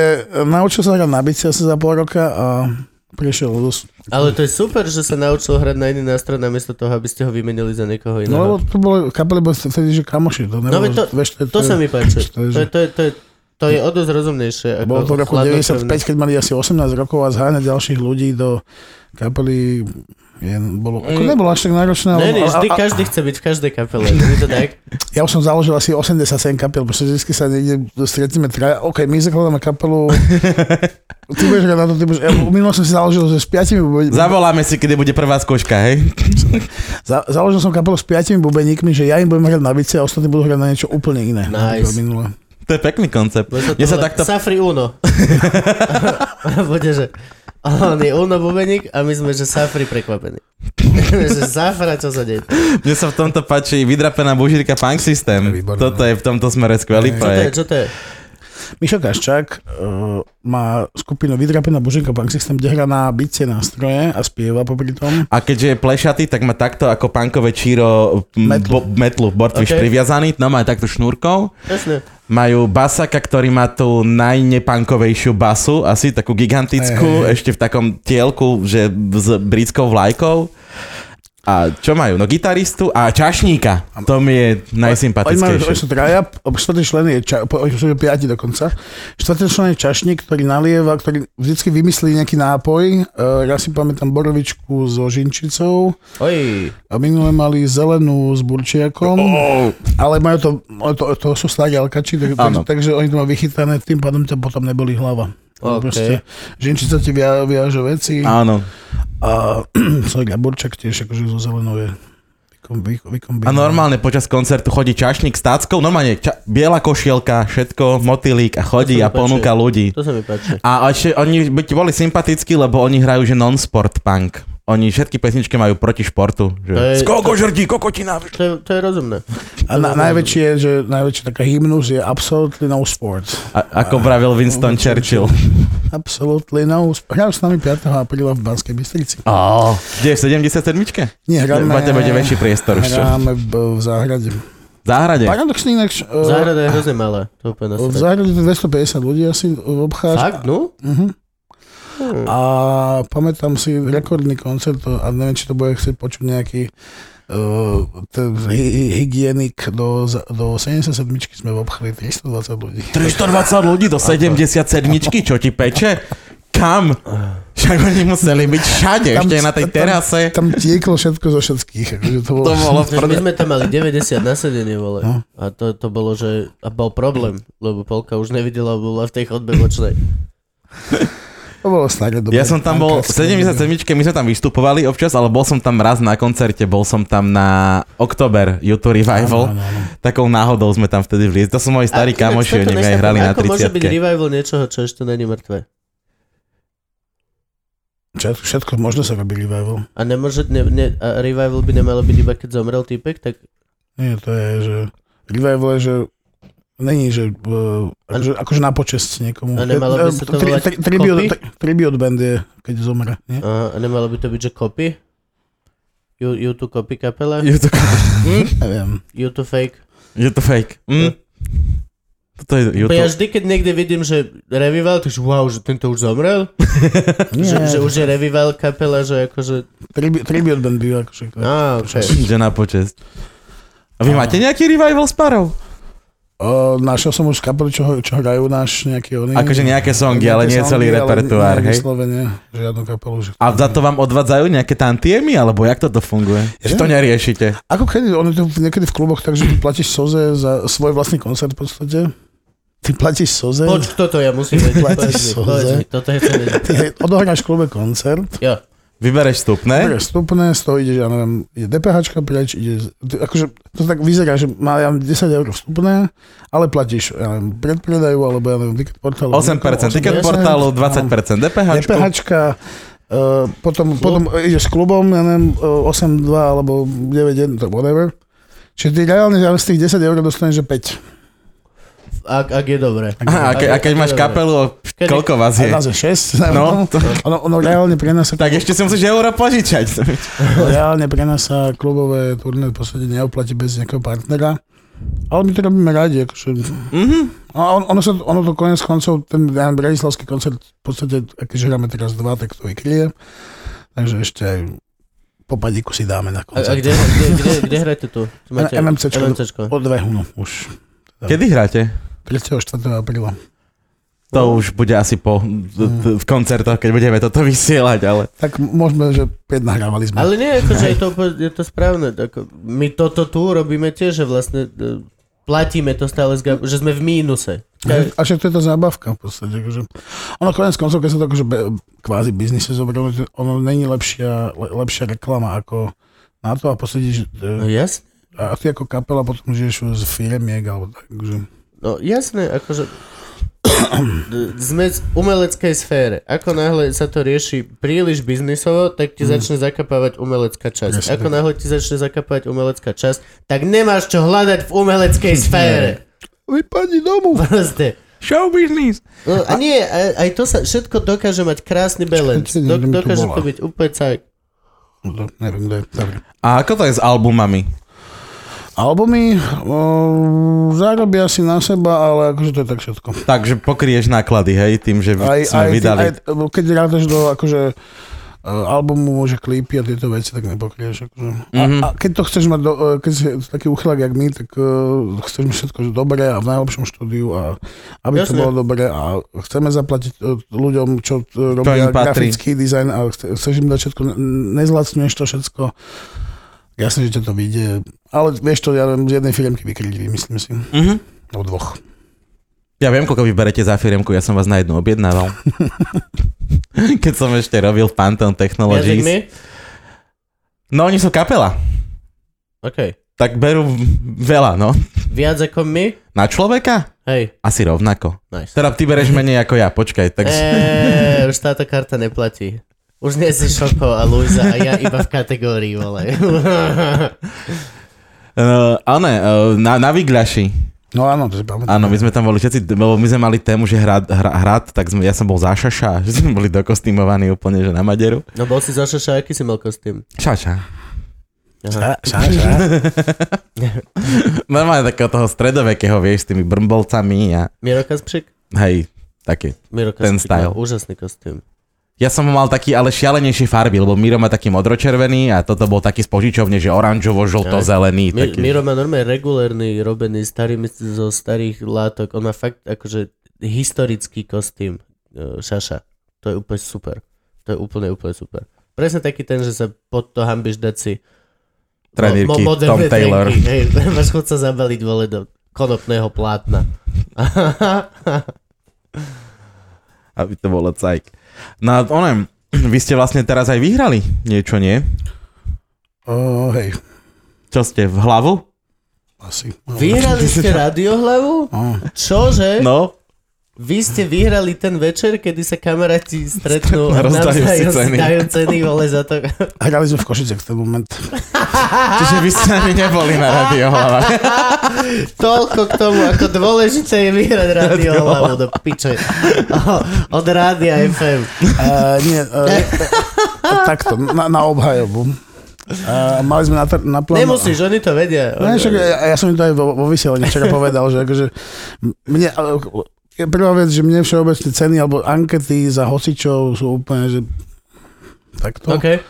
A: e, naučil sa hrať na bicie asi za pol roka a prešiel dosť
C: Ale to je super, že sa naučil hrať na iný nástroj namiesto toho, aby ste ho vymenili za niekoho
A: No lebo
C: iného.
A: to bolo, kapely boli vtedy, že kamoši, to nebolo,
C: No, veď to-
A: vieš, je-
C: To sa mi páči.
A: to je,
C: To
A: že,
C: je, to je, to je To je o dosť rozumnejšie. Ako
A: Bolo to v roku
C: chladnokrvné.
A: 95, keď mali asi 18 rokov a zháňať ďalších ľudí do kapely je, bolo, ako nebolo až tak náročné, ale,
C: Mm. Ne, ne,
A: ale,
C: vždy
A: ale,
C: každý chce byť v každej kapele. Je to tak?
A: ja už som založil asi 87 kapel, pretože vždy sa niekde stretneme traja, OK, my zakladáme kapelu, ty budeš hrať na to, ty budeš, ja, minulo som si založil, že s piatimi, bude-
B: Zavoláme si, kedy bude prvá skúška, hej?
A: za, založil som kapelu s piatimi bubeníkmi, že ja im budem hrať na bice a ostatní budú hrať na niečo úplne iné.
C: Nice.
A: Ako Minule.
B: To je pekný koncept.
C: Bude sa to
B: Mne sa
C: volá
B: takto...
C: Safri Uno. Bude, že on je Uno bubeník a my sme, že Safri prekvapení. že Safra, čo sa deje?
B: Mne sa v tomto páči vydrapená bužírka Punk
A: To
B: System.
A: je výborné.
B: Toto je v tomto smere skvelý
C: Čo to je,
B: projekt.
C: čo to je?
A: Mišo Kaščák uh, má skupinu Vydrapená Boženka Punk System, kde hrá na bicie nástroje a spieva popri tom.
B: A keďže je plešatý, tak má takto ako punkové číro m,
A: Metlu.
B: bo, metlu bortviš
C: Ok.
B: priviazaný, no má takto šnúrkou.
C: Jasne.
B: Majú basaka, ktorý má tú najnepankovejšiu basu, asi takú gigantickú, ešte v takom tielku, že s britskou vlajkou. A čo majú? No gitaristu a čašníka. To mi je
A: Oni majú, oni
B: najsympatickejšie.
A: sú traja, p- štvrtý člen je, ča, po- oni sú piati dokonca, štvrtý člen je čašník, ktorý nalieva, ktorý vždycky vymyslí nejaký nápoj. Uh, ja si pamätám borovičku so žinčicou
C: Oj,
A: a minule mali zelenú s burčiakom,
B: Oh.
A: ale majú to, to, to sú starí alkači, tak, tak,
B: Áno.
A: takže oni to majú vychytané, tým pádom to potom neboli hlava.
C: OK.
A: Proste, žinčica ti via, viaže veci.
B: Áno.
A: A sorry, a Burčak tiež akože zo zelenou je vykom- vy- vykombinovaný.
B: A normálne počas koncertu chodí čašník s táckou, normálne ča- biela košielka, všetko, motýlik a chodí
C: To sa mi
B: a ponúka
C: páči.
B: ľudí.
C: to sa mi páči.
B: A ešte oni by ti boli sympatickí, lebo oni hrajú že non-sport punk. Oni všetky pesničky majú proti športu.
C: To
B: Že...
C: je-
B: Skoko žrdí, kokotina.
C: To je, to je rozumné.
A: A na, najväčšie, je, že najväčšia taká hymnus je Absolutely no sport.
B: A, ako vravil Winston Churchill.
A: Absolutely no sport. Hral s nami 5. apríla v Banskej Bystrici.
B: Oh. Kde je v 77?
A: Nie, hráme...
B: Máte bude väčší priestor už. čo?
A: Hráme v, v záhrade.
B: V záhrade.
A: Paradoxne inak... š- e,
C: Záhrada je hrozne malá. To je úplne na
A: v
C: srad.
A: záhrade to 250 ľudí asi obchádza.
C: Fakt, no?
A: Mhm.
C: Hm.
A: A pamätám si rekordný koncert, to- a neviem, či to bude chcieť počuť nejaký uh, ten hy- hy- hygienik do, za- do 77 sme obchali 320 ľudí.
B: 320 ľudí do 77, čo ti peče? Kam? Však oni museli byť všade, ešte aj na tej terase.
A: Tam, tam tieklo všetko zo všetkých. akože To bolo,
B: To bolo v
C: Že My sme tam mali 90 nasadení, vole.
A: No.
C: A to, to bolo, že... A bol problém, lebo Polka už nevidela, bola v tej chodbe bočnej.
A: to bolo staré dobre.
B: Ja som tam bol v 77, my sme tam vystupovali občas, ale bol som tam raz na koncerte, bol som tam na Oktober YouTube Revival.
A: Áno, áno, áno.
B: Takou náhodou sme tam vtedy vliezli. To sú moji starí
C: A inak
B: kamoši,
C: toto
B: oni mi aj
C: nechápem,
B: hrali na
C: Ako môže byť
B: 30.
C: revival niečoho, čo ešte není mŕtve?
A: Všetko, všetko možno sa robili revival.
C: A nemôže, ne, ne, a revival by nemalo byť iba keď zomrel týpek, tak
A: Nie, to je, že revival je, že Není, že uh, akože, akože na počest niekomu. E,
C: A No, nemalo by sa to
A: Tri-
C: volať
A: tri- tribute-
C: copy? No.
A: tri- Tribute band je, keď zomre. Nie?
C: a, a nemalo by to byť, že copy? You, you to copy kapela? Hm?
B: Je to,
A: Neviem.
C: You to fake?
B: je to fake. Mm. Toto je
C: Bo
B: YouTube.
C: ja vždy, keď niekde vidím, že revival, takže wow, že tento už zomrel?
A: Nie,
C: Že, že už je revival kapela, že akože...
A: tribu- tribute band býva akože.
C: Á, okay.
B: Že na počest. A vy máte nejaký revival s parou?
A: O, našiel som už kapely, čo, ho- čo hrajú náš nejaký oný.
B: Akože nejaké songy, ale nie
A: songy,
B: celý
A: ale
B: repertoár,
A: nie- nie
B: hej?
A: Vyslovene, žiadnu kapelu. Že...
B: A za to vám odvádzajú nejaké tantiemy, alebo jak toto funguje? Že to neriešite?
A: Ako kedy, ono to niekedy v kluboch, takže ty platíš soze za svoj vlastný koncert v podstate. Ty platíš soze.
C: Poď, toto ja musím vedieť.
A: Platíš
C: Povedz mi,
A: soze?
C: povedz mi, toto je celé.
A: Ty hej, odohráš v klube koncert,
C: Jo,
B: Vybereš vstupné?
A: Dobre, vstupné, z toho ide, že ja neviem, je DPH preč, ide, z- t- akože to tak vyzerá, že má ja neviem, 10 eur vstupné, ale platíš, ja neviem, predpredajú, alebo ja neviem, ticket portálu.
B: 8%
A: 8%,
B: ticket
A: áno.
B: portálu, 20% No. DPH.
A: DPH, uh, potom, potom ideš s klubom, ja neviem, uh, 8, 2 alebo 9, 1, to whatever. Čiže ty reálne ale z tých 10 eur dostaneš, že 5.
C: ak, ak je dobre.
B: Aha, a, ke, a keď máš
C: Dobre.
B: kapelu,
C: Kedy-
B: koľko vás
A: A
B: je?
A: nás je 6.
B: No, to-
A: ono, ono reálne pre nás sa,
B: Tak ešte si musíš euro požičať.
A: reálne pre nás sa klubové turné v podstate neoplatí bez nejakého partnera. Ale my to robíme radi, akože
B: Mhm.
A: A on, ono, sa, ono to konec koncov, ten ja, neviem, bratislavský koncert, v podstate, a keďže hráme teraz dva, tak to vykryje. Takže ešte aj po padíku si dáme na
C: A, a
A: koncert.
C: kde, kde, kde, kde hrajete tu? Tu
A: MMCčko.
C: MMCčko.
A: O dve hunu už.
B: Kedy hráte?
A: To 34. apríla.
B: To už bude asi po t- t- v koncertoch, keď budeme toto vysielať, ale...
A: Tak môžeme, že 5 nahrávali sme.
C: Ale nie, akože je to, úplne- je to správne. Ako, my toto tu robíme tiež, že vlastne e, platíme to stále, z Gab- že sme v mínuse.
A: Že- A však to je tá zábavka v podstate. Akože. Ono konec koncov, keď sa to akože be, kvázi biznise zobralo, že ono není lepšia, le, lepšia reklama ako na to a posledíš,
C: No
A: e,
C: jasne.
A: a ty ako kapela potom žiješ z firmiek alebo tak, akože- že
C: No jasné, akože sme z umeleckej sfére. Ako náhle sa to rieši príliš biznisovo, tak ti začne zakapávať umelecká časť.
A: Presne
C: Ako náhle ti začne zakapávať umelecká časť, tak nemáš čo hľadať v umeleckej sfére.
A: vypadni domov.
C: Proste.
B: Show business!
C: No, a nie, aj, aj to sa, všetko dokáže mať krásny balance.
A: Čakajte,
C: Do,
A: neviem, kto
C: dokáže
A: volá.
C: to byť úplne cajk.
A: No, to neviem, kto je. Dobre.
B: A ako to je s albumami?
A: Albumy o, zarobia si na seba, ale akože to je tak všetko.
B: Takže pokrieš náklady, hej, tým, že
A: Aj,
B: sme
A: aj,
B: vydali...
A: aj, keď rátaš do akože e, albumu môže klipy a tieto veci, tak nepokrieš. Akože.
B: Mhm.
A: A, a keď to chceš mať, do, e, keď si taký uchylák jak my, tak uh, chceš mať všetko že dobre a v najlepšom štúdiu a aby Jasne. to
C: Jasne.
A: bolo dobre a chceme zaplatiť e, ľuďom, čo e,
B: im
A: robia
B: patrí.
A: grafický dizajn a chce- chceš im dať všetko, ne- nezlacňuješ to všetko. Jasne, že ťa to vyjde, ale vieš to, ja viem, z jednej firmky vykryli, myslím si,
B: Mhm.
A: alebo dvoch.
B: Ja viem, koľko vyberete za firmku, ja som vás na jednu objednával. Keď som ešte robil v Pantheon
C: Viac jak my?
B: Technologies. No oni sú kapela,
C: OK.
B: tak berú veľa, no.
C: Viac ako my?
B: Na človeka?
C: Hej,
B: Asi rovnako.
C: nice.
B: Teda ty bereš menej ako ja, počkaj. Tak...
C: Eh. Eee, už táto karta neplatí. Už nie si Šoko a Luisa a ja iba v kategórii, vole.
B: Uh, áno, uh, na, na Vigľaši.
A: No áno, to si pamätám.
B: Áno, my sme tam boli všetci, lebo my sme mali tému, že hrad, hra, hrad tak sme, ja som bol za šaša, že sme boli dokostýmovaní úplne, že na Maderu.
C: No bol si zašaša, aký si mal kostým?
B: Šaša.
A: Sa- sa- sa-
B: Normálne takého toho stredovekého, vieš, s tými brmbolcami a
C: Miro Kaspřík?
B: hej, taký.
C: Miro
B: Ten
C: Kaspřík
B: style.
C: má úžasný kostým.
B: Ja som ho mal taký, ale šialenejšie farby, lebo Miro má taký modročervený a toto bol taký z požičovne, že oranžovo, žlto, zelený.
C: Mi,
B: Taký.
C: Miro má normálne regulérny, robený starými, zo starých látok. On má fakt akože historický kostým e, šaša. To je úplne super. To je úplne, úplne super. Presne taký ten, že sa pod to hambiš dať si
B: Trenírky, Tom
C: moderné
B: Taylor.
C: trenky, Hej, máš chuť sa zabaliť vole do konopného plátna.
B: Aby to bolo cajk. No a onem, vy ste vlastne teraz aj vyhrali niečo, nie?
A: O, hej,
B: Čo ste, v hlavu?
A: asi.
C: Vyhrali ste radiohlavu?
A: No.
C: Čože?
B: No,
C: Vy ste vyhrali ten večer, kedy sa kamaráti stretnú a
B: rozdajú si
C: navzájom si
B: ceny.
C: dajú ceny, vole, za to.
A: Hrali sme v Košiciach v ten moment.
B: čiže vy ste ani neboli na rádio hlava.
C: Toľko k tomu, ako dôležité je vyhrať radiohlavu do piče. O- Od rádia FM.
A: Uh, nie, uh, takto, na, na obhajobu. Uh, mali sme na, tr- na plán...
C: Nemusíš, oni to vedia.
A: No, však, ja, ja som im to aj vo, vo vysielaní včera povedal, že akože mne, ale- je prvá vec, že mne všeobecne ceny alebo ankety za hosičov sú úplne, že takto.
C: OK.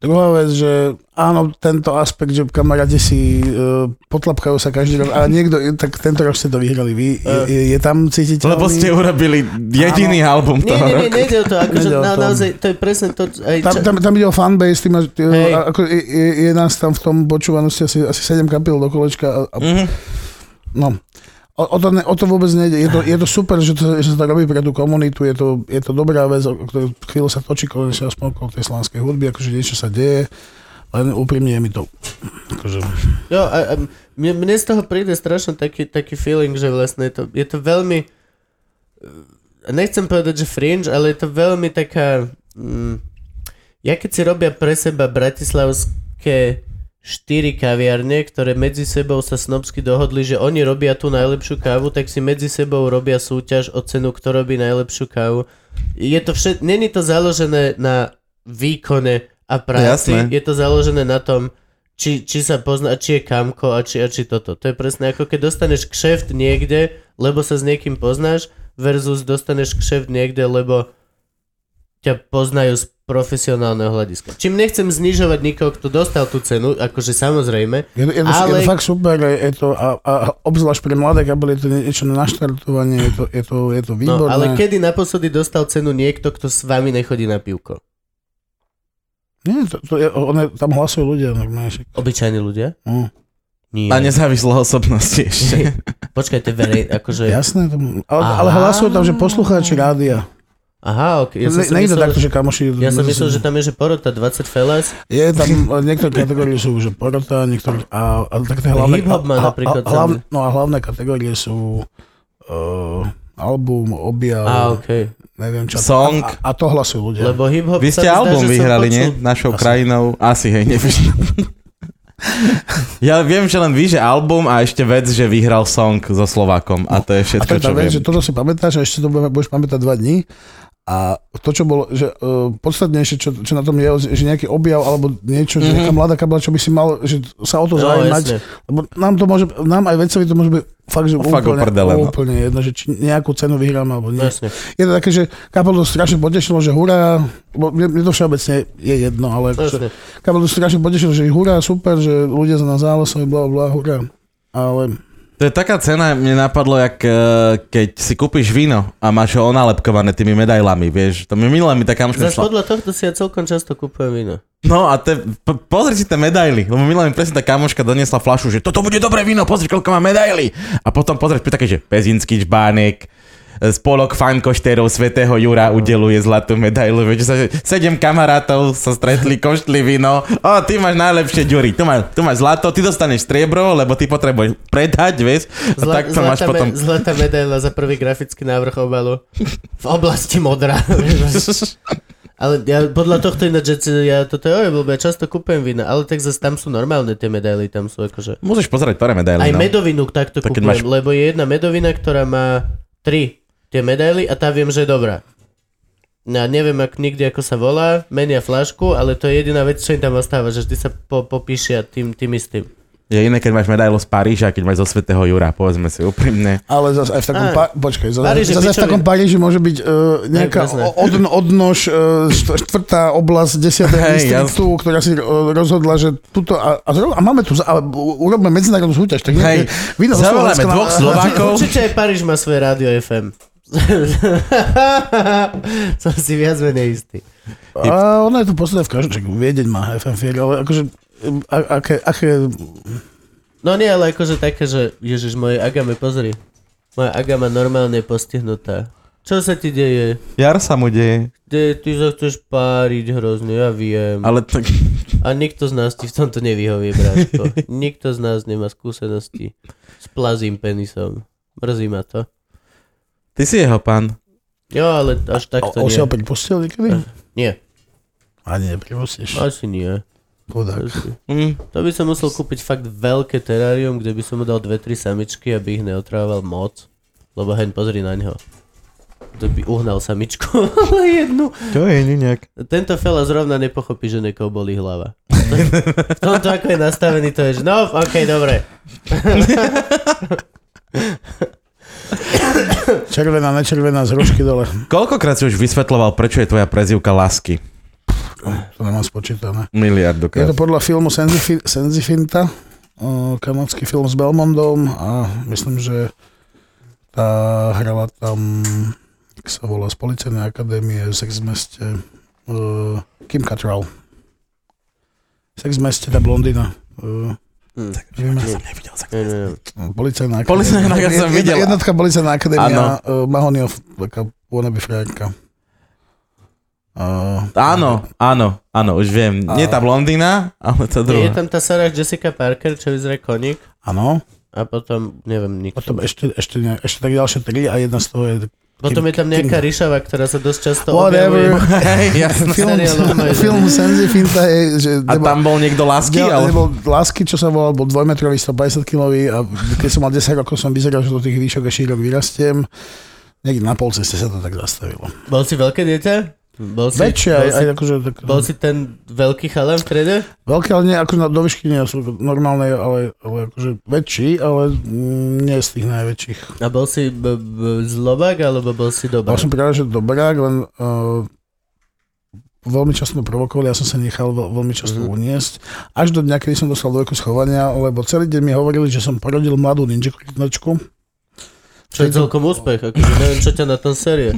A: Druhá vec, že áno, tento aspekt, že kamaráti si uh, potlapkajú sa každý rok, ale niekto, tak tento rok ste to vyhrali vy, je, je, je tam cítiť.
B: Lebo ste urobili jediný album
C: Nie,
B: toho
C: nie, nie,
B: roku.
C: nejde o to, akože
A: Nejde o
C: na,
A: to.
C: naozaj, to je presne to, aj
A: Tam,
C: čo-
A: tam, tam ide o fanbase, ty máš, ty,
C: Hej.
A: a- ako, je, je, je nás tam v tom počúvanosti asi, asi 7 kapiel do kolečka. A, a,
B: Mhm.
A: no. o, o, to ne, o to vôbec nejde. Je to, je to super, že, to, že sa to robí pre tú komunitu, je to, je to dobrá vec, o ktorej chvíľu sa točí konečne aspoň okolo tej slánskej hudby, akože niečo sa deje, len úprimne je mi to. Akože,
C: Jo, a, a mne, mne z toho príde strašne taký, taký feeling, že vlastne je to, je to veľmi... eh, Nechcem povedať, že fringe, ale je to veľmi taká... Mm, ja keď si robia pre seba bratislavské štyri kaviarne, ktoré medzi sebou sa snobsky dohodli, že oni robia tú najlepšiu kávu, tak si medzi sebou robia súťaž o cenu, kto robí najlepšiu kávu. Je to všet... Není to založené na výkone a práci,
B: jasné.
C: je to založené na tom, či, či sa pozná, či je kamko a či, a či toto. To je presne ako keď dostaneš kšeft niekde, lebo sa s niekým poznáš, versus dostaneš kšeft niekde, lebo ťa poznajú z profesionálneho hľadiska. Čím nechcem znižovať nikoho, kto dostal tú cenu, akože samozrejme,
A: Je to, je to, ale... je to fakt super, je to, a, a obzvlášť pre mladé kapely je to niečo na naštartovanie, je to, je to, je to
C: no,
A: výborné.
C: ale kedy naposledy dostal cenu niekto, kto s vami nechodí na pivko?
A: Nie, to, to je, one, tam hlasujú ľudia normálne. však.
C: Obyčajní ľudia?
A: No.
C: Nie.
B: A nezávislé osobnosti ešte.
C: Počkaj, to je verej, akože...
A: Jasné, tam, ale, ale hlasujú tam, že poslucháči rádia.
C: Aha, ok.
A: Ja
C: Ja som, si
A: Nejde
C: myslel,
A: takto, že kamoši...
C: ja som myslel, že tam je, že porota 20 felas.
A: Je tam, e, niektoré kategórie sú že porota, niektoré... A, a tak tie
C: No,
A: hlavné...
C: hip-hop má
A: a- a-
C: napríklad
A: a, hlavné, No a hlavné kategórie sú uh, album, objav,
C: Á, ok.
A: neviem čo.
B: Song.
A: A, a to hlasujú ľudia.
C: Lebo hip-hop...
B: Vy
C: sa
B: ste
C: mi zdá,
B: album
C: že som
B: vyhrali, nie?
C: počul-
B: Našou krajinou. Asi, hej, neviem. Ja viem, že len vy, že album a ešte vec, že vyhral song so Slovákom. A to je
A: A
B: všetko,
A: to je
B: čo
A: tá vec,
B: viem.
A: že toto si pamätáš a ešte to bude- budeš pamätať dva dní. A to, čo bolo, že uh, podstatnejšie, čo, čo na tom je, že nejaký objav alebo niečo, mm-hmm. že nejaká mladá kabla, čo by si mal, že sa o to
C: Mhm. No,
A: zaujímať.
C: jasne.
A: Lebo nám to môže, nám aj vecovi to môže byť fakt, že
B: Fakt
A: úplne,
B: o prdele, no.
A: úplne jedno, že či nejakú cenu vyhrám alebo nie.
C: Jasne.
A: Je to také, že kapelu to strašne potešilo, že hurá, lebo mne, mne to všeobecne je jedno, ale
C: Jasne.
A: akože, kapelu to strašne potešilo, že hurá, super, že ľudia za nás zálesujú, bla, bla, hurá. Ale
B: To je taká cena, mne napadlo, jak e, keď si kúpiš víno a máš ho onálepkované tými medailami, vieš. To mi minule mi taká kamoška
C: Zas
B: šla.
C: podľa tohto si ja celkom často kúpujem víno.
B: No a te, po, pozri si tie medaily, lebo minule mi presne tá kamoška doniesla flašu, že toto bude dobré víno, pozri, koľko má medaily. A potom pozrieš pri také, že Pezinský čbánek, e, spolok fankošterov svätého Jura udeluje zlatú medailu. Vieš, že sa, že sedem kamarátov sa stretli, koštli víno. O, ty máš najlepšie Ďuri, tu, má, tu máš zlato, ty dostaneš striebro, lebo ty potrebuješ predať, vieš. A
C: Zla,
B: tak to máš
C: zlatá,
B: potom...
C: me, zlatá medaila za prvý grafický návrh obalu v oblasti modrá. ale ja, podľa tohto ináč, že si- ja toto je oj, blbé, ja často kúpujem vína, ale tak zase tam sú normálne tie medaily, tam sú akože...
B: Môžeš pozerať, ktoré medaily,
C: Aj
B: no.
C: medovinu takto
B: Tak keď
C: kúpujem,
B: máš-
C: lebo je jedna medovina, ktorá má tri tie medaily a tá viem, že je dobrá. Ja neviem ak nikdy, ako sa volá, menia flašku, ale to je jediná vec, čo im tam ostáva, že vždy sa po, popíšia tým, tým istým.
B: Je iné, keď máš medailu z Paríža, keď máš zo svätého Jura, povedzme si úprimne.
A: Ale zase aj v takom,
C: Áno.
A: pa- počkaj, zase,
C: Paríž je
A: zase v
C: pičovina.
A: takom Paríži môže byť uh, nejaká
C: presne.
A: o- od, odnož, uh, štvrtá oblasť desiatého
B: Hej,
A: distriktu, ktorá si eh, rozhodla, že tuto, a, a, zro- a máme tu, za- a u- urobme medzinárodnú súťaž, tak nejaké
B: Hej,
C: No,
A: víno zo
B: zavoláme
A: Slovenska na-
B: dvoch Slovákov. Ako?
C: Určite aj Paríž má svoje rádio FM. Som si viac menej istý.
A: A ono je tu posledné v každom, čak Viedeň má FM fier, ale akože, em, a, aké, aké,
C: No nie, ale akože také, že Ježiš, moje Agame, pozri. Moja Agama normálne je postihnutá. Čo sa ti deje?
B: Jar sa mu deje.
C: De, ty sa chceš páriť hrozne, ja viem.
B: Ale tak...
C: A nikto z nás ti v tomto nevyhovie, bráško. Nikto z nás nemá skúsenosti s plazím penisom. Mrzí ma to.
B: Ty si jeho pán.
C: Jo, ale až tak to
A: on si
C: nie.
A: ho opäť pustil niekedy?
C: Nie,
A: A nie, pripustíš,
C: asi nie.
A: chudák.
C: Asi.
B: Mm.
C: To by som musel kúpiť fakt veľké terárium, kde by som mu dal 2-3 samičky, aby ich neotrával moc. Lebo hen, pozri na ňo. To by uhnal samičku, ale jednu.
B: To je nejak.
C: Tento fela zrovna nepochopí, že niekoho bolí hlava. V tomto, ako je nastavený, to je, že no, okej, dobre.
A: Červená, nečervená, z rušky dole,
B: Koľkokrát si už vysvetloval, prečo je tvoja prezivka Lasky?
A: to nemám spočítané. Je
B: Miliardokrát.
A: to podľa filmu Senzifi- Senzifinta, o, kanadský film s Belmondom a myslím, že tá hrala tam, jak sa volá, z Policajnej akadémie, Sex v meste, uh, Kim Cattrall. Sex v meste, tá blondina. Uh,
C: Mm.
A: neviem,
B: Nevidel sa.
C: Nie, nie, nie.
A: Policajná akadémia.
B: Hm, Policajná akadémia som
A: Jedna-
B: videl.
A: Jednotka Policajná
B: Áno.
A: akadémia, uh, Mahonyov, taká wannabe frajerka. Uh,
B: Áno, áno, áno, už viem. Nie tá blondína, ale tá
C: Je
B: druhá.
C: tam tá Sarah Jessica Parker, čo vyzerá koník.
A: Áno.
C: A potom, neviem, nikto.
A: Potom ešte, ešte, ne, ešte tak ďalšie tri a jedna z toho je...
C: Potom je tam nejaká ryšava, ktorá sa dosť často objavuje.
A: Whatever.
B: Hej, jasné.
A: Film,
C: Seriálom je-
A: film Senzi Finta je, že...
B: A tam bol niekto Lasky, ale...
A: Nebol lásky, čo sa volal, bol dvojmetrový, 150 kilový a keď som mal 10 rokov, som vyzeral, že do tých výšok a šírok vyrastiem. Niekde na polceste sa to tak zastavilo.
C: Bol si veľké dieťa? Bol si,
A: Väčšie, aj,
C: bol si,
A: aj akože tak...
C: bol si ten veľký chalan v trede?
A: Veľké, ale nie, ako na, do výšky nie sú normálne, ale, ale akože väčší, ale mm, nie z tých najväčších.
C: A bol si b- b- zlobák, alebo bol si
A: Bol
C: dobrý?
A: som práve, že dobrák, len uh, e, veľmi často provokovali, ja som sa nechal veľ, veľmi často mm-hmm. uniesť, až do dňa, kedy som dostal dvojku schovania, lebo celý deň mi hovorili, že som porodil mladú ninja krytnačku.
C: Čo je celkom úspech, akože neviem, čo ťa na tom série.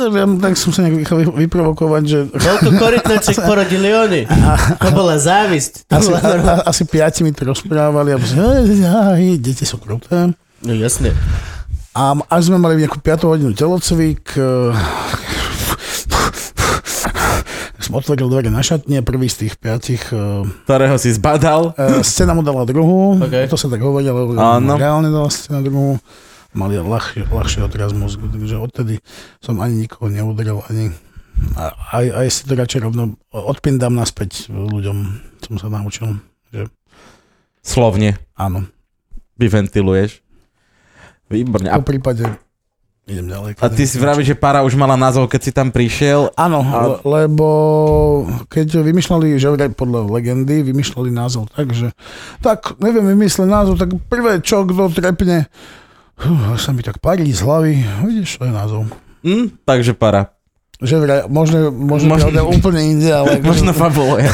A: Neviem, tak som sa nejak vychal vyprovokovať, že
C: Koľko korytnaček porodili oni? To bola závisť. To
A: asi,
C: bola...
A: a, a, asi piati mi to rozprávali a povedali, aj, deti sú kruté.
C: No jasne.
A: A až sme mali nejakú 5 hodinu telocvik, eh, som otvoril dvere na šatne, prvý z tých piatich, eh,
B: ktorého si zbadal.
A: eh, scéna mu dala druhú,
C: OK.
A: to sa tak hovorí, ale
B: Áno.
A: reálne dala scéna druhú, mali ľahšie, ľahšie odraz mozgu, takže odtedy som ani nikoho neudrel, ani a, aj, aj si to radšej rovno odpindám naspäť ľuďom, som sa naučil, že
B: Slovne
A: áno,
B: vyventiluješ. Výborne. A,
A: po prípade idem ďalej.
B: a ty si vravíš, že para už mala názov, keď si tam prišiel.
A: Áno, le- lebo keď vymýšľali, že vraj podľa legendy, vymýšľali názov tak, že tak, neviem, vymyslel názov, tak prvé, čo kto trepne, huh, sa mi tak parí z hlavy, vidíš, to je názov.
B: Hm? Takže para.
A: Že vraj, možno, možno,
B: Možno-
A: možno úplne inde, ale
B: Možno fabuluje.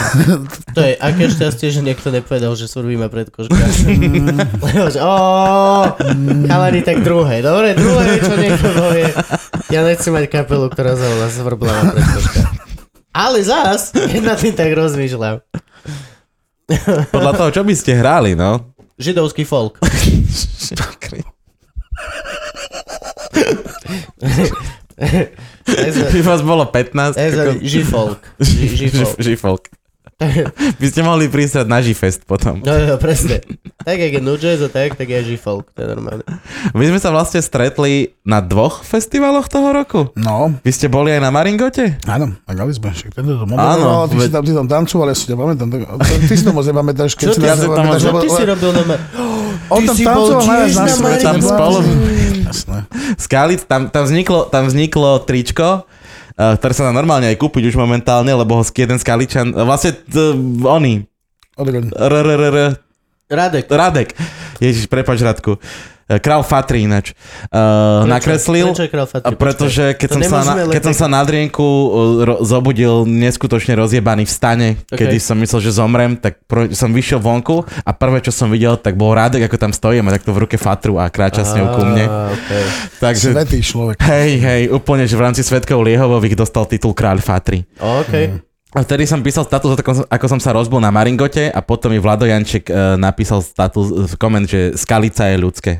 C: To je, aké šťastie, že niekto nepovedal, že survíme pred kožka. Mm. Lebo že, "Ó, chalani, tak druhé. Dobre, druhé, čo niekto povie. Ja nechcem mať kapelu, ktorá sa volá svrblava pred kožka. Ale zás, keď nad tým tak rozmýšľam.
B: Podľa toho, čo by ste hrali, no?
C: Židovský folk. Tak sme-
B: By vás bolo 15.
C: tak sme-
B: kokos.
C: Žifolk. Ži- Žifolk.
B: Žifolk. By ste mohli prísť na Žifest potom.
C: No jo, presne. Tak, jak je nu jazz a tak, tak je Žifolk. To je normálne.
B: My sme sa vlastne stretli na dvoch festivaloch toho roku.
A: No,
B: Vy ste boli aj na Maringote?
A: áno, hrali sme, však tento to moderoval, ty,
B: veď-
A: si tam, ty tam tancoval, ja si ťa pamätám, tak, ty si to moc nepamätáš, keď
C: Čo
A: si
C: ty,
A: nás
B: si tam-
A: nepamätáš,
C: Čo
A: lebo-
C: ty si robil doma?
A: on
C: ty
A: tam
C: si bol
A: tancoval
C: tiež na
A: svete,
B: Maringote. Tam
A: bola-
B: spolu.
A: Jasné.
B: Skalic, tam, tam, vzniklo, tam vzniklo tričko, eh, ktoré sa dá normálne aj kúpiť už momentálne, lebo ho sk- jeden skaličan, eh, vlastne t- oni,
A: Odroň.
B: RRR,
C: Radek.
B: Radek, ježiš, prepač Radku, Eh, král Fatri ináč, eh, nakreslil,
C: prečo je král Fatri?
B: a pretože keď
C: To
B: som, sa na,
C: nemôžeme len
B: keď som
C: tak-
B: sa na drienku eh, ro- zobudil neskutočne rozjebaný v stane, okay. kedy som myslel, že zomrem, tak pr- som vyšiel vonku a prvé, čo som videl, tak bol Radek, ako tam stojí, má takto v ruke Fatru a kráča s ňou ku mne.
C: Á, okej.
B: Takže
A: Svetý človek.
B: Hej, hej, úplne, že v rámci Svetkov Liehovových dostal titul Kráľ Fatri.
C: Okej.
B: A vtedy som písal status, ako som, ako som sa rozbil na Maringote a potom mi Vlado Janček e, napísal status, e, koment, že skalica je ľudské.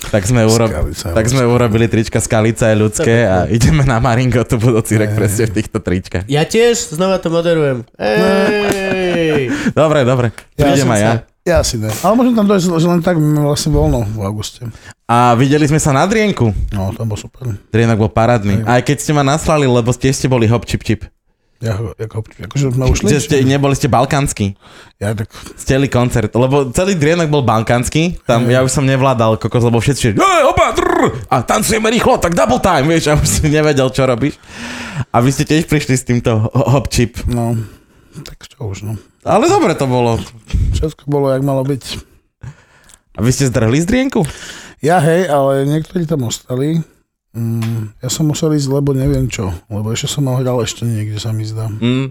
B: Tak sme, urob,
A: Skalica je
B: tak sme urobili trička Skalica je ľudské a ideme na Maringotu budúci rok presne v týchto tričkách.
C: Ja tiež znova to moderujem. Ej!
B: Dobre, dobre,
A: Ja
B: prídem
A: som
B: aj ja.
A: Ja asi ne. Ale môžem tam dojsť že len tak, my máme vlastne voľno v auguste.
B: A videli sme sa na Drienku.
A: No, tam bol super.
B: Drienok bol parádny. Aj keď ste ma naslali, lebo tiež ste boli hop čip čip.
A: Ja, ako, akože sme ušli.
B: Že ste, neboli ste balkánsky.
A: Ja tak,
B: Celý koncert, lebo celý drienok bol balkánsky, tam ja už som nevládal kokos, lebo všetci, že "Ej, opa, trrr, a tancujeme rýchlo, tak double time, vieš, a už si nevedel, čo robíš. A vy ste tiež prišli s týmto ho- hop chip.
A: no, tak čo už, no.
B: Ale dobre to bolo.
A: Všetko bolo, jak malo byť.
B: A vy ste zdrhli z drienku?
A: Ja hej, ale niektorí tam ostali. Mm, ja som musel ísť, lebo neviem čo. Lebo ešte som mal hral ešte niekde, sa mi zdá.
B: Mm.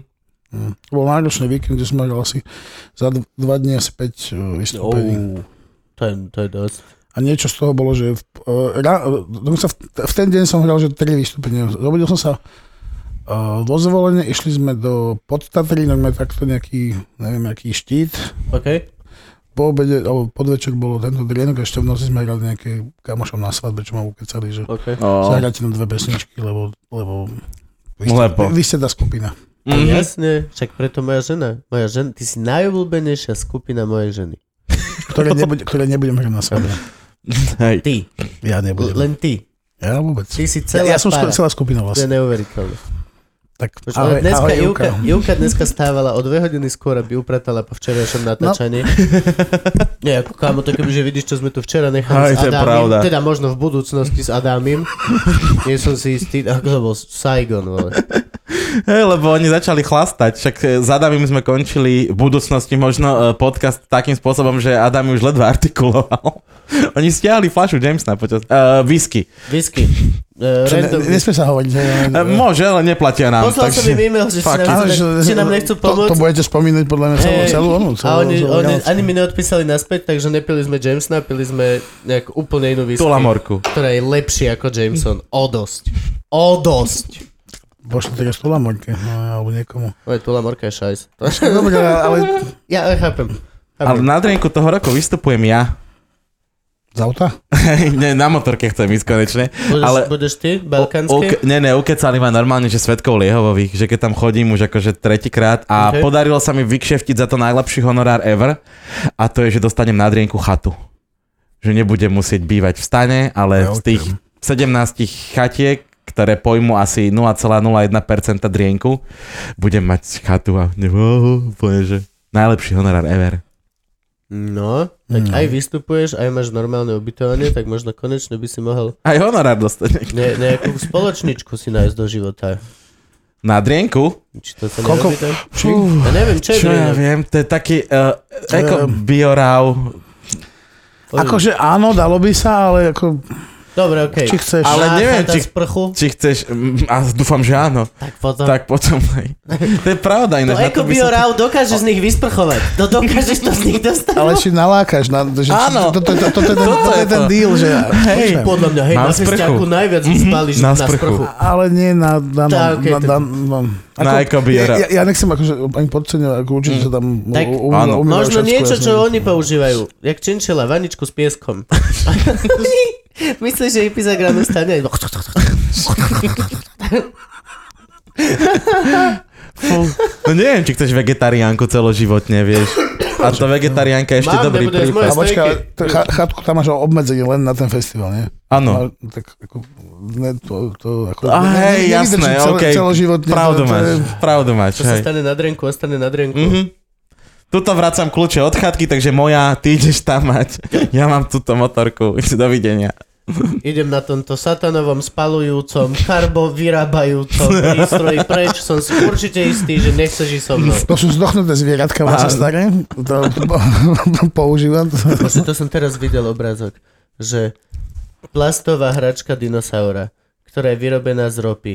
A: Mm. To bol náročný víkend, kde som hral asi za d- dva dní asi 5
B: No.
A: vystúpení.
C: Ou. To je, to je dosť.
A: A niečo z toho bolo, že v, uh, ra, dokonca v, v ten deň som hral, že tri vystúpenia. Zobudil som sa uh, do zvolenia, išli sme do Podtatry, normálne takto nejaký, neviem, aký štít.
C: OK?
A: Po obede, alebo podvečer bolo tento drienok, a ešte v noci sme hrali nejaké kamošom na svadbe, čo ma ukecali, že
C: OK.
A: oh.
B: No.
A: zahráte nám dve pesničky, lebo, lebo vy,
B: Lebo.
A: vy ste tá skupina.
C: Mm-hmm.
B: Mhm.
C: Jasne, však preto moja žena. Moja žena, ty si najobľúbenejšia skupina mojej ženy.
A: Ktoré, nebude, ktoré nebudem hrať na svadbe.
B: Hej.
C: Ty,
A: Ja
C: L-
A: nebudem.
C: len ty.
A: Ja vôbec.
C: Ty si celá
A: Mhm. Ja, ja som
C: para.
A: sku- celá skupina
C: To
A: vlastne.
C: je neuveriteľné.
A: Tak
C: Počkaj,
A: ahoj,
C: dneska
A: ahoj,
C: Júka,
A: Júka.
C: Júka dneska stávala o dve hodiny skôr, aby upratala po včerajšom
A: No.
C: natáčaní. Nie, ako kámo, to kebyže vidíš, čo sme tu včera nechali
B: Aj,
C: s
B: to je
C: Adámim,
B: pravda.
C: teda možno v budúcnosti s Adámim, nie som si istý, ako to bol Saigon, vole.
B: Hej, lebo oni začali chlastať, však e, s Adamim sme končili v budúcnosti možno e, podcast takým spôsobom, že Adam už ledva artikuloval. Oni stiahli flašu Jamesa počas... Uh, whisky.
C: Whisky. Uh,
A: Čo, ne,
C: random.
A: nesmie sa hovoriť. Ne,
B: E, Môže, ale neplatia nám.
C: Mm. Poslal som
B: takže-
C: im e-mail, že či
B: Fuck
C: nám,
A: Ale,
C: že,
A: že-
C: či nám nechcú pomôcť.
A: To, to budete spomínať podľa mňa celú,
C: Hej,
A: celú onu. Celú,
C: a oni,
A: celú
C: oni
A: Vianocu.
C: ani mi neodpísali naspäť, takže nepili sme Jamesona, pili sme nejakú úplne inú whisky,
B: Tulamorku.
C: ktorá je lepšia ako Jameson. O dosť. O dosť.
A: Pošli teraz tu Lamoňke, no, alebo niekomu. No,
C: Ale Tulamorka je šajs.
A: Dobre, ale
C: Ja ja chápem.
B: Ale na drienku toho roku vystupujem ja.
A: z auta?
B: Nie, na motorke chcem ísť konečne.
C: Budeš,
B: Ale
C: ale... budeš ty, balkánsky?
B: Uke- ne, ne, ukecali ma normálne, že svetkov Liehovových, že keď tam chodím už akože tretíkrát a
C: Okay.
B: podarilo sa mi vykšeftiť za to najlepší honorár ever a to je, že dostanem na drienku chatu. Že nebudem musieť bývať v stane, ale z tých 17 chatiek, ktoré pojmu asi 0,01% drienku, budem mať chatu a nebo, úplne, že najlepší honorár ever.
C: No, tak aj vystupuješ, aj máš normálne ubytovanie, tak možno konečne by si mohol
B: Aj honorár dostane.
C: ne, nejakú spoločničku si nájsť do života.
B: Na drienku
C: Či to sa
A: Koľko-
C: nerobí tam? Ja neviem, čo je
B: Čo ja
C: drienok.
B: viem, to je taký uh, eko bioráv.
A: Akože áno, dalo by sa, ale ako,
C: Dobre, okej.
A: či chceš.
B: Ale
C: Lácha
B: neviem,
C: na
B: či-
C: sprchu,
B: Či chceš, mm, a dúfam, že áno,
C: tak potom.
B: tak potom aj. To je pravda
C: To
B: ináč. na by
C: eko
B: som-
C: biorau dokáže z nich vysprchovať. To dokážeš to z nich dostať.
A: Ale či nalákaš, na, že
B: Áno.
A: toto je- toto je ten-
B: Toto
A: toto je
B: je
A: ten
B: to.
A: deal, že...
B: Hej,
A: Počkaj.
C: Podľa mňa, hej,
B: Na
C: na, na
B: sprchu.
C: festiaku najviac
B: Mhm,
C: spáliš
B: na
C: na, na
B: sprchu.
C: sprchu.
A: Ale nie na danom.
C: Tá, okej,
A: na,
C: tak-
A: dan, no,
B: Na ekobiera.
A: ja, ja nechcem akože ani podceňovať, ako určite sa tam
C: Mm. Tak,
A: u- u-
B: áno.
A: umývajú
C: Možno
A: všetko,
C: niečo,
A: jasné.
C: čo oni používajú. Jak činčela, vaničku s pieskom. Myslíš, že No, Ipizagram stane?
B: Fú. No neviem, či chceš vegetariánku celoživotne, vieš. A to vegetariánka je ešte
C: Mám,
B: dobrý
A: A
C: nebudeš
B: príklad.
C: moje-
A: počkaj,
C: stejky.
A: t- cha- chatku tam máš obmedzenie len na ten festival, nie?
B: Áno.
A: No, tak ako, ne, to, to, ako,
B: A
A: nevydržím
B: hej, jasné,
A: celé-
B: okej.
A: celoživotne,
B: Pravdu
A: to- to
B: máš,
A: je-
B: pravdu máš,
C: Čo sa
B: hej.
C: stane na drenku, ostane na drenku.
B: Mhm. Tuto vracam kľúče od chatky, takže moja, ty ideš tam mať. Ja mám túto motorku, dovidenia.
C: Idem na tomto satanovom spalujúcom, karbo vyrábajúcom prístroji preč. Som si určite istý, že nechceš ísť so mnou.
A: To sú zdochnuté zvieratka, vaše staré, to, to po- používam.
C: Bože, Vlastne to som teraz videl obrázok, že plastová hračka dinosaura, ktorá je vyrobená z ropy.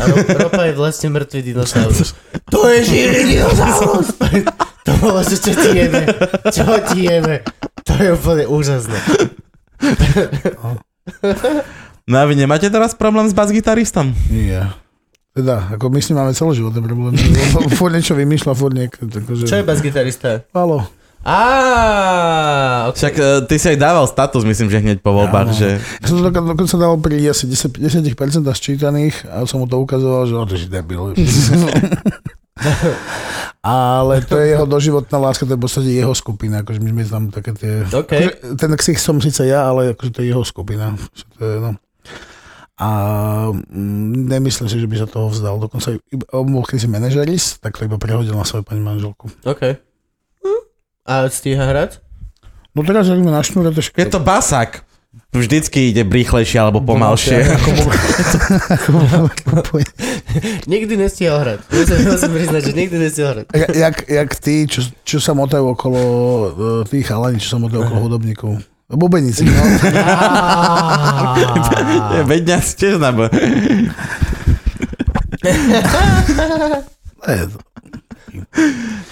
C: A ro- ropa je vlastne mŕtvý dinosaurus. To je živý dinosaurus! To bolo, že čo ti jeme? Čo ti jeme? To je úplne úžasné.
B: No a vy nemáte teraz problém s basgitaristom?
A: Nie. Teda, ako my s ním máme celoživotné problémy. Lebo Fúr niečo vymýšľa, fúr niek... Akože,
C: Čo je basgitarista?
A: Halo.
C: Á, ok.
B: Však e, ty si aj dával status, myslím, že hneď po voľbách, že...
A: Ja som to dokonca, dokonca dal pri asi 10, 10% sčítaných a som mu to ukazoval, že no, to je debil. Ale to je jeho doživotná láska, to je v podstate jeho skupina. Akože my sme tam také tie...
C: OK.
A: Akože ten ksich som síce ja, ale akože to je jeho skupina. Že To je, no. A mm, nemyslím si, že by sa toho vzdal. Dokonca iba- on bol kedysi manažeris, tak to iba prehodil na svoju pani manželku.
C: OK. Hm. A stíha hrať?
A: No teraz robíme na šnúre, to
B: Je to basák. Vždycky ide rýchlejšie alebo pomalšie.
C: Nikdy nestihal hrať. Musím, musím priznať, že nikdy nestihal hrať.
A: Jak, jak, jak tí, čo, čo sa motajú okolo e, tých chalani, čo sa motajú okolo hudobníkov. Bubenici, no.
B: Je vedňa tiež na B.
A: Ne,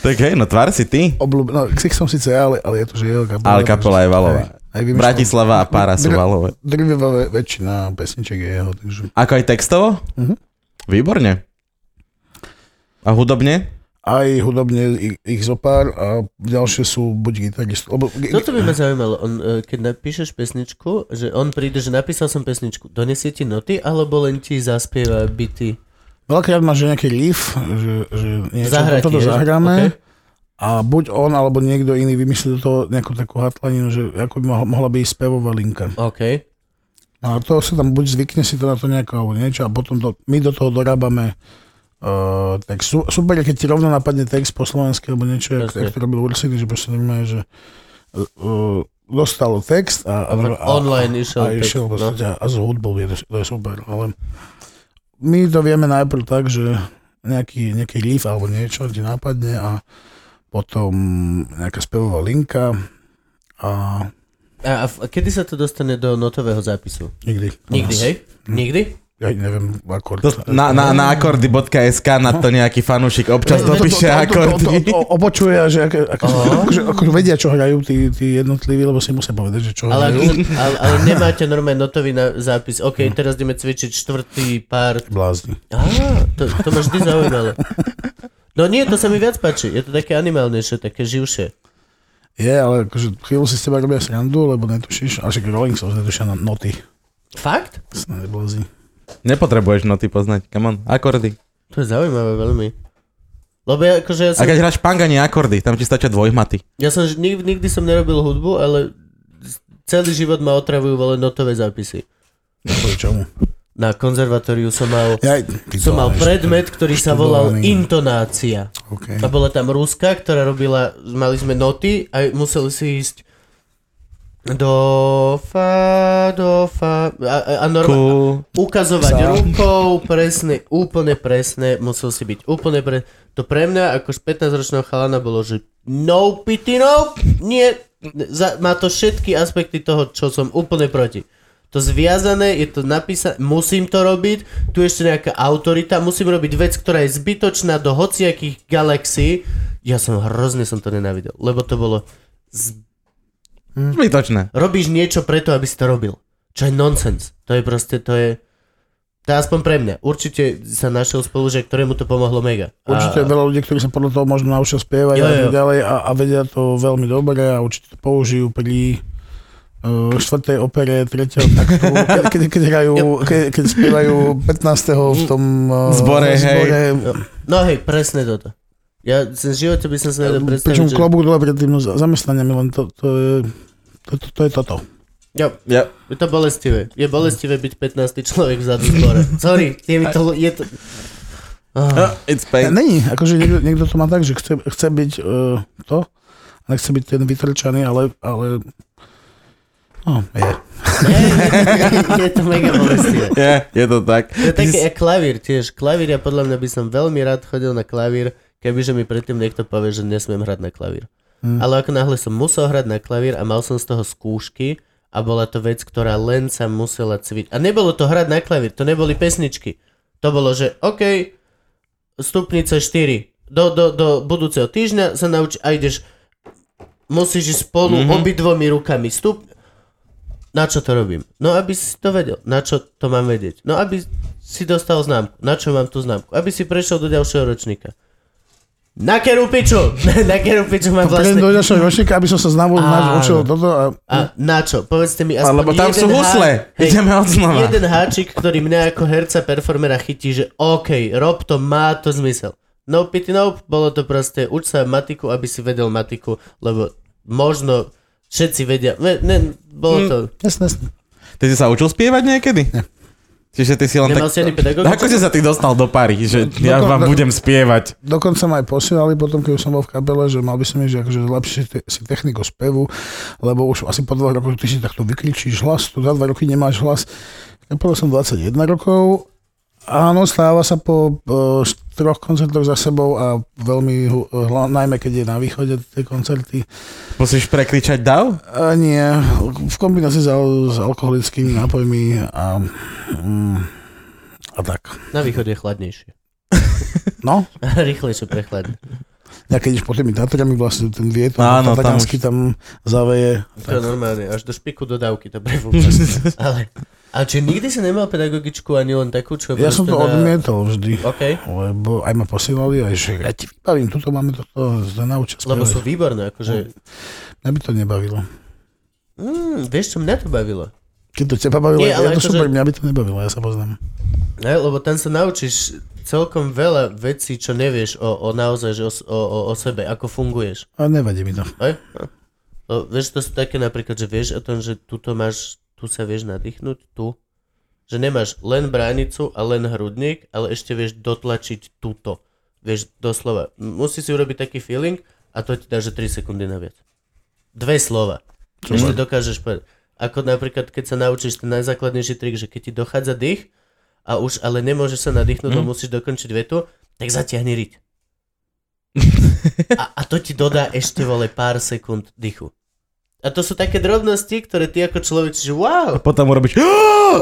B: Tak hej, no tvár si ty.
A: obľúb... no ksich som síce ja, ale, ale je to, že jeho kapela.
B: Ale kapela je Valová.
A: Aj, aj vymýšľam-
B: Bratislava a Pára sú
A: Dr-
B: Valové.
A: Drvivá vä- väčšina pesniček je jeho, takže...
B: Ako aj textovo?
A: Mhm.
B: Výborne. A hudobne?
A: Aj hudobne ich, ich zopár a ďalšie sú buď gitarist. Lebo,
C: Toto by ma zaujímalo, on, e, keď napíšeš pesničku, že on príde, že napísal som pesničku, donesie ti noty, alebo len ti zaspieva bity?
A: Veľakrát máš že nejaký riff, že, že niečo,
C: Zahrá ti,
A: toto
C: že?
A: zahráme a buď on alebo niekto iný vymyslí do toho nejakú takú hatlaninu, že ako by mohla, mohla byť spevová linka.
C: OK.
A: No a to sa tam buď zvykne si to na to nejako alebo niečo a potom to, my do toho dorábame uh, tak su, super, je, keď ti rovno napadne text po slovensky alebo niečo, jak, jak
C: Jasne.
A: to robil Ursiny, že proste normálne, že uh, dostalo text a, a, a
C: Online išiel.
A: a
C: text,
A: išiel
C: no.
A: proste, a s hudbou je to, to je super, ale my to vieme najprv tak, že nejaký, nejaký riff alebo niečo ti nápadne a potom nejaká spevová linka a
C: A, a, v- a kedy sa to dostane do notového zápisu?
A: nikdy. u
C: Nikdy,
A: nás.
C: hej? Nikdy?
A: Ja neviem, ako...
B: To, na, na, na akordy.sk na to nejaký fanúšik občas dopíše akordy.
A: Opočuje, že ako, ako, akože, akože vedia, čo hrajú tí, tí jednotliví, lebo si musia povedať, že čo
C: Ale,
A: hrajú.
C: ako- ale, ale nemáte normálne notový na, zápis. OK, teraz ideme cvičiť štvrtý pár.
A: Blázni.
C: Á, to, to ma vždy zaujímalo. No nie, to sa mi viac páči. Je to také animálnejšie, také živšie.
A: Je, ale akože chvíľu si s teba robia srandu, lebo netušíš, až ako Rolling Stones netušia na noty.
C: Fakt?
A: Snáď blázni.
B: Nepotrebuješ noty poznať, come on, akordy.
C: To je zaujímavé veľmi. Lebo ja, akože ja
B: A
C: som,
B: keď hráš panganie akordy, tam ti stačia dvojmaty.
C: ja som ž- nikdy, nikdy som nerobil hudbu, ale celý život ma otravujú veľa notové zápisy.
A: Kvôli čomu?
C: Na konzervatóriu som mal,
A: Ja, ty
C: som mal
A: blázniš.
C: predmet, ktorý sa volal
A: študovaný.
C: intonácia.
A: Okay.
C: A bola tam Ruska, ktorá robila, mali sme noty a museli si ísť do fa, do fa a, a- a normálne
B: Ku...
C: ukazovať rukou, presne, úplne presne, musel si byť úplne pre... To pre mňa ako 15-ročného chalana bolo, že no pity no, nie, za, má to všetky aspekty toho, čo som úplne proti. To zviazané, je to napísané, musím to robiť, tu je ešte nejaká autorita, musím robiť vec, ktorá je zbytočná do hociakých galaxií. Ja som hrozne som to nenávidel, lebo to bolo,
B: Zbytočné.
C: robíš niečo preto, aby si to robil. Čo je nonsens. To je proste, to je... To je aspoň pre mňa. Určite sa našiel spolužiak, ktorému to pomohlo mega.
A: Určite je veľa ľudí, ktorí sa podľa toho možno naučia spievať
C: Jo,
A: a
C: jo.
A: tak ďalej a, a vedia to veľmi dobre a určite to použijú pri uh, štvrtej opere, tretieho taktu, ke- keď, keď hrajú, keď, keď spievajú 15. v tom uh,
B: Zbore, hej.
C: No hej, presne toto. Ja v živote by som sa nedal
A: Pričom
C: predstaviť, že...
A: klobúk dole pred tým za- zamestnaniami, len to, to, je, to, to, to je toto.
C: Jo,
B: Ja,
C: je to bolestivé. Je bolestivé byť 15. človek v zadnom zbore. Sorry, je mi to... Je to...
B: Ah,
C: Ah,
B: it's pain.
A: Není, akože niekto, niekto to má tak, že chce, chce byť uh, to, a nechce byť ten vytrčaný, ale, ale no, je.
C: je to mega bolestivé.
B: Je, je to tak.
C: To je také ja klavír tiež. Klavír, ja podľa mňa by som veľmi rád chodil na klavír, kebyže mi predtým niekto povie, že nesmiem hrať na klavír. Mm. Ale ako náhle som musel hrať na klavír a mal som z toho skúšky a bola to vec, ktorá len sa musela cviť. A nebolo to hrať na klavír, to neboli pesničky. To bolo, že OK, stupnica 4. Do, do, do budúceho týždňa sa nauč a ideš musíš ísť spolu mm-hmm. obidvomi rukami. Stup... Na čo to robím? No, aby si to vedel. Na čo to mám vedieť? No, aby si dostal známku. Na čo mám tú známku? Aby si prešiel do ďalšieho ročníka. Na keru piču! na keru piču mám
A: Vlastne.
C: vlastne...
A: do ďalšieho ročníka, aby som sa znovu
C: Áno.
A: naučil toto a
C: A na čo? Povedzte mi aspoň
B: Alebo tam
C: jeden
B: sú husle.
C: Hej,
B: Ideme od znova.
C: Jeden háčik, ktorý mňa ako herca, performera chytí, že OK, rob to, má to zmysel. No pity nope, bolo to proste, uč sa matiku, aby si vedel matiku, lebo možno všetci vedia, ne, ne, bolo to,
A: jasne, jasne.
B: Ty si sa učil spievať niekedy? Čiže ty si len No
C: nemal
B: tak...
C: si ani pedagóga.
B: Ako si sa ty dostal do pary, že ja
A: No to-
B: vám
A: no-
B: budem spievať?
A: Dokonca ma aj posielali potom, keď už som bol v kapele, že mal by som ísť akože zlepšiť te- si techniku spevu, lebo už asi po dvoch rokoch ty si takto vykričíš hlas, tu za dva roky nemáš hlas. Kapela som 21 rokov, áno, stáva sa po e, št- troch koncertoch za sebou a veľmi, hu- e, hla, najmä keď je na východe tie koncerty.
B: Musíš prekričať dav?
A: A nie, v kombinácii s, al- s alkoholickými nápojmi a, mm, a tak.
C: Na východ je chladnejšie.
A: No,
C: Rýchlejšie prechladne.
A: Ja keď ideš pod tými Tatrami vlastne ten vietor Áno,
B: Áno, tam
A: tam, tam zaveje.
C: To je normálne, až do špiku dodávky to prevúka. Ale, ale či nikdy si nemal pedagogičku ani len takú, čo je
A: Ja som
C: proste
A: to
C: na-
A: odmietol vždy,
C: OK.
A: lebo aj ma posielali, aj že ja ti vybavím, tuto máme toto, to naučia
C: Lebo sú
A: spievať.
C: výborné, akože...
A: Mňa by to nebavilo.
C: Mm, vieš, čo mňa to bavilo?
A: Keď to teba bavilo,
C: Nie,
A: ja
C: ale
A: to
C: akože-
A: super, mňa by to nebavilo, ja sa poznám.
C: Ne, lebo tam sa naučíš celkom veľa vecí, čo nevieš o, o naozaj, že o, s- o, o, o sebe, ako funguješ.
A: A nevadí mi to.
C: Hej? To, vieš, to sú také napríklad, že vieš o tom, že tuto máš, tu sa vieš nadýchnuť, tu. Že nemáš len bránicu a len hrudník, ale ešte vieš dotlačiť tuto. Vieš, doslova. Musí si urobiť taký feeling a to ti dá, že 3 sekundy naviac. Dve slova. Ešte dokážeš povedať. Ako napríklad, keď sa naučíš ten najzákladnejší trik, že keď ti dochádza dých, a už ale nemôžeš sa nadýchnuť, mm. musíš dokončiť vetu, tak zatiahni riť. A, a to ti dodá ešte vole pár sekúnd dychu. A to sú také drobnosti, ktoré ty ako človek, že wow,
B: Potom urobíš...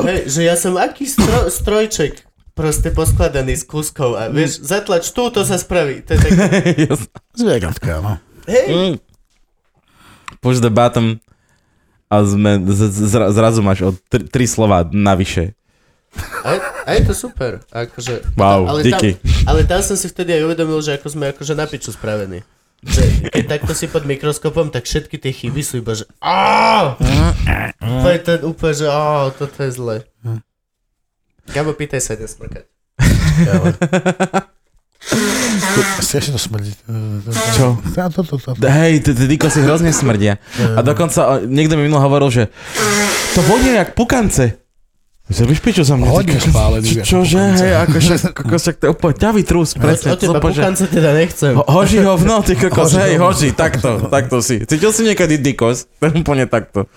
C: hej, že ja som aký stro, strojček proste poskladaný z kúskov a vieš, zatlač tu, to sa spraví. To je také,
A: Zvieratka, no.
C: hej,
B: Push the button a sme, z, z, zra- zrazu máš o tri, tri slova navyše.
C: A, a je to super. Akože,
B: Wow,
C: ale
B: díky.
C: Tam, ale tam som si vtedy aj uvedomil, že ako sme akože na piču spravení. Že keď takto si pod mikroskopom, tak všetky tie chyby sú iba, že "Á!" To je ten úplne, že "Á, toto je zle. Gabo, pýtaj sa, nesmrkať.
A: Strašne to eh, smrdí.
B: Čo?
A: Tá, to, to, to.
B: Hej, tie ty si hrozne smrdia. A dokonca o, niekto mi minul hovoril, že to vonia jak pukance. Zabíš piču za mňa.
A: Hodne spálený.
B: Čo, čože? Hej, akože, kokos, tak to je úplne ťavý trus, presne.
C: Od
B: to
C: teba
B: som povedal, že-
C: pukance teda nechcem.
B: Ho- Hoži hovno, ty kokos, hej, hoži, takto, takto si. Cítil si niekedy dikos? To je úplne takto.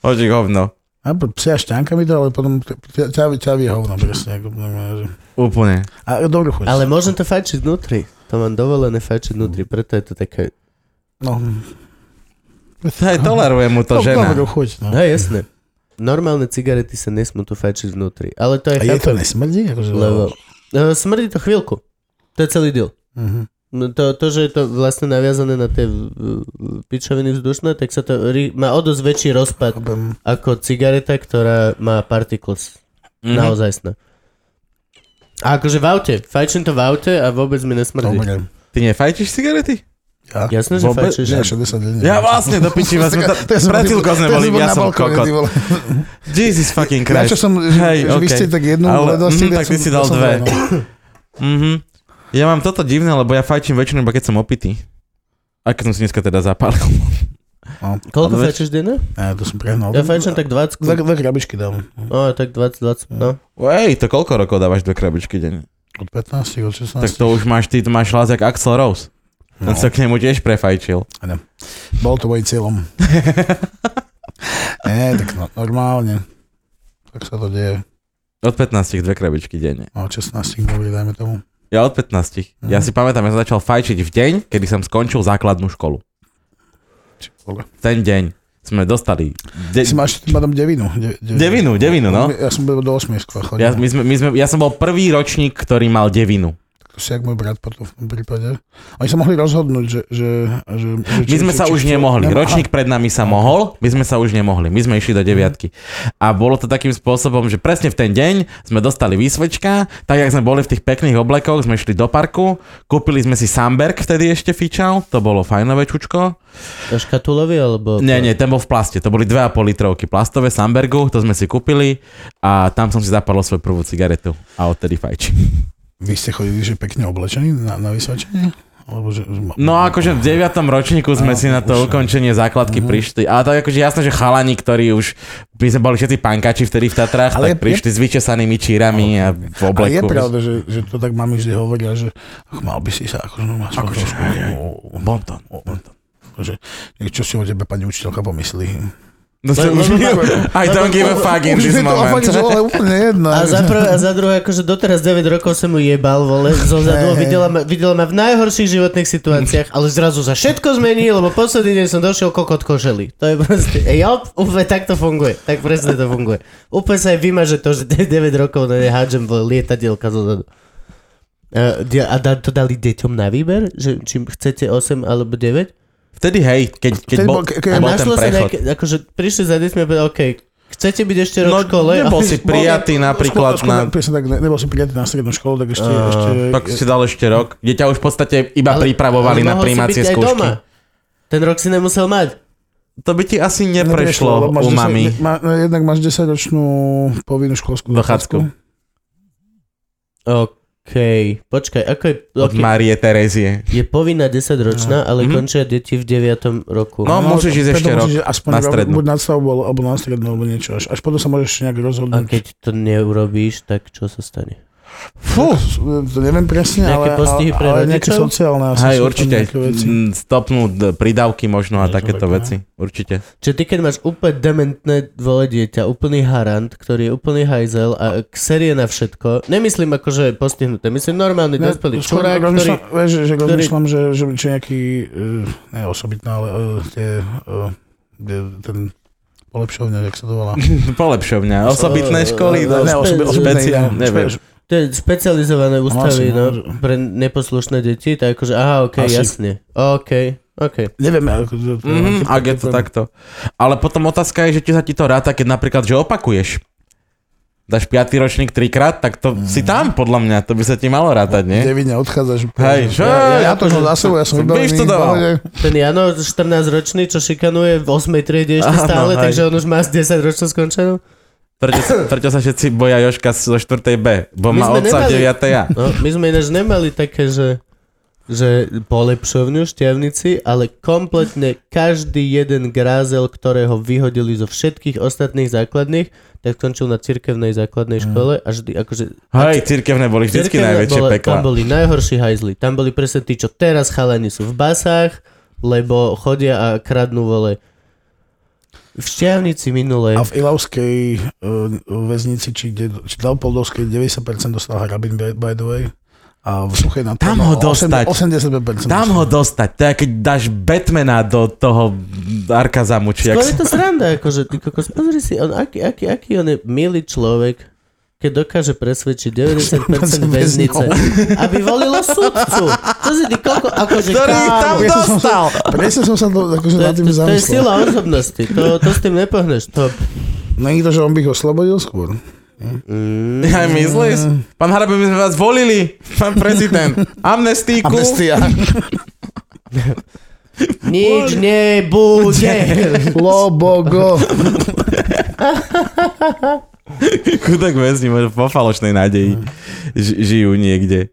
B: Hoži hovno.
A: A p- psia šťanka mi to, ale potom t- t- ťavie, ťavie hovno, presne. Ako, normálne, že-
B: Úplne.
A: a dobrú chuť.
C: Ale môžem to fajčiť vnútri. To mám dovolené fajčiť vnútri, preto je to také...
A: No,
B: Hej, toleruje mu to
A: no,
B: žena.
A: dobrú chuť. No.
C: No jasné. Normálne cigarety sa nesmú tu fajčiť vnútri. Ale to je...
A: A je to
C: chápem.
A: nesmrdí? Akože,
C: Lebo e, smrdí to chvíľku. To je celý deal.
A: Mhm.
C: No To, to, že je to vlastne naviazané na tie v- v- pičoviny vzdušné, tak sa to ri- má o dosť väčší rozpad
A: Chápem.
C: ako cigareta, ktorá má particles. Mm-hmm.
B: Mhm.
C: Naozaj sná. A akože v aute. Fajčím to v aute a vôbec mi nesmrdí.
A: Dobre.
B: Ty nefajčíš cigarety?
A: Ja?
C: Jasné, že
B: Vôbec
C: fajčíš.
A: Nie, 60 dní.
B: Ja vlastne do piči vás sme ta- pred chvíľkou sme boli, ja som kokot. Jesus fucking
A: Na
B: Christ.
A: čo som, že,
B: Hej,
A: že vy
B: okej.
A: ste tak jednu
B: Ale-
A: hľadosti,
B: mhm, tak ty si dal
A: som
B: dve.
A: no.
B: Mhm. Ja mám toto divné, lebo ja fajčím väčšinou iba keď som opitý. A keď som si dneska teda zapálil.
C: Koľko
B: Ale veď-
C: fajčíš denne?
A: Ja, No. to som prehnal.
C: Ja fajčím tak 20.
A: Dve, dve krabičky dám.
C: No, tak 20, 20. No.
B: Ej, to koľko rokov dávaš do krabičky deň?
A: Od 15, od 16.
B: Tak to už máš, ty to máš hlas jak Axel Rose. Ten
A: No.
B: sa k nemu tiež prefajčil.
A: Bol to môj cieľom. Nie, tak no, normálne. Tak sa to deje.
B: Od 15 dve krabičky denne.
A: No, 16, dobre, dajme tomu.
B: Ja od 15. Ja
A: Mhm.
B: si pamätám, ja som začal fajčiť v deň, kedy som skončil základnú školu.
A: Či vole.
B: Ten deň sme dostali de-
A: Si máš tým pádom devinu. De, de,
B: devinu, devinu, no.
A: Ja som bol do 8 skôr chodil.
B: Ja, my sme, my sme, ja som bol prvý ročník, ktorý mal devinu.
A: To si jak môj brat potom v tom prípade. Oni sa mohli rozhodnúť, že... že, že, že
B: My sme sa už nemohli. Ročník pred nami sa mohol, my sme sa už nemohli. My sme išli do deviatky. A bolo to takým spôsobom, že presne v ten deň sme dostali výsvečka, tak jak sme boli v tých pekných oblekoch, sme šli do parku, kúpili sme si Samberg, vtedy ešte fičal, to bolo fajnové čučko.
C: A škatulový alebo...
B: Nie, nie, ten bol v plaste, to boli 2,5 litrovky plastové Sambergu, to sme si kúpili a tam som si zapalil svoju prvú cigaretu a odtedy fajči.
A: Vy ste chodili, že pekne oblečení na, na vysvedčenie? Alebo že... že ma-
B: No akože v 9. ročníku sme
A: No,
B: si na to
A: už-
B: ukončenie
A: Mhm.
B: základky prišli. A tak akože jasné, že chalani, ktorí už by sme boli všetci pankači vtedy v Tatrách,
A: Ale
B: tak
A: je-
B: prišli s vyčesanými čírami a
A: Ale
B: v
A: je
B: obleku.
A: pravda, že, že to tak mami vždy hovoria, že ach, mal by si sa akože... No, máš trošku, o- o-
B: Bonton.
A: o- o- že, čo si o tebe pani učiteľka pomyslí.
B: No to
C: Lebo-
B: už mi...
C: lebo-
B: I don't give a fuck in
A: Už
B: this
A: je to a
B: moment.
A: fakt, že ale úplne jedno.
C: A za prvé a za druhé, akože doteraz 9 rokov som ju jebal, vole, zo
A: Hej,
C: zadu,
A: hej.
C: videla ma, videla ma v najhorších životných situáciách, ale zrazu sa všetko zmení, lebo posledný deň som došiel kokot koželi. To je proste, e, jo, úplne tak to funguje, tak presne to funguje. Úplne sa aj vymaže to, že 9 rokov na ne hádžem vole, lietadielka zo zadu. E, dia- A da- to dali deťom na výber, že či chcete 8 alebo 9?
B: Vtedy hej, keď, keď
A: Vtedy
B: bol,
A: bol- ke-
B: keď
A: keď-
C: A
B: bol ten
C: našlo sa
B: prechod.
C: nejaké, akože prišli za deťmi a povedali, OK, chcete byť ešte rok
B: No,
C: v škole?
B: nebol
C: Ale-
B: si prijatý napríklad
A: Skôr,
B: na...
A: presne tak, ne- nebol som prijatý na strednú školu, tak ešte... ešte
B: Tak si dal ešte rok, kde ťa už v podstate iba
C: Ale-
B: pripravovali
C: ale
B: na
C: mohol si
B: príjmacie
C: byť aj doma.
B: skúšky.
C: Ten rok si nemusel mať.
B: To by ti asi
A: lebo
B: neprešlo
A: máš
B: u
A: 10
B: mami.
A: ne- ma- no, jednak máš 10-ročnú povinnú školskú
B: Dochádzku.
C: OK, počkaj, ako je...
B: Od
C: Okay.
B: Márie Terezie.
C: Je povinná 10 ročná, ale
B: Mhm.
C: končia deti v 9. roku.
B: No, musíš ísť
A: preto
B: ešte
A: musíš
B: rok
A: ísť aspoň
B: na
A: rok,
B: strednú.
A: Buď na stavbu, alebo- alebo na strednú, alebo niečo. Až, až potom sa môžeš nejak
C: A
A: rozhodnúť.
C: keď to neurobíš, tak čo sa stane?
A: Fú, to neviem presne,
C: Nejaké
A: ale,
C: postihy
A: ale,
C: pre
A: ale nejaké
C: rodičov?
A: sociálne asi sú
B: Hej,
A: tam
B: určite.
A: nejaké veci.
B: Mm, Stopnú d- prídavky možno a
A: Niečo
B: takéto
A: také.
B: veci. Určite.
C: Čiže ty keď máš úplne dementné vole dieťa, úplný harant, ktorý je úplný hajzel a serie na všetko, nemyslím ako, že je postihnuté, myslím normálny
B: No,
A: Ne,
C: dospelý
A: skôr
C: čurák, ktorý...
A: rozmýšľam- vieš, že
C: ktorý-
A: rozmýšľam, že, že či nejaký, eh, ne osobitná, ale eh, tie, eh, kde ten polepšovňa, jak sa to volá. E,
B: Polepšovňa. Osobitné
A: Eh,
B: školy.
A: Ne, osobi,
C: špe-
A: osobitná,
B: špeciálne, neviem.
C: To je špecializované
A: asi,
C: ústavy
A: no,
C: no, pre neposlušné deti, tak akože, aha, ok,
A: Asi.
C: jasne. Ok, ok.
A: Neviem, e, ako to... to-
B: Mhm,
A: to-
B: ak je to takto. Ale potom otázka je, že či sa ti to ráta, keď napríklad, že opakuješ. Dáš piatý ročník trikrát, tak to si tam, podľa mňa. To by sa ti malo rátať, nie?
A: Deviňa odchádzaš.
B: Hej, že?
A: ja, ja, ja to mám za sebou, ja som
B: Som
A: vybavený.
B: vyštudoval.
A: pohode.
C: Ten Jano, 14-ročný, čo šikanuje v 8. triede ešte
B: Áno,
C: stále,
B: hej.
C: takže on už má 10 ročnú skončenú.
B: Prečo, sa- prečo sa všetci boja Joška zo 4. B? Bo
C: My
B: má
C: sme
B: otca v
C: nemali-
B: 9. A.
C: No, my sme ináč nemali také, že, že polepšovňu šťavnici, ale kompletne každý jeden grázel, ktorého vyhodili zo všetkých ostatných základných, tak skončil na cirkevnej základnej škole a vždy akože...
B: Hej, cirkevné boli vždycky
C: cirkevná
B: najväčšie
C: bola-
B: pekla.
C: Tam boli najhorší hajzli. Tam boli presne tí, čo teraz chalani sú v basách, lebo chodia a kradnú vole. V šťavnici minule...
A: A v Ilavskej uh, väznici, či, kde, či Leopoldovskej, 90% dostal Harabin, by, by the way. A v Suchej na
B: Tam ho dostať.
A: 85%.
B: Dám ho dostať, to je keď dáš Batmana do toho Arkazamu, či jak
C: Skôr je to sranda, akože, ty kokos, pozri si, on, aký, aký, aký on je milý človek, keď dokáže presvedčiť 90% väznice, aby volilo sudcu. Čo si ty koko, akože
B: Ktorý tam
C: kámo.
A: Ja som
B: dostal.
A: Presne som sa to, akože
C: To,
A: na
C: je-
A: tým
C: to, to je
A: zamyslel.
C: sila osobnosti, to, to s tým nepohneš. To,
A: Není to, že on by ich oslobodil skôr.
B: Ja myslíš? Pán Harabe, my sme vás volili, pán prezident. Amnestíku.
A: Amnestia.
C: nič nebude.
A: Lobogo.
B: Chudák väzni, možno po falošnej nádeji ž- žijú niekde.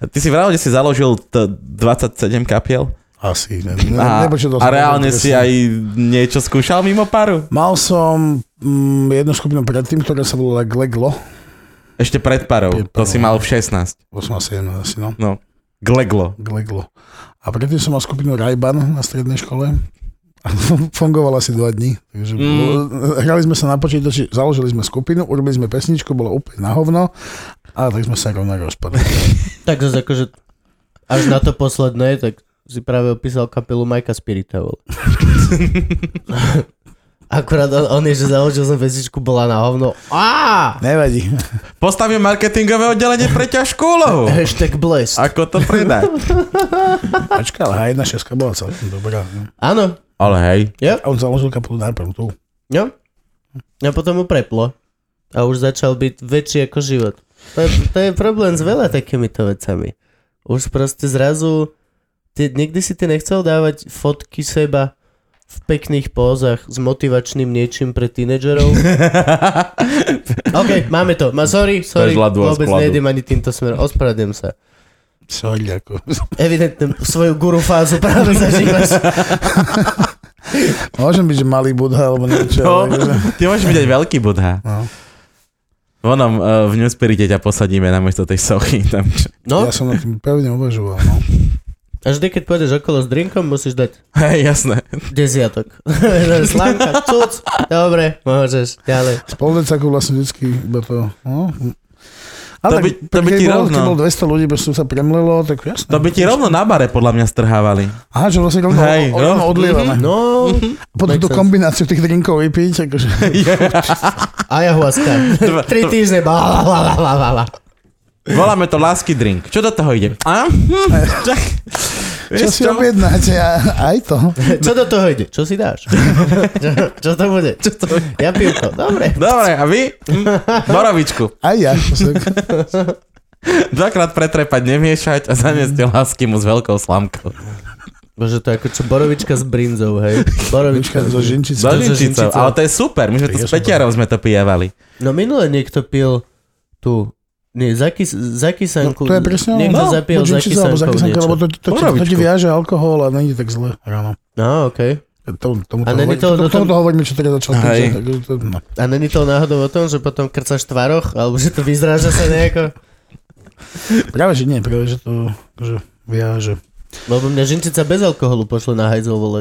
B: A Ty si vravel, že si založil t- 27 kapiel
A: Asi. Ne, ne,
B: a,
A: nepočítal
B: a
A: som to
B: reálne
A: presne.
B: si aj niečo skúšal mimo paru?
A: Mal som mm, jednu skupinu predtým, ktorá sa volala Gleglo.
B: Ešte pred parou,
A: Pred
B: to
A: parou.
B: si mal v 16.
A: 8 asi, no.
B: No, gleglo.
A: Gleglo. A predtým som mal skupinu Rajban na strednej škole. A fungovala asi dva dní. Takže
B: Mm.
A: Hrali sme sa na počítači, založili sme skupinu, urobili sme pesničku, bolo úplne na hovno. A tak sme sa rovno rozpadli.
C: tak zase akože, až na to posledné, tak si práve opísal kapelu Majka Spirita. vole. Akurát on, on je, že založil som väzičku, bola na hovno. Á!
A: Nevadí.
B: Postavím marketingové oddelenie pre ťažkú úlohu.
C: Hashtag blessed.
B: Ako to predať?
A: Počkaj, ale jedna šeska bola celkom dobrá. no.
C: Áno,
B: Ale hej,
A: A on založil kapelu najprv tu.
C: jo. A potom mu preplo. A už začal byť väčší ako život. To je, to je problém s veľa takýmito vecami. Už proste zrazu... Ty, nikdy si ty nechcel dávať fotky seba v pekných pózach s motivačným niečím pre tínedžerov. OK, máme to. Ma, sorry, sorry.
B: z ľadu a z
C: Vôbec
B: kladu.
C: nejdem ani týmto smerom. Ospravedlňujem sa.
A: Sorry, ako.
C: Evidentne svoju guru fázu práve zažívaš.
A: Môžem byť, že malý Budha, alebo niečo.
B: No,
A: ale-
B: ty môžeš byť aj veľký budha.
A: No.
B: Vonom e, v New Spirite ťa posadíme na miesto tej sochy. Tam, čo-
C: No,
A: Ja som na tým pevne uvažoval. No.
C: a vždy, keď pôjdeš okolo s drinkom, musíš dať
B: hej, jasné.
C: Desiatok. Slanka, cuc. Dobre, môžeš ďalej.
A: Spoludecáku vlastne vždycky iba to... No.
B: To
A: Ale
B: by- to by
A: keď
B: ti
A: bolo-
B: rovno.
A: Keď bolo 200 ľudí, bez sa premlelo, tak jasné.
B: To by ti rovno na bare podľa mňa strhávali.
A: Aha, že vlastne rovno,
B: Hej,
A: Hej, rovno
B: rovno.
A: odlievané.
C: No,
A: Potom
C: Make
A: tú
C: sense.
A: kombináciu tých drinkov vypiť, akože...
C: ayahuasca.
B: Dva-
C: Tri týždne. Bá, bá, bá, bá, bá, bá, bá.
B: Voláme to lásky drink. Čo do toho ide? A? Hm, tak-
A: Čo si
B: Vieš
A: objednáte? A, aj to.
C: Čo do toho ide? Čo si dáš? Čo, čo to bude? Čo to Ja pijem to. Dobre.
B: Dobre, a vy? Hm, Borovičku.
A: Aj ja.
B: Dvakrát pretrepať, nemiešať a zaniesť lásky mu s veľkou slamkou.
C: Bože, to je ako čo borovička s brinzou, hej. Borovička
A: Počkaj, zo
C: s
A: Žinčice.
B: Do
C: so
B: žinčicou.
C: žinčicou.
B: Ale to je super. My sme to
A: je
B: s Peťarom sme to pijavali.
C: No minule niekto pil tu nie, zakys, zakysanku.
A: To je presne... ono.
C: Niekto
A: No,
C: zapil
A: buď Žinčica, alebo
C: zakysankou
A: zakysanka, lebo
C: niečo.
A: to, to, to, ti- to ti
B: Borovičku.
A: viaže alkohol a není tak zle ráno.
C: No, okej.
A: Tomu, tomu,
C: A
A: to,
C: není
A: hovorím,
C: to-
A: to, tomu to hovoríme, čo teda začal
B: Hej.
A: písať. takže to- no.
C: A není to náhodou o tom, že potom krcaš tvaroch, alebo že to vyzráža sa nejako?
A: Práve, že nie, práve, že to že viaže.
C: Lebo mňa žinčica bez alkoholu pošle na hajzel vole.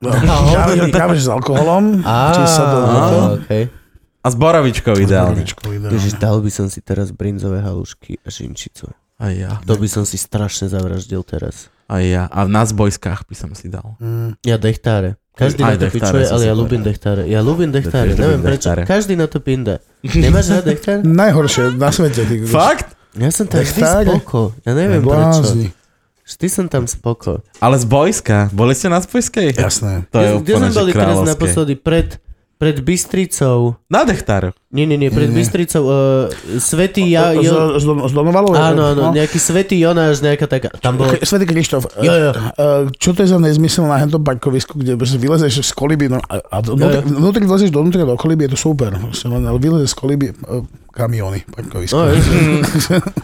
A: No, práve, že, práve, že s alkoholom. Či sa do
C: no,
A: do-
C: okay.
B: A s borovičkou ideálne.
A: Borovičkou ideálne.
C: Ježiš, dal by som si teraz brinzové halušky a žinčicu.
B: A ja.
C: To by som si strašne zavraždil teraz.
B: A ja. A na zbojskách by som si dal.
A: Mm.
C: Ja dechtáre. Každý
B: Aj
C: na to
B: dechtáre
C: pičuje,
B: som si
C: ale ja
B: povedal.
C: ľúbim dechtáre. Ja ľúbim dechtáre,
B: tiež
C: neviem
B: ľúbim
C: prečo.
B: dechtáre.
C: Každý na to pinda. Nemáš rád dechtár?
A: Najhoršie na svete. Ty, kokos.
B: Fakt?
C: Ja som tam vždy
A: Dechtáre?
C: spoko. Ja neviem prečo.
A: Blázni.
C: Vždy som tam spoko.
B: Ale z bojska. Boli ste na zbojskej?
A: Jasné.
B: To je
C: Kde
B: úplne,
C: sme
B: že
C: boli teraz
B: kráľovské.
C: naposledy? Pred, pred Bystricou.
B: Na dechtároch.
C: Nie, nie, nie, pred
A: Nie, nie.
C: Bystricou. Uh, Svetý ja,
A: Z-
C: jo,
A: z- z- Z Donovalu?
C: Áno, áno, nejaký Svetý Jonáš, nejaká taká. Tam bolo...
A: Svetý Krištof,
C: Jo, jo.
A: e, čo to je za nezmysel na hentom parkovisku, kde proste vylezeš z koliby no, a, a vnútri,
C: Jo,
A: vnútri vlezeš dovnútra do koliby, je to super. Proste len, Ale vylezeš z koliby e, kamiony parkovisko.
C: No,
A: No,
C: je-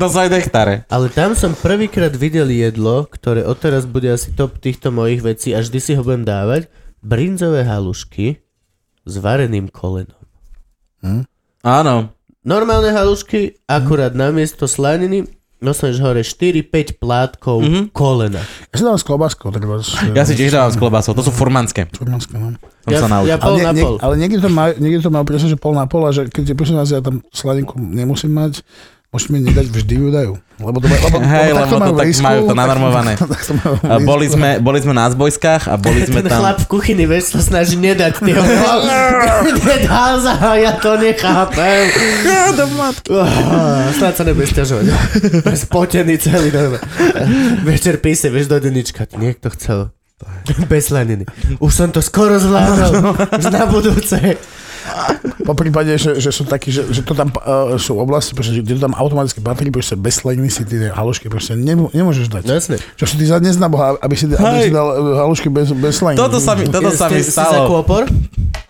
B: To sú aj dechtáre.
C: ale tam som prvýkrát videl jedlo, ktoré odteraz bude asi top týchto mojich vecí a vždy si ho budem dávať. Brinzové halušky s vareným kolenom.
B: Áno.
C: Normálne
B: Mhm.
C: halušky, akurát namiesto slaniny nosíš hore 4-5 plátkov
B: Mhm.
C: kolena.
A: ja si dávam s klobáskou, treba. s-
B: Ja si tiež dávam s klobásou. To sú furmanské.
A: Čurmanská, no.
B: Som
C: Ja-
B: sa naučil.
C: ja Pol na pol.
A: ale niekde to, má, niekde to má presne, že pol na pol a že keď je prosím vás, ja tam slaninku nemusím mať, môžete mi nedať, vždy ju dajú. Lebo to, má, lebo,
B: Hej,
A: takto
B: lebo to
A: v
B: tak
A: lístku,
B: majú to nanormované.
A: tak- takto majú v
B: A Boli
A: lístku.
B: sme, boli sme na zbojskách a boli sme
C: Ten
B: tam...
C: chlap v kuchyni, vieš, sa snaží nedať tie Nedá sa, ja to nechápem. Ja do matky. Snad sa nebude stiažovať. Spotený celý. dobre. Večer píse, vieš, do denníčka. Niekto chcel. Bez slaniny. Už som to skoro zvládol. Už na budúce.
A: Po prípade, že, že sú takí, že, že to tam uh, sú oblasti, pretože, kde to tam automaticky patrí, pretože bez slaniny si tie halušky proste nemô, nemôžeš dať.
C: Jasne.
A: Čo si ty za dnes naboha, aby si, aby si
B: Hej.
A: dal eh, halušky bez, bez slaniny.
B: Toto sa mi, toto sa mi
C: Ste- ste za
B: stalo.
C: kôpor?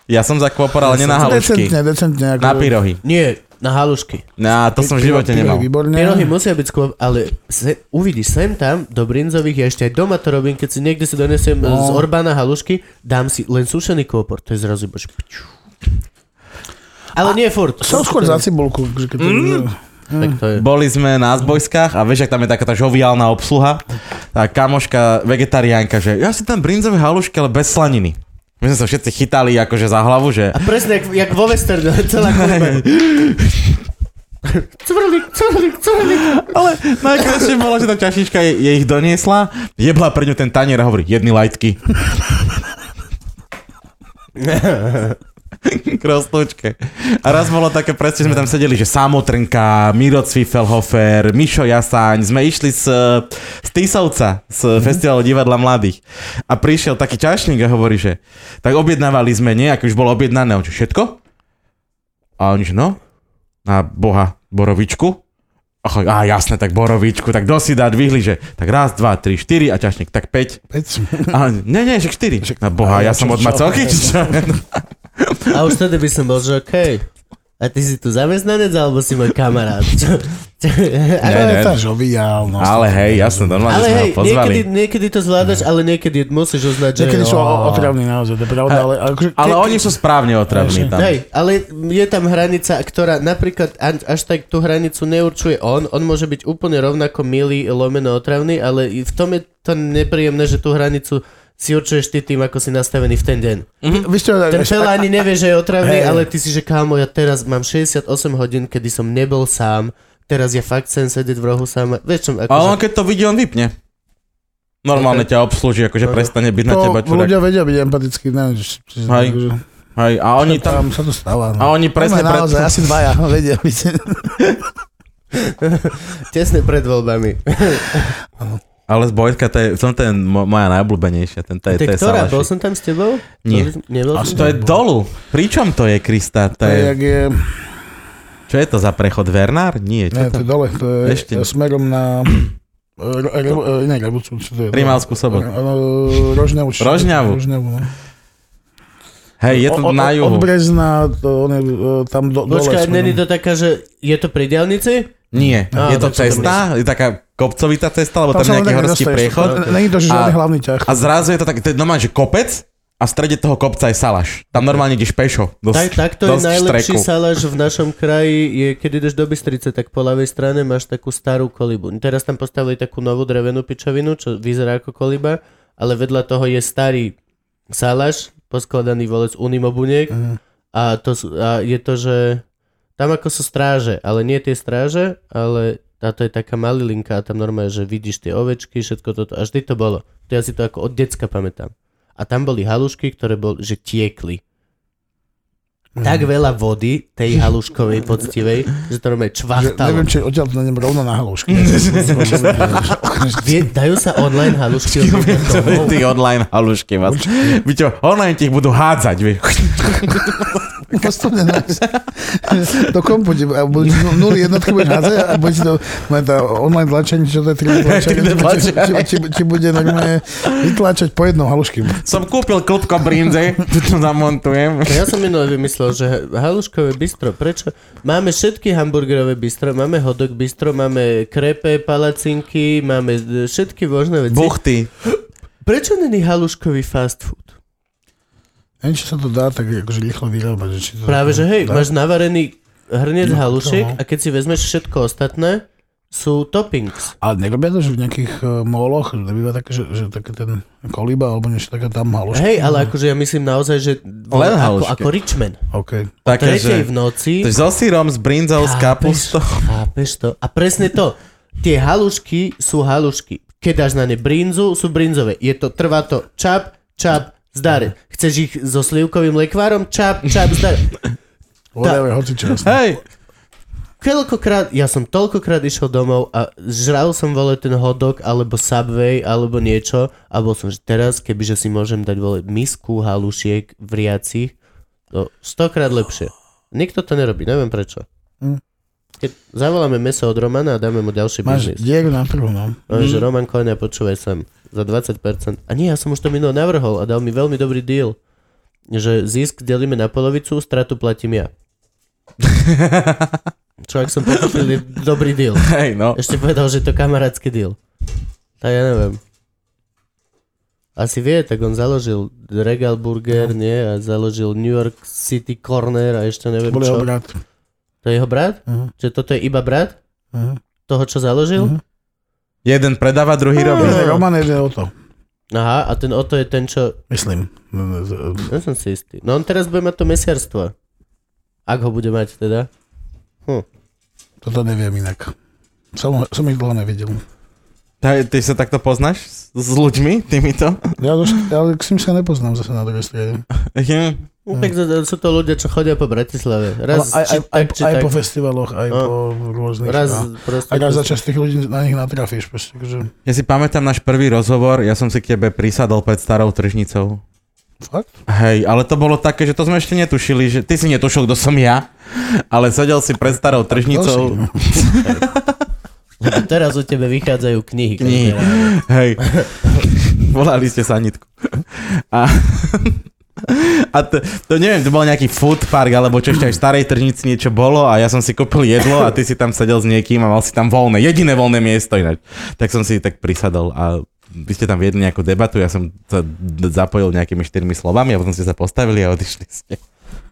B: Ja som za kvopor, ale nie na halušky.
A: Decentne, decentne. Ako,
B: Na pyrohy.
C: Nie, na halušky.
B: Na, to som v živote
A: Pyro- pyro
B: nemal.
A: je Výborné.
C: Pyrohy musia byť skôr, ale se, uvidíš sem tam, do brinzových, ja ešte aj doma to robím, keď si niekde si donesiem no. z Orbána halušky, dám si len sušený kôpor, to je zrazu iba že pču. Ale nie furt.
A: Som skôr za cibulku. Že keď mm.
C: Tak to je.
B: Boli sme na zbojskách a vieš, ak tam je taká tá žoviálna obsluha, tá kamoška vegetariánka, že ja si tam brinzové halušky, ale bez slaniny. My sme sa všetci chytali akože za hlavu, že
C: A presne, jak, jak vo Westerne, celá kúpa. Cvrlik, cvrlik, cvrlik.
B: ale najkrajšie bolo, že tá čašička je, je ich doniesla, jebla pre ňu ten tanier a hovorí, jedny lajtky. K rozlúčke. A raz bolo také presne, sme tam sedeli, že Samotrnka, Miro Cvifelhofer, Mišo Jasaň, sme išli z, z Tisovca, z Festivalu divadla mladých. A prišiel taký čašník a hovorí, že tak objednávali sme, nie, ako už bolo objednané, on, že všetko? A oni, že no, na boha, borovičku. A, cho- a jasné, tak borovičku, tak kto si dá dvihli, že tak raz, dva, tri, štyri a ťažník, tak päť. A on, nie, nie, však štyri. Na boha, ja som od macelky, či čo?
C: A už tedy by som bol, že okej. A ty si tu zamestnanec, alebo si môj kamarát? Čo- čo-
A: To
B: Ne,
A: je
B: ne.
A: tá žoviálnosť.
B: Ale hej, jasné, normálne
C: Ale
B: sme
C: hej,
B: ho pozvali.
C: niekedy, niekedy to zvládaš, ale niekedy musíš uznať, že...
A: Niekedy sú
C: jo.
A: o- otravní naozaj, to je pravda, ale... Akože,
B: Ale oni sú správne otravní tam.
C: Hej, ale je tam hranica, ktorá napríklad an- až tak tú hranicu neurčuje on. On môže byť úplne rovnako milý, lomeno otravný, ale i v tom je to nepríjemné, že tú hranicu si určuješ ty tým, ako si nastavený v ten deň.
A: Vy ste,
C: Ten fela ani nevie, že je otravný,
A: Hej.
C: ale ty si, že kámo, ja teraz mám 68 hodín, kedy som nebol sám, teraz ja fakt chcem sedieť v rohu sám. Vieš čo,
B: Ale on
C: akože...
B: keď to vidí, on vypne. Normálne ťa obslúži, akože prestane byť na
A: to
B: teba čurák.
A: ľudia vedia byť empatickí, neviem, že- že-
B: Hej.
A: že-
B: Hej, a oni
A: tam
B: tam...
A: sa to stáva.
B: A oni presne
A: pred... Naozaj,
B: pred...
A: asi dvaja vedia byť.
C: Tesne pred voľbami.
B: Ale z Bojska, to je, som ten mo- moja najobľúbenejšia, ten to je,
C: Ty,
B: to je
C: ktorá?
B: Salaši.
C: Bol som tam s tebou?
B: Nie.
C: Bol- Nebol
B: A
C: som?
B: to je dolu. Pričom to je, Krista?
A: To
B: To je,
A: je, jak je,
B: čo je to za prechod? Vernár? Nie,
A: ne, to
B: čo to?
A: je dole, to je
B: Ešte.
A: Ešte. smerom na... Ro, ro, ro, ne, Rebucu, čo to je?
B: Rimavskú sobotu.
A: Ro- ro- Rožňavu. či-
B: Rožňavu.
A: Rožňavu, no.
B: Hej, je to
A: O- o-
B: na
A: o-
B: juhu.
A: Od Brezna, to on je e, tam do, dole.
C: Počkaj,
A: smerom.
C: není to taká, že je to pri diálnici?
B: Nie,
C: Á,
B: je to
C: tak som
B: cesta, je taká kopcovitá cesta, lebo tam
A: sa len
B: nejaký
A: tak
B: horský
A: nedostaješ.
B: priechod.
A: Není to že žiadny
B: A-
A: hlavný ťah.
B: A zrazu je to tak, to je normálne, že kopec a a v strede toho kopca je salaš. Tam normálne ideš pešo. Dosť,
C: Tak, takto je
B: dosť v
C: najlepší
B: štreku.
C: salaž v našom kraji, je, keď ideš do Bystrice, tak po ľavej strane máš takú starú kolibu. Teraz tam postavili takú novú drevenú pičovinu, čo vyzerá ako koliba, ale vedľa toho je starý salaž, poskladaný volec unimobuniek a, to, sú- a je to, že tam ako sú stráže, ale nie tie stráže, ale a to je taká malilinka a tam normálne, že vidíš tie ovečky, všetko toto. A vždy to bolo. To ja si to ako od decka pamätám. A tam boli halušky, ktoré bol, že tiekli.
A: Mhm.
C: Tak veľa vody, tej haluškovej poctivej, že to normálne čvachtalo.
A: Neviem, či odtiaľ to nem rovno na halúšky.
C: Vie, dajú sa online halušky od
B: Vy Tí online halušky vás. Vy ťa online ti ich budú hádzať, vy.
A: Postupne na- do kompu ti a budeš nu- nuly jednotky budeš hádzať a bude ti to mať tá online tlačenie, čo to je 3D tlačenie,
B: 3D
A: ti, ti, ti, ti bude normálne vytlačať po jednom halušky.
B: Som kúpil klopko brinze, to namontujem.
C: Ja som minule vymyslel, že haluškové bistro, prečo? Máme všetky hamburgerové bistro, máme hodok bistro, máme krepe, palacinky, máme e, všetky možné veci.
B: Buchty.
C: Prečo není haluškový fast food?
A: Neviem, či sa to dá tak akože rýchlo vyrábať. že Či to
C: Práve, že hej,
A: dá.
C: máš navarený hrniec
A: no.
C: halušiek a keď si vezmeš všetko ostatné, sú toppings.
A: Ale nerobia to, že v nejakých uh, moloch, že býva také, že, že také ten kolíba alebo niečo také tam halušky. no.
C: Hej, ale akože ja myslím naozaj, že
B: Len
C: ako,
B: halušky.
C: ako Richmond.
A: OK.
B: Také, že...
C: Tretej v noci.
B: Takže so sírom, s brinzou, s kapustou.
C: Chápeš to? A presne to. Tie halušky sú halušky. Keď dáš na ne brinzu, sú brinzové. Je to, trvá to čap, čap,
A: Mhm.
C: zdar. Chceš ich so slivkovým lekvárom? Čap, čap, zdar.
A: Whatever, hoci čo.
B: Hej,
C: Koľkokrát, ja som toľkokrát išiel domov a žral som vole ten hodok alebo Subway alebo niečo a bol som, že teraz kebyže si môžem dať vole misku halušiek vriacich, to stokrát lepšie. Nikto to nerobí, neviem prečo. Keď zavoláme meso od Romana a dáme mu ďalší
A: Máš
C: biznis.
A: dieru na trhu, no.
C: Povieš, že Roman Koňa, počúvaj sem, za 20%. A nie, ja som už to minulé navrhol a dal mi veľmi dobrý deal. Že zisk delíme na polovicu, stratu platím ja. Čo ak som pochopil, je dobrý deal.
B: hej, no.
C: Ešte povedal, že je to kamarátsky deal. Tak ja neviem. Asi vie, tak on založil Regal Burger, nie? A založil New York City Corner a ešte neviem
A: Bol
C: čo.
A: jeho brat.
C: To je jeho brat?
A: Mhm.
C: Čiže toto je iba brat?
A: Mhm.
C: Toho, čo založil?
B: Jeden predáva, druhý robí.
A: Jeden je Roman, jeden je Oto.
C: Aha, a ten Oto je ten, čo
A: Myslím.
C: Ja som si istý. No on teraz bude mať to mesiarstvo. Ak ho bude mať teda.
A: Toto neviem inak. Som, som ich dlho nevidel.
B: Ty, ty sa takto poznáš s, s ľuďmi, týmito?
A: Ja, už, ja s ním sa nepoznám zase na druhej strane.
B: Hm.
C: No, tak za- sú to ľudia, čo chodia po Bratislave.
A: Ale
C: Raz,
A: aj, aj,
C: či,
A: aj,
C: tak, či
A: aj
C: tak.
A: po festivaloch, aj
C: No.
A: po rôznych.
C: raz
A: no.
C: proste.
A: Ak raz za čas tých ľudí na nich natrafíš. Proste, že,
B: Ja si pamätám náš prvý rozhovor, ja som si k tebe prisadol pred starou tržnicou.
A: fakt?
B: Hej, ale to bolo také, že to sme ešte netušili, že ty si netušil, kto som ja, ale sedel si pred starou
A: no.
B: tržnicou.
C: Lebo teraz o tebe vychádzajú knihy.
B: Knihy.
C: každé ráno.
B: Hej. Volali ste sanitku. A, a to, to neviem, to bol nejaký food park, alebo čo ešte aj v starej tržnici niečo bolo a ja som si kúpil jedlo a ty si tam sedel s niekým a mal si tam voľné, jediné voľné miesto ináč. Tak som si tak prisadol a vy ste tam viedli nejakú debatu, ja som sa d- zapojil nejakými štyrmi slovami a potom ste sa postavili a odišli ste.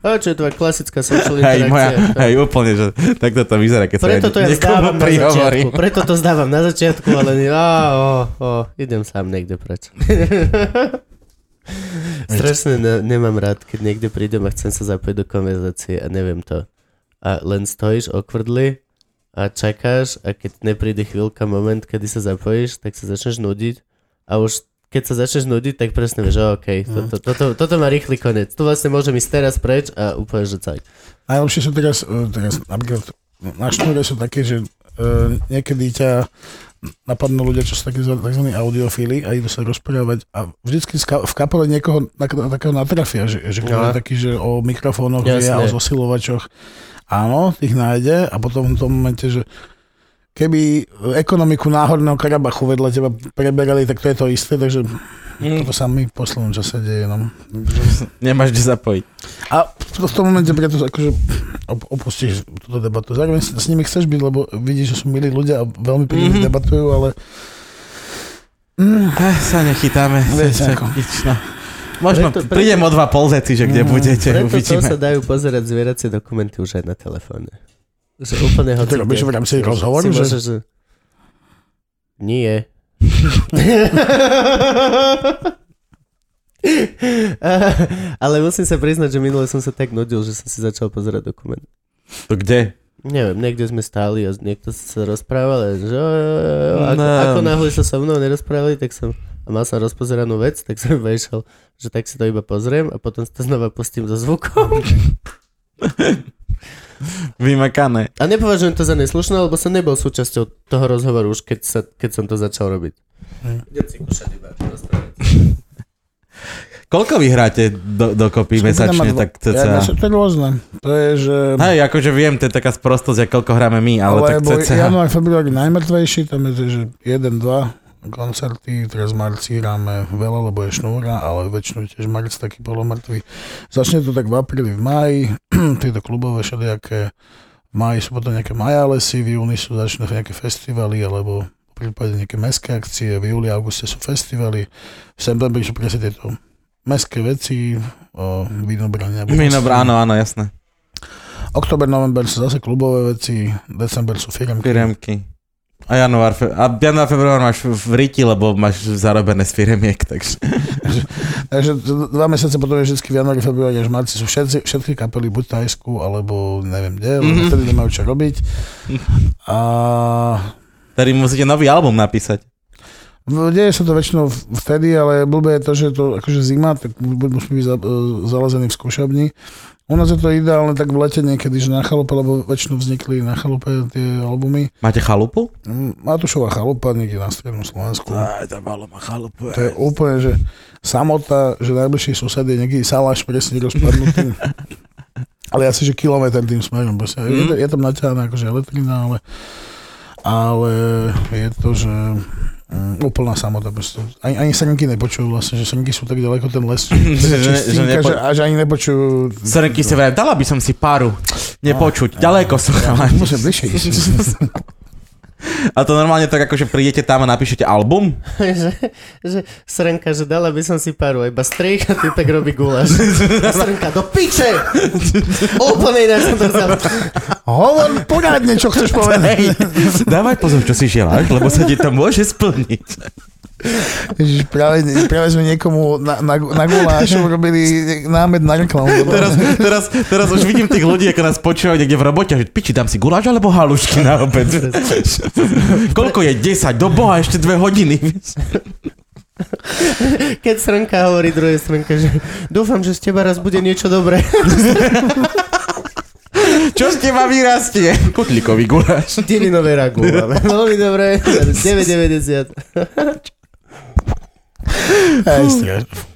C: A čo je tvoja klasická social
B: Hej, moja,
C: interakcia.
B: hej, úplne, že takto to vyzerá, keď sa
C: Preto to ja
B: niekomu
C: zdávam na
B: prihovorí.
C: začiatku. Preto to zdávam na začiatku, ale nie, á, ó, ó, idem sám niekde preč. Strašne ne, nemám rád, keď niekde prídem a chcem sa zapojiť do konverzácie a neviem to. A len stojíš okvrdli a čakáš a keď nepríde chvíľka, moment, kedy sa zapojíš, tak sa začneš nudiť a už keď sa začneš nudiť, tak presne vieš, že OK,
B: Mhm.
C: toto, toto, toto má rýchly koniec. Tu vlastne môžem ísť teraz preč a úplne, že cajk.
A: Najlepšie sú teraz, e, teraz napríklad na šnúre sú také, že e, niekedy ťa napadnú ľudia, čo sú takí za- tzv. audiofíli a idú sa rozprávať a vždycky z ka- v kapele niekoho na, na takého natrafia, že, že kto je
C: Aha.
A: taký, že o mikrofónoch vie
C: Jasné.
A: a o zosilovačoch. Áno, tých nájde a potom v tom momente, že keby ekonomiku náhodného Karabachu vedľa teba preberali, tak to je to isté, takže
B: Mm,
A: to sa mi v poslednom čase deje. No.
B: Nemáš kde zapojiť.
A: A v v tom momente preto akože op- opustíš túto debatu. Zároveň s, s nimi chceš byť, lebo vidíš, že sú milí ľudia a veľmi príjemne
B: Mhm.
A: mm-hmm. debatujú, ale
B: Eh, sa nechytáme.
A: Viete
B: Sa-
A: ako.
B: nič, no. Možno
C: Preto- preto-
B: prídem o dva polzeci, že kde budete,
C: Preto to sa
B: uvidíme.
C: dajú pozerať zvieracie dokumenty už aj na telefóne. Že úplne hoci
A: To robíš v
C: kde.
A: rámci rozhovoru,
C: Si
A: že-
C: môžeš, že... Nie. Ale musím sa priznať, že minule som sa tak nudil, že som si začal pozerať dokument.
B: To kde?
C: Neviem, niekde sme stáli a niekto sa rozprával a že, "Jo, jo, jo, jo." ako,
B: Ne.
C: ako náhle sa so mnou nerozprávali, tak som a mal som rozpozeranú vec, tak som vešiel, že tak si to iba pozriem a potom si to znova pustím so zvukom.
B: Vymakané.
C: A nepovažujem to za neslušné, lebo som nebol súčasťou toho rozhovoru už keď, sa, keď som to začal robiť.
B: Koľko vy hráte do, dokopy mesačne, tak
A: Ja,
B: cca?
A: to je rôzne. To je, že...
B: Hej, akože viem, to je taká sprostosť, ako koľko hráme my, ale tak
A: Lebo
B: cca.
A: január, február je najmŕtvejší, tam je to, že 1, 2 koncerty, teraz v marci hráme veľa, lebo je šnúra, ale väčšinou je tiež marc taký polomrtvý. Začne to tak v apríli, v máji, tieto klubové všelijaké, v máji sú potom nejaké majalesy, v júni sú začne nejaké festivaly, alebo v prípade nejaké mestské akcie, v júli, auguste sú festivaly, v septembri sú presne tieto mestské veci, o, vinobrania.
B: My, dobrá, áno, áno, jasné.
A: Oktober, november sú zase klubové veci, december sú firmky.
B: Firemky. A január, fe- a január, február máš v riti, lebo máš zarobené z firemiek, takže...
A: Takže d- dva mesiace potom je vždy v januári, februári až marci sú všetci, všetky kapely buď v Tajsku, alebo neviem kde, lebo
B: Mhm.
A: vtedy nemajú čo robiť. A
B: Tedy musíte nový album napísať.
A: v- no, deje sa to väčšinou v- vtedy, ale blbé je to, že je to akože zima, tak buď musíme byť za, e, zalezení v skúšobni. U nás je to ideálne tak v lete niekedy, že na chalupe, lebo väčšinou vznikli na chalupe tie albumy.
B: Máte chalupu?
A: Mm, Matušová chalupa niekde na strednom Slovensku.
B: Aj, tá malo má chalupu.
A: To je úplne, že samota, že najbližší sused je niekde salaš presne rozpadnutý. ale asi, že kilometr tým smerom.
B: Mhm.
A: Proste. Je, to- je, tam naťahaná akože elektrina, ale, ale je to, že mm, úplná samota. Proste. Ani, ani srnky nepočujú vlastne, že srnky sú tak ďaleko ten les.
B: Že-
A: že,
B: že- že
A: čistinka,
B: nepo-
A: že, a že ani nepočujú.
B: Srnky si vraj, dala by som si paru. Nepočuť, ďaleko som chalani.
A: Musím bližšie ísť.
B: A to normálne tak akože prídete tam a napíšete album?
C: že, že srnka, že dala by som si paru, a iba strich a ty tak robí guláš. A srnka, do piče! úplne ináč som to vzal.
A: Hovor poradne, čo chceš povedať.
B: Hej, dávaj pozor, čo si želáš, lebo sa ti to môže splniť.
A: Ježiš, práve, práve sme niekomu na, na, na gulášu robili námed na reklamu. no.
B: Teraz, teraz, teraz už vidím tých ľudí, ako nás počúvajú niekde v robote, že piči, dám si guláš alebo halušky na obed. Koľko je? 10, do boha ešte dve hodiny.
C: Keď srnka hovorí druhej srnke, že dúfam, že z teba raz bude niečo dobré.
B: Čo z teba vyrastie? Kutlikový guláš.
C: Divinové ragu. máme. Veľmi dobré. 9,90.
A: Aj strašne.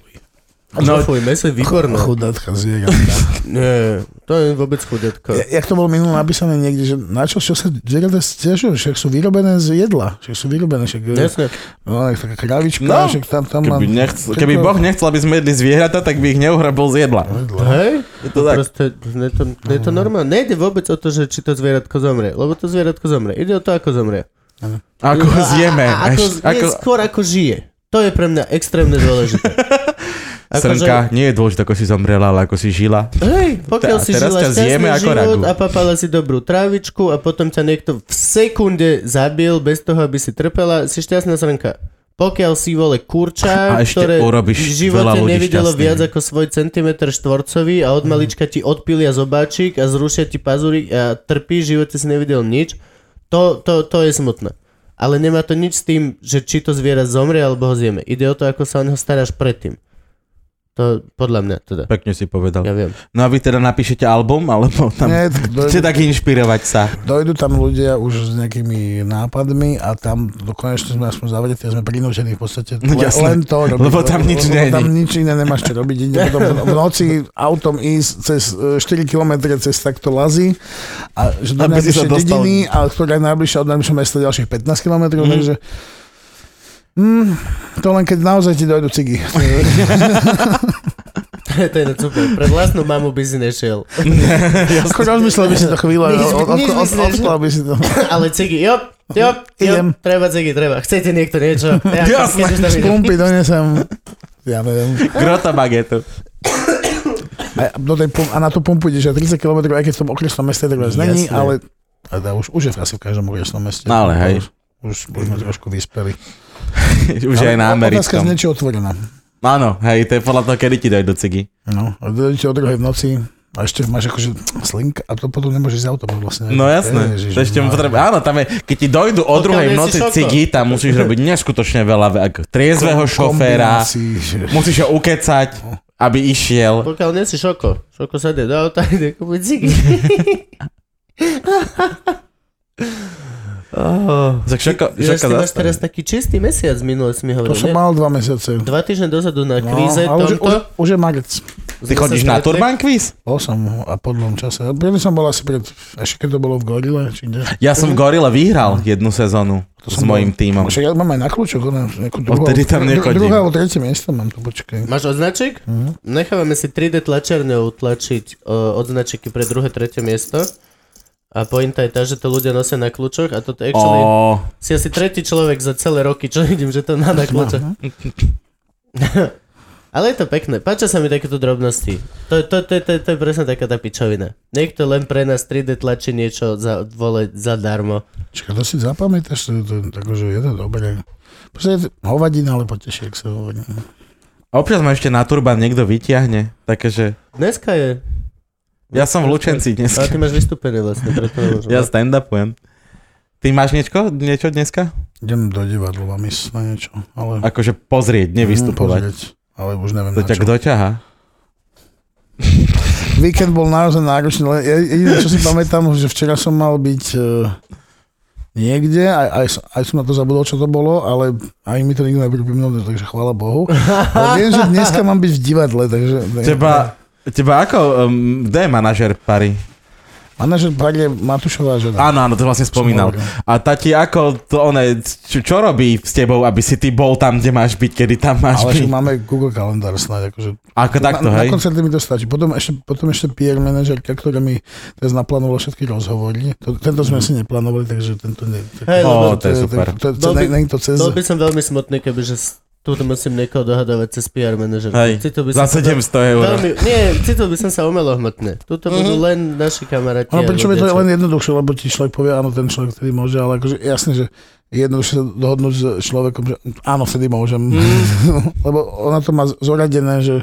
C: No, fuj, meso je výborné.
A: Chudátka zvieratka.
C: Nie, to je vôbec chudetka.
A: Ja- Jak to bolo minulé napísané niekde, že na čo, čo sa zvieratá stiažujú, však sú vyrobené z jedla, však sú vyrobené, však
C: Jasne.
A: no, je taká kravička,
B: No.
A: však tam, tam
B: Keby, nechcel, keby Boh nechcel, aby sme jedli zvieratá, tak by ich neuhrabil z jedla.
C: Hej?
B: Je to tak.
C: Proste, je to, je to normálne. Nejde vôbec o to, že či to zvieratko zomrie, lebo to zvieratko zomrie. Ide o to, ako zomrie. No
B: Ako
C: A- a-
B: zjeme.
C: A, a, ako,
B: Eš-
C: ako...
B: ako,
C: skôr ako žije. To je pre mňa extrémne dôležité.
B: Srnka, nie je dôležité, ako si zomrela, ale ako si žila.
C: Hej, pokiaľ
B: Tá,
C: si
B: teraz
C: žila
B: ťa
C: šťastný
B: zjeme ako
C: život
B: ragu.
C: a papala si dobrú trávičku a potom ťa niekto v sekunde zabil bez toho, aby si trpela, si šťastná srnka. Pokiaľ si vole
B: A
C: kurča,
B: ešte
C: ktoré
B: urobíš
C: v
B: veľa
C: živote
B: ľudí
C: nevidelo
B: šťastnými. Mhm.
C: viac ako svoj centimetr štvorcový a od malička ti odpilia zobáčik a zrušia ti pazurík a trpíš, v živote si nevidel nič, to, to, to je smutné. Ale nemá to nič s tým, že či to zviera zomrie alebo ho zjeme. Ide o to, ako sa o neho staráš predtým. To podľa mňa teda.
B: Pekne si povedal.
C: Ja viem.
B: No a vy teda napíšete album, alebo tam...
A: Nie, tak
B: Chcete
A: dojdu,
B: tak inšpirovať sa.
A: dojdu tam ľudia už s nejakými nápadmi a tam no, konečne sme aspoň zavretí a sme prinútení v podstate
B: No,
A: le,
B: jasné.
A: len to robiť.
B: Lebo tam nič
A: lebo tam
B: není.
A: nič iné nemáš čo robiť. Ide potom v noci autom ísť cez e, 4 km cez takto lazy a že do
B: Aby si sa
A: najbližšej
B: dostal-
A: dediny, a ktorá je najbližšia od najbližšieho mesta ďalších 15 km,
B: Mhm.
A: mm. takže mm, to len keď naozaj ti dojdu cigy.
C: to je to super. Pre vlastnú mamu by si nešiel.
A: Ako rozmyslel by si to chvíľa,
C: Nič-
A: od- od-
C: nič
A: od-
C: myslíš,
A: odklal by si to.
C: Ale cigy, jop, jop, jop,
A: Idem.
C: treba cigy, treba. Chcete niekto niečo? Ja,
B: Jasné.
C: keď už tam idem.
A: Špumpy donesem. ja neviem.
B: Grota bagetu.
A: A, do tej pum- a na tú pumpu ideš aj 30 km, aj keď v tom okresnom meste tak vás není,
B: Jasné.
A: ale a teda už, už je asi v každom okresnom meste.
B: No ale
A: To
B: hej.
A: Už, už, už sme trošku vyspeli.
B: Už aj
A: Ale
B: na
A: o- Otázka
B: americkom.
A: z niečo otvorená.
B: Áno, hej, to je podľa toho, kedy ti dojdu cigy.
A: No, a dojdete o druhej v noci a ešte máš akože slinka a to potom nemôžeš z autobom vlastne.
B: No jasné,
A: Ježiš,
B: to ešte
A: no.
B: potrebuje. Áno, tam je, keď ti dojdu o
D: nie
B: druhej v
D: si
B: noci
D: šoko.
B: cigy, tam musíš robiť neskutočne veľa ve- ako triezveho šoféra,
A: Kombinácií, že-
B: musíš ho ukecať, aby išiel.
C: Pokiaľ nie si šoko. Šoko sa ide do auta, ide kúpiť cigy.
B: Tak šoko,
C: Ináč,
B: šoko
C: ty máš
B: zastav.
C: teraz taký čistý mesiac, minule si mi
A: To
C: hovoril,
A: som
C: nie?
A: mal dva mesiace.
C: Dva týždne dozadu na
A: No,
C: kríze
A: ale už, už,
C: tomto.
A: už je marec.
B: Ty chodíš na Turban quiz?
A: Bol som a po dlhom čase. Prvý som bol asi pred, ešte keď to bolo v Gorile, či kde.
B: Ja som v Gorile vyhral jednu sezónu s mojim tímom.
A: Však ja mám aj na kľúčok, ona nejakú druhú,
B: Odtedy tam
A: dru-
B: nechodím.
A: druhé alebo tretie miesto mám tu, počkaj.
C: Máš odznačik?
A: Mhm.
C: Nechávame si 3D tlačerňou tlačiť o, odznačiky pre druhé, tretie miesto. A pointa je tá, že to ľudia nosia na kľúčoch a toto actually
B: Ó,
C: si asi tretí človek za celé roky, čo vidím, že to má
A: No.
C: na kľúčoch. Ale je to pekné. Páčia sa mi takéto drobnosti. To, to, to, to, to je presne taká tá pičovina. Niekto len pre nás 3D tlačí niečo za, vole, zadarmo.
A: Čakaj, to si zapamätáš, to, to, akože je to dobré. Proste je to hovadina, ale poteší, ak sa hovorí.
B: občas ma ešte na Turban niekto vyťahne, takže
C: Dneska je.
B: ja som v Lučenci dnes.
C: A ty máš vystúpenie vlastne, preto nemôžem.
B: Ja stand-upujem. Ty máš niečo, niečo dneska?
A: Idem do divadla, mám ísť na niečo, ale... Mm,
B: Akože pozrieť, nevystupovať.
A: Pozrieť, ale už neviem
B: To
A: na
B: ťa
A: čo.
B: kto ťaha?
A: Víkend bol naozaj náročný, ale je- jediné, čo si pamätám, že včera som mal byť e, niekde, aj, aj, som- aj som na to zabudol, čo to bolo, ale aj mi to nikto nepripomínal, takže chvála Bohu. Ale viem, že dneska mám byť v divadle, takže...
B: Teba, teba ako, um, kde je manažer Pary?
A: Manažer Pari je Matušová žena.
B: Áno, áno, to vlastne spomínal.
A: hovoril.
B: A tati, ako to one, čo, čo robí s tebou, aby si ty bol tam, kde máš byť, kedy tam máš
A: Ale
B: byť?
A: však máme Google kalendár snáď, akože
B: Ako takto,
A: na, na
B: hej?
A: koncerty mi to stačí. Potom ešte, potom ešte PR manažerka, ktorá mi teraz naplánovala všetky rozhovory. To, tento sme si neplánovali, takže tento ne...
C: Hej,
B: Ó, Mhm.
C: lebo
B: to je super.
A: To, to, to,
C: Bol
A: ne-
C: by-
A: není to cez...
C: Bol by som veľmi smutný, keby že s- tu musím niekoho dohadovať cez PR manažera.
B: Hej,
C: Cítil by
B: za
C: som sa
B: 700 eur.
C: Veľmi, nie, cítil by som sa umelo hmotne. Tuto
A: Mhm.
C: budú len naši kamaráti.
A: Ono
C: a
A: pričom je No,
C: ľudia,
A: to
C: čo-
A: len jednoduchšie, lebo ti človek povie, áno, ten človek vtedy môže, ale akože jasne, že je jednoduchšie sa dohodnúť s človekom, že áno, vtedy môžem.
B: Mhm.
A: lebo ona to má zoradené, že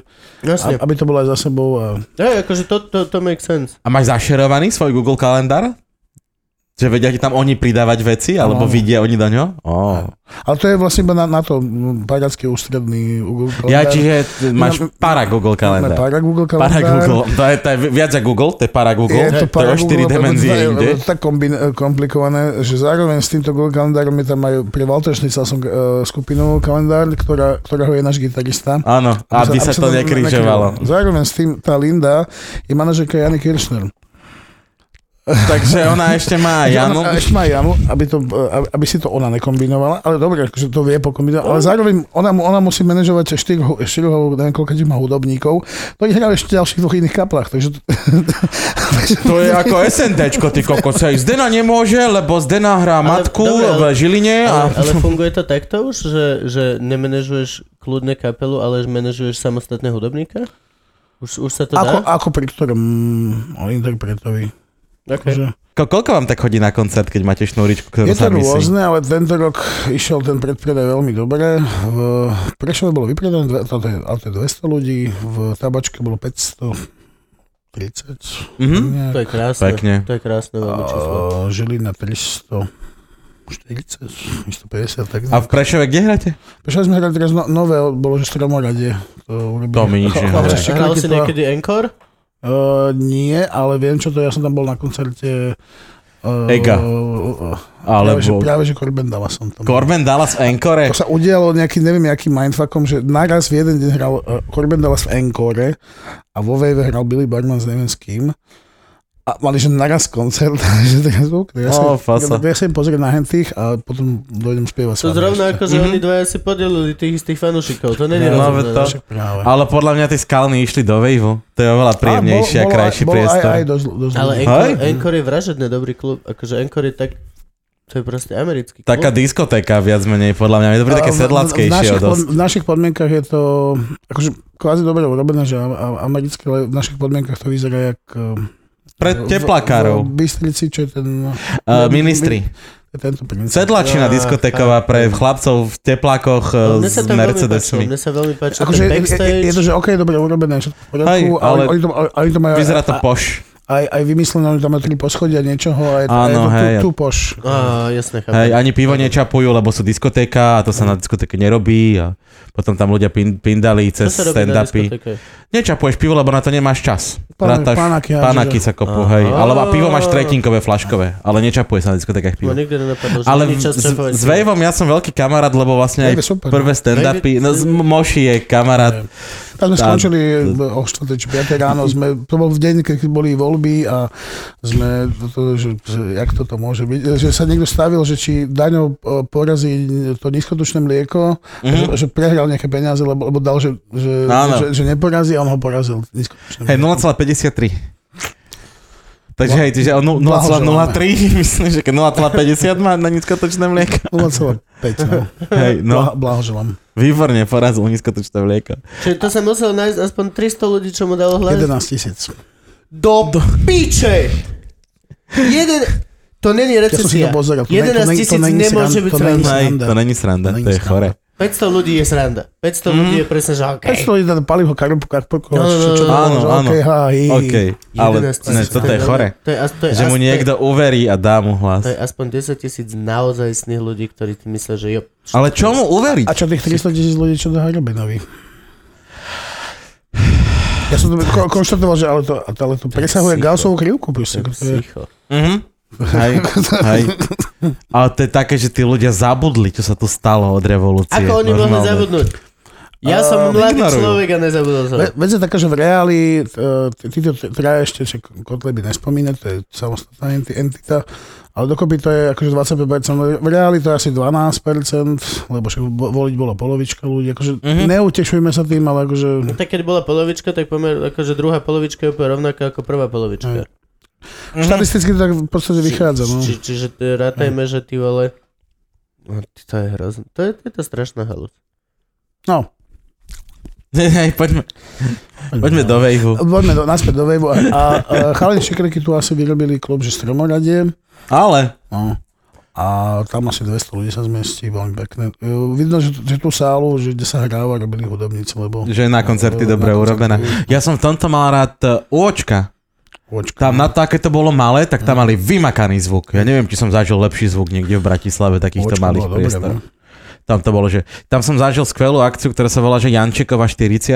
A: a-
C: Jasne.
A: aby to bolo aj za sebou. A...
C: Hej, akože to, to, to make sense.
B: A máš zašerovaný svoj Google kalendár? Že vedia ti tam oni pridávať veci, alebo
A: Áno.
B: vidia oni do ňo? Oh.
A: Ale to je vlastne iba na, na to, m, paďacký ústredný Google
B: Ja,
A: kalendár.
B: čiže t- máš
A: Máme-
B: para Google
A: No, Máme
B: kalendár.
A: para Google
B: Para
A: kalendár.
B: Google, to je, to je viac ako Google, to je para Google,
A: Je to, para
B: o štyri
A: Google,
B: dimenzie
A: lebo to
B: inde.
A: je- lebo to je tak kombin- komplikované, že zároveň s týmto Google kalendárom je tam aj pre Valtrešnica som eh, skupinu kalendár, ktorá, ktorého je náš gitarista.
B: Áno, aby sa to nekrižovalo.
A: Zároveň s tým tá Linda je manažerka Jany Kiršner.
B: Takže ona ešte má Janu.
A: A ešte má Janu, aby, to, aby- aby si to ona nekombinovala, ale dobre, že to vie pokombinovať, ale zároveň ona, mu- ona musí manažovať 4, 4 neviem koľko tých má hudobníkov, ktorí hrajú ešte v ďalších dvoch iných kaplách, takže to,
B: To je ako SNDčko, ty kokos. Aj Zdena nemôže, lebo Zdena hrá
C: Ale-
B: matku v
C: dobre, ale-
B: Žiline a...
C: Ale, ale funguje to takto už, že, že nemenežuješ kľudne kapelu, ale manažuješ samostatného hudobníka? Už, už sa to
A: ako,
C: dá?
A: ako pri ktorom mm, interpretovi.
C: Okay.
A: Že-
B: Ko, koľko vám tak chodí na koncert, keď máte šnúričku, ktorú
A: Je to
B: sa myslí?
A: rôzne, ale tento rok išiel ten predpredaj veľmi dobre. V Prešove bolo vypredané, dve- to je, ale to je 200 ľudí, v Tabačke bolo 530,
B: Mhm.
A: nejak,
C: To je krásne.
B: Pekne.
C: To je krásne veľmi číslo.
A: a Žilina 340, 350, tak.
B: A v Prešove kde hráte?
A: Prešli sme hrať teraz no, nové, bolo že Stromoradie. To, urobili.
B: To mi nič
A: Chlapci
B: nehovorí.
A: ešte
C: Hral si
A: kritikovali.
C: niekedy Encore?
A: Eh, nie, ale viem čo to, je, ja som tam bol na koncerte eh,
B: Ega.
A: eh, Práve, že,
B: Alebo...
A: práve, že Corben Dala som tam.
B: Corben Dallas Encore.
A: To sa udialo nejakým, neviem, akým mindfuckom, že naraz v jeden deň hral uh, Corben Dallas v Encore a vo Wave hral Billy Barman s neviem s kým. A mali, že naraz koncert, že teraz zvuk. Ja, sa,
B: Ó, No, fasa.
A: ja, ja sa im pozriem na hentých a potom dojdem spievať.
C: To
A: sám
C: zrovna
A: ešte.
C: ako, že oni dvaja si podelili tých istých fanúšikov. To není
B: No,
C: rozumné.
B: veď to-
A: Však práve.
B: Ale podľa mňa tie skalny išli do Waveu. To je oveľa príjemnejší a
A: bol- bol
B: krajší
A: aj- bol
B: priestor. No,
A: Aj, aj dosť, dosť
C: Ale
A: ľudí.
B: Hej.
C: Encore, Encore je vražedne dobrý klub. Akože Encore je tak To je proste americký klub.
B: Taká e, diskotéka viac menej, podľa mňa. Je to pri
A: V-
B: také
A: v-
B: sedlackejšie
A: v našich, pod,
B: dosť.
A: v našich podmienkach je to akože kvázi dobre urobené, že a- a- americké, ale v našich podmienkach to vyzerá jak... ehm,
B: Pre
A: v- V,
B: teplakárov.
A: v Bystrici, čo je ten... no,
B: Eh, ministri.
A: je Tento princíp.
B: Sedlačina
C: Á,
B: diskotéková pre chlapcov v teplákoch eh,
C: No, Mne
B: s
C: sa to veľmi páčilo,
B: Mercedesmi.
C: mne sa veľmi páčilo
A: Akože
C: ten
A: je, je,
C: backstage.
A: je, to, že OK, dobre urobené, všetko v
B: Hej,
A: poriadku, ale,
B: ale
A: oni, to, oni to majú
B: Vyzerá to
A: aj,
B: poš.
A: aj, aj vymyslené, oni tam majú tri poschodia niečoho a je to,
B: Áno,
A: Áno, je to
B: hej.
A: tu, tu poš.
C: Á, jasne, chápem.
B: Hej, ani pivo nečapujú, lebo sú diskotéka a to sa na diskotéke nerobí a potom tam ľudia pin, pindali cez
C: Čo sa robí na
B: stand-upy.
C: diskotéke?
B: Nečapuješ pivo, lebo na to nemáš čas.
A: Pán-
B: Rátaš-
A: pánaky hádžeš.
B: pánaky sa kopú, hej. Alebo a pivo máš tretinkové, flaškové, ale nečapuje sa na diskotékach
C: Ma
B: pivo.
C: nikdy nenapadlo, že
B: Ale
C: není
B: v-
C: čas
B: s,
C: čapovať.
B: s Waveom ja som veľký kamarát, lebo vlastne aj
A: Wave je super,
B: prvé stand-upy, no z Moši je kamarát.
A: Tam sme
B: Tá-
A: skončili eh, o 4. či 5. ráno, sme, to bol v deň, keď boli voľby a sme, to, to, že, že, jak toto môže byť, že sa niekto stavil, že či Daňo e, porazí to nízkotučné mlieko,
B: Mhm. No,
A: že, že prehral nejaké peniaze, lebo, lebo dal, že, že,
B: Áno.
A: že, že neporazí a on ho porazil. nízkotučné
B: Hej,
A: mlieko.
B: 0,53. Takže
A: Bla-
B: hej, čiže o nu-
A: blahoželáme.
B: 0,03, myslím, že keď 0,50 má na nízkotočné mlieko.
A: 0,5, no.
B: Hej,
A: no.
B: no,
A: Blahoželám.
B: výborne porazil nízkotočné mlieko.
C: Čiže to sa muselo nájsť aspoň 300 ľudí, čo mu dalo hlas.
A: 11 tisíc.
C: Do, piče! Jeden... To není
A: Ja som si
C: recesia.
A: to pozeral. To
C: 11
A: ne- to ne- to
C: tisíc
A: není sranda,
C: nemôže byť
A: to není
C: sranda.
A: sranda.
B: Hej, to není sranda,
A: To není
B: to je
A: sranda.
B: chore.
C: 500 ľudí je sranda. 500 ľudí je presne, že OK.
A: 500 Mm. ľudí tam palí ho karpu, karpu,
C: No, no, no, no,
B: áno, áno.
A: Okay, hi,
B: OK, ale ne, toto je chore.
C: To je, as- to je
B: Že mu
C: as-
B: niekto uverí a dá mu hlas.
C: To je aspoň 10 tisíc naozaj sných ľudí, ktorí ti myslia, že jo.
B: Ale čo mu uveriť?
A: A čo tých 300 tisíc ľudí, čo dá Harabinovi? Ja som to ko- konštatoval, že ale to, ale to presahuje
C: psycho.
A: Gaussovú krivku. Proste, to je,
C: Psycho.
B: Mhm. Hej, hej. Ale to je také, že tí ľudia zabudli, čo sa tu stalo od revolúcie.
C: Ako oni mohli
B: normálne.
C: zabudnúť? Ja som mladý
B: ignorujú.
C: človek a nezabudol som.
A: Ve- Vec je taká, že v reáli eh, tí- títo t- traja ešte, čo Kotleby nespomína, to je samostatná enti- entita, ale dokopy to je akože 25%, v reáli to je asi 12%, lebo však vo- voliť bola polovička ľudí, akože
B: Mhm.
A: neutešujme sa tým, ale akože
C: No Tak keď bola polovička, tak pomer, akože druhá polovička je úplne rovnaká ako prvá polovička.
B: Mhm.
A: štatisticky to tak v podstate vychádza. No.
C: Či, čiže e, rátajme, že ty vole... No, ty, to je hrozné. To je, to je to strašná halus.
A: no.
B: Hej, poďme, poďme do Waveu.
A: Poďme do, naspäť do Waveu. A, a, a chalani z Šekrky tu asi vyrobili klub, že stromoradie.
B: Ale
A: No. A tam asi 200 ľudí sa zmestí, veľmi pekné. E, Vidno, že, že tú sálu, že kde sa hráva, robili hudobníci, lebo...
B: že je na koncerty
A: lebo
B: dobre
A: na
B: urobená.
A: koncerty-
B: Ja som v tomto mal rád e, Očka.
A: Očka.
B: Tam na to, aké to bolo malé, tak tam mali vymakaný zvuk. Ja neviem, či som zažil lepší zvuk niekde v Bratislave takýchto
A: Očko
B: malých
A: bolo dobré, no.
B: priestorov. Tam to bolo, že... Tam som zažil skvelú akciu, ktorá sa volá, že Jančekova 40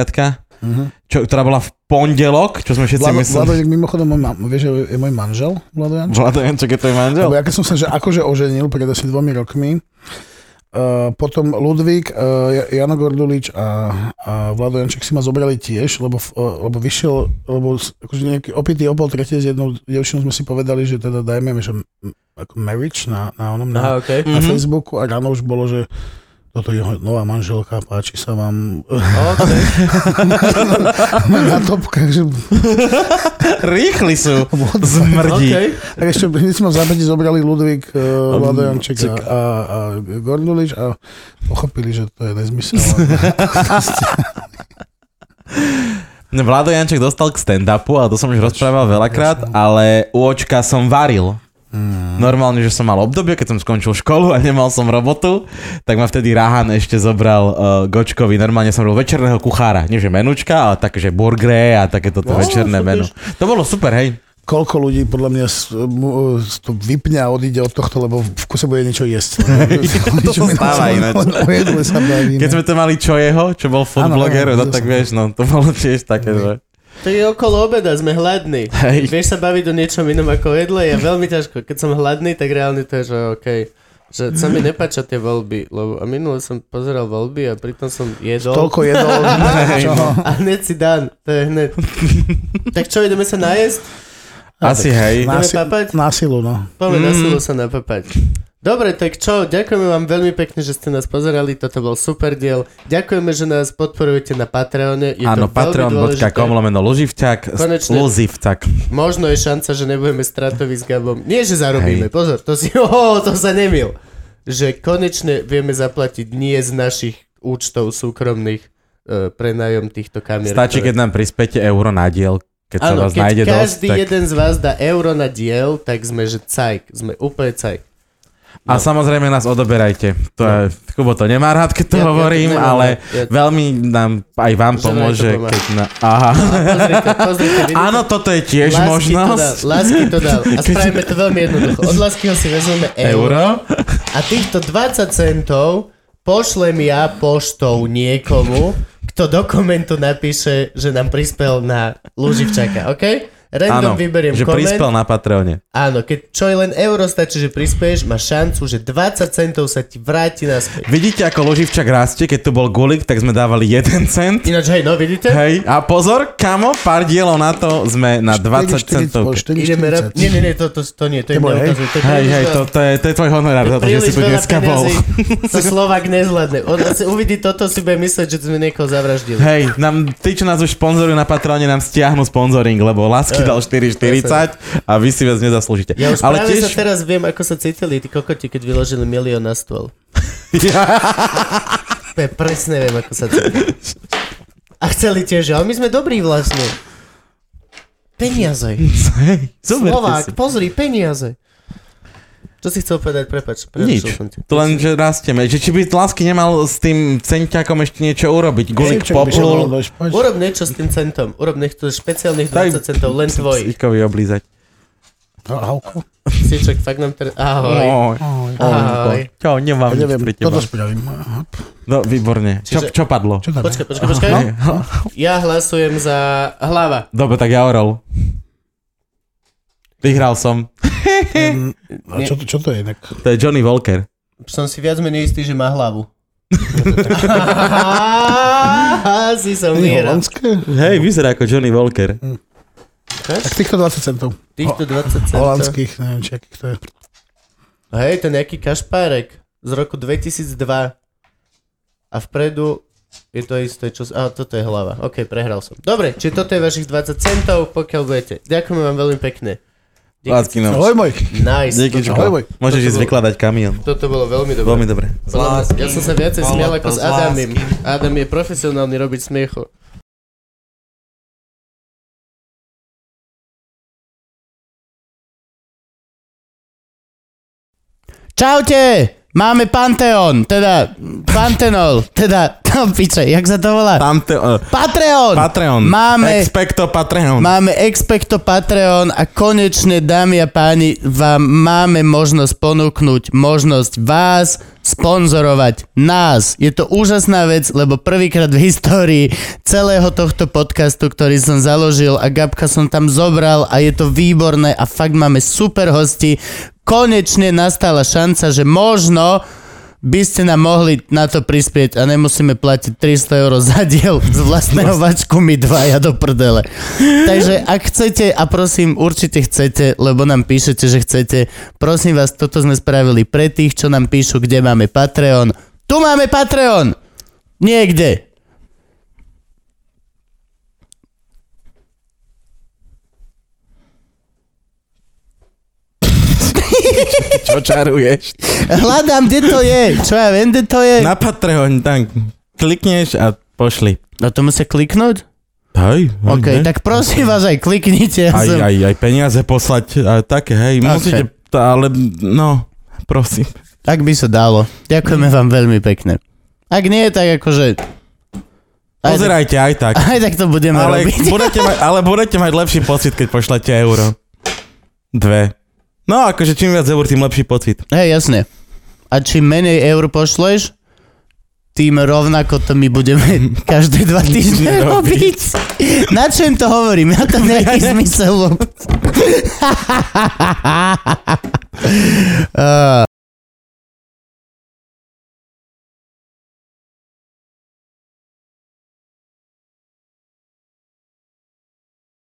A: Mhm.
B: čo, ktorá bola v pondelok, čo sme všetci
A: Vlado, Vlado,
B: mysleli.
A: jak mimochodom, môj ma- vieš, že je môj manžel, Vlado Jančo?
B: Vlado Janček je tvoj manžel?
A: Lebo ja keď som sa že akože oženil pred asi dvomi rokmi, Uh, potom Ludvík, uh, Jano Gordulič a, a Vlado Janček si ma zobrali tiež, lebo, v- uh, lebo vyšiel, lebo s- akože nejaký opitý o pol tretie s jednou dievčinou sme si povedali, že teda dajme že, m- ako marriage na, na onom na,
C: Aha, okej.
A: na
B: Mhm.
A: Facebooku a ráno už bolo, že toto je jeho nová manželka, páči sa vám
C: Okay.
A: na topkách, že
B: Rýchli sú,
A: What the-
B: zmrdí.
C: Okay.
A: A ešte hneď sme v zápäti zobrali Ludvík, uh,
B: A
A: Vlado Janček a,
B: Čeka.
A: a, a Gordulič a pochopili, že to je nezmysel.
B: No, Vlado Janček dostal k stand-upu, ale to som už rozprával veľakrát, ale u očka som varil. Normálne, že som mal obdobie, keď som skončil školu a nemal som robotu, tak ma vtedy Rahan ešte zobral uh, Gočkovi. Normálne som robil večerného kuchára. Nie že menučka, ale také, že burgre a takéto to večerné menu. To bolo super, hej.
A: Koľko ľudí podľa mňa s- mu- s- to vypne a odíde od tohto, lebo v kuse bude niečo jesť.
B: To sa stáva ináč.
A: O jedle No, sa bavíme.
B: Keď sme to mali čo jeho, čo bol food
A: Áno,
B: blogger,
A: áno,
B: no, tak vieš, no to bolo tiež také, že...
C: To je okolo obeda, sme hladní.
B: Hej.
C: Vieš sa baviť o niečom inom ako o jedle, je veľmi ťažko. Keď som hladný, tak reálne to je, že OK. Že sa mi nepáčia tie voľby, lebo a minule som pozeral voľby a pritom som jedol
A: Toľko jedol. že- čo?
C: a hneď si dan, to je hneď. tak čo, ideme sa najesť?
B: Asi hej.
A: Násil,
C: papať?
A: násilu, no.
C: Poďme na
B: Mm.
C: silu sa napapať. Dobre, tak čo, ďakujeme vám veľmi pekne, že ste nás pozerali, toto bol super diel. Ďakujeme, že nás podporujete na Patreone. Je
B: Áno,
C: to veľmi dôležité.
B: patreon.com lomeno loživťak,
C: Konečne.
B: loživťak.
C: Možno je šanca, že nebudeme stratovi s Gabom. Nie, že zarobíme, pozor, to si, oh, to sa nemil. Že konečne vieme zaplatiť nie z našich účtov súkromných e, prenajom týchto kamier.
B: Stačí,
C: ktoré-
B: keď nám prispete euro na diel, keď sa
C: Áno,
B: vás nájde
C: keď
B: dosť,
C: každý
B: tak...
C: jeden z vás dá euro na diel, tak sme, že cajk, sme úplne cajk.
B: A
C: No.
B: samozrejme nás odoberajte. To je, Kubo to nemá rád, keď to
C: Ja- ja to
B: hovorím,
C: nemám
B: ale
C: rád. Ja-
B: veľmi nám aj vám
C: Že nám to
B: pomôže,
C: pomáha.
B: keď na... Aha.
C: Pozrite, pozrite, vidíte?
B: Áno, toto je tiež
C: Lásky
B: možnosť.
C: To dal, lásky to dal. A spravíme to veľmi jednoducho. Od lásky ho si vezmeme euro a týchto 20 centov pošlem ja poštou niekomu, kto do komentu napíše, že nám prispel na Luživčaka, OK?
B: Áno,
C: Random vyberiem
B: že
C: koment.
B: prispel na Patreone.
C: Áno, keď čo je len euro stačí, že prispieš, máš šancu, že 20 centov sa ti vráti naspäť.
B: Vidíte, ako loživčak rastie, keď tu bol gulik, tak sme dávali 1 cent.
C: Ináč, hej, no vidíte?
B: Hej, a pozor, kamo, pár dielov na to sme na 20 centov.
C: Ideme rap... Nie, nie, nie, to, to, to nie, to im
A: To bolo, hej?
C: neukazuj. to je
B: Hej,
C: príliš
B: hej,
C: veľa.
B: to, to, je, to je tvoj honorár za to, že si
C: Príliš
B: tu
C: veľa
B: dneska bol.
C: peňazí, To Slovak nezvládne. On si uvidí toto, si bude myslieť, že sme niekoho zavraždili.
B: Hej, nám, tí, čo nás už sponzorujú na Patreone, nám stiahnu sponzoring, lebo Lásky dal 4,40 a vy si viac nezaslúžite.
C: Ja už
B: Ale
C: práve sa
B: tiež...
C: teraz viem, ako sa cítili tí kokoti, keď vyložili milión na stôl. Pe, presne viem, ako sa cítili. A chceli tiež, že ale my sme dobrí vlastne. Peniaze.
B: Hej, zoberte si.
C: Slovák, pozri, peniaze. Čo si chcel povedať? Prepač,
B: Nič.
C: prerušil som ťa.
B: To len, že rastieme. Že či by Lásky nemal s tým centiakom ešte niečo urobiť. Gulik poplul.
C: Urob niečo s tým centom. Urob nech to je špeciálnych
B: Daj
C: 20 centov, len tvoj.
B: Ikovi oblízať.
A: No,
C: Siček, fakt nám teraz... Ahoj.
B: Oj,
C: Ahoj.
B: Čo, nemám nič
A: Neviem,
B: pri teba.
A: toto spravím. Hop,
B: No, výborne. Čo,
C: Čiže- no?
B: čo padlo?
A: Čo tam je?
C: Počkaj, počkaj, počkaj. Ja hlasujem za hlava.
B: Dobre, tak ja orol. Vyhral som.
A: A čo, to, čo to je inak?
B: To je Johnny Walker.
C: Som si viac menej istý, že má hlavu. si som vyhral.
A: Holandské?
B: Hej, vyzerá ako Johnny Walker.
A: Tak týchto 20 centov.
C: Týchto 20 centov.
A: Holandských, neviem, či akých to je.
C: Hej, to je nejaký kašpárek z roku 2002. A vpredu je to isté, čo... A toto je hlava. OK, prehral som. Dobre, čiže toto je vašich 20 centov, pokiaľ budete. Ďakujem vám veľmi pekne.
B: Lásky, no.
A: Ahoj môj.
C: Nice.
B: Díky,
C: Toto,
A: Ahoj môj.
B: Môžeš
C: Toto
B: ísť
C: bolo-
B: vykladať kamion.
C: toto bolo veľmi dobré.
B: Veľmi dobre.
C: Podľa mňa- Ja som sa viacej
E: bolo
C: smiel
E: to
C: ako s
E: s
C: Adamim.
E: lásky.
C: Adam je profesionálny robiť smiechu.
E: Čaute! Máme Panteon, teda Pantenol, teda, no piče, jak sa to volá?
B: Tamte, uh,
E: Patreon!
B: Patreon.
E: Máme-
B: Expecto Patreon.
E: Máme Expecto Patreon a konečne, dámy a páni, vám máme možnosť ponúknuť možnosť vás sponzorovať nás. Je to úžasná vec, lebo prvýkrát v histórii celého tohto podcastu, ktorý som založil a Gabka som tam zobral a je to výborné a fakt máme super hosti. Konečne nastala šanca, že možno by ste nám mohli na to prispieť a nemusíme platiť 300 eur za diel z vlastného vačku my dvaja do prdele. Takže ak chcete, a prosím, určite chcete, lebo nám píšete, že chcete, prosím vás, toto sme spravili pre tých, čo nám píšu, kde máme Patreon. Tu máme Patreon! Niekde.
B: Čo čaruješ?
E: Hľadám, kde to je. Čo ja viem, kde to je.
B: Na Patreon, tak klikneš a pošli.
E: No to musia kliknúť?
B: Hej, hej, hej.
E: OK, tak prosím vás aj kliknite. Ja
B: Aj,
E: som-
B: aj, aj peniaze poslať, aj také, hej, musíte, to, ale no, prosím.
E: Ak by sa dalo. Ďakujeme vám veľmi pekne. Ak nie, tak akože... Aj,
B: Pozerajte aj tak.
E: Aj tak to budeme
B: Ale
E: robiť.
B: budete, mať, ale budete mať lepší pocit, keď pošlete euro. Dve. No, akože čím viac eur, tým lepší pocit.
E: Hej, jasne. A čím menej eur pošleš, tým rovnako to my budeme každé dva týždne
B: Robiť.
E: robiť. Na čo im to hovorím? Ja to nejaký zmysel. vôbec. Á,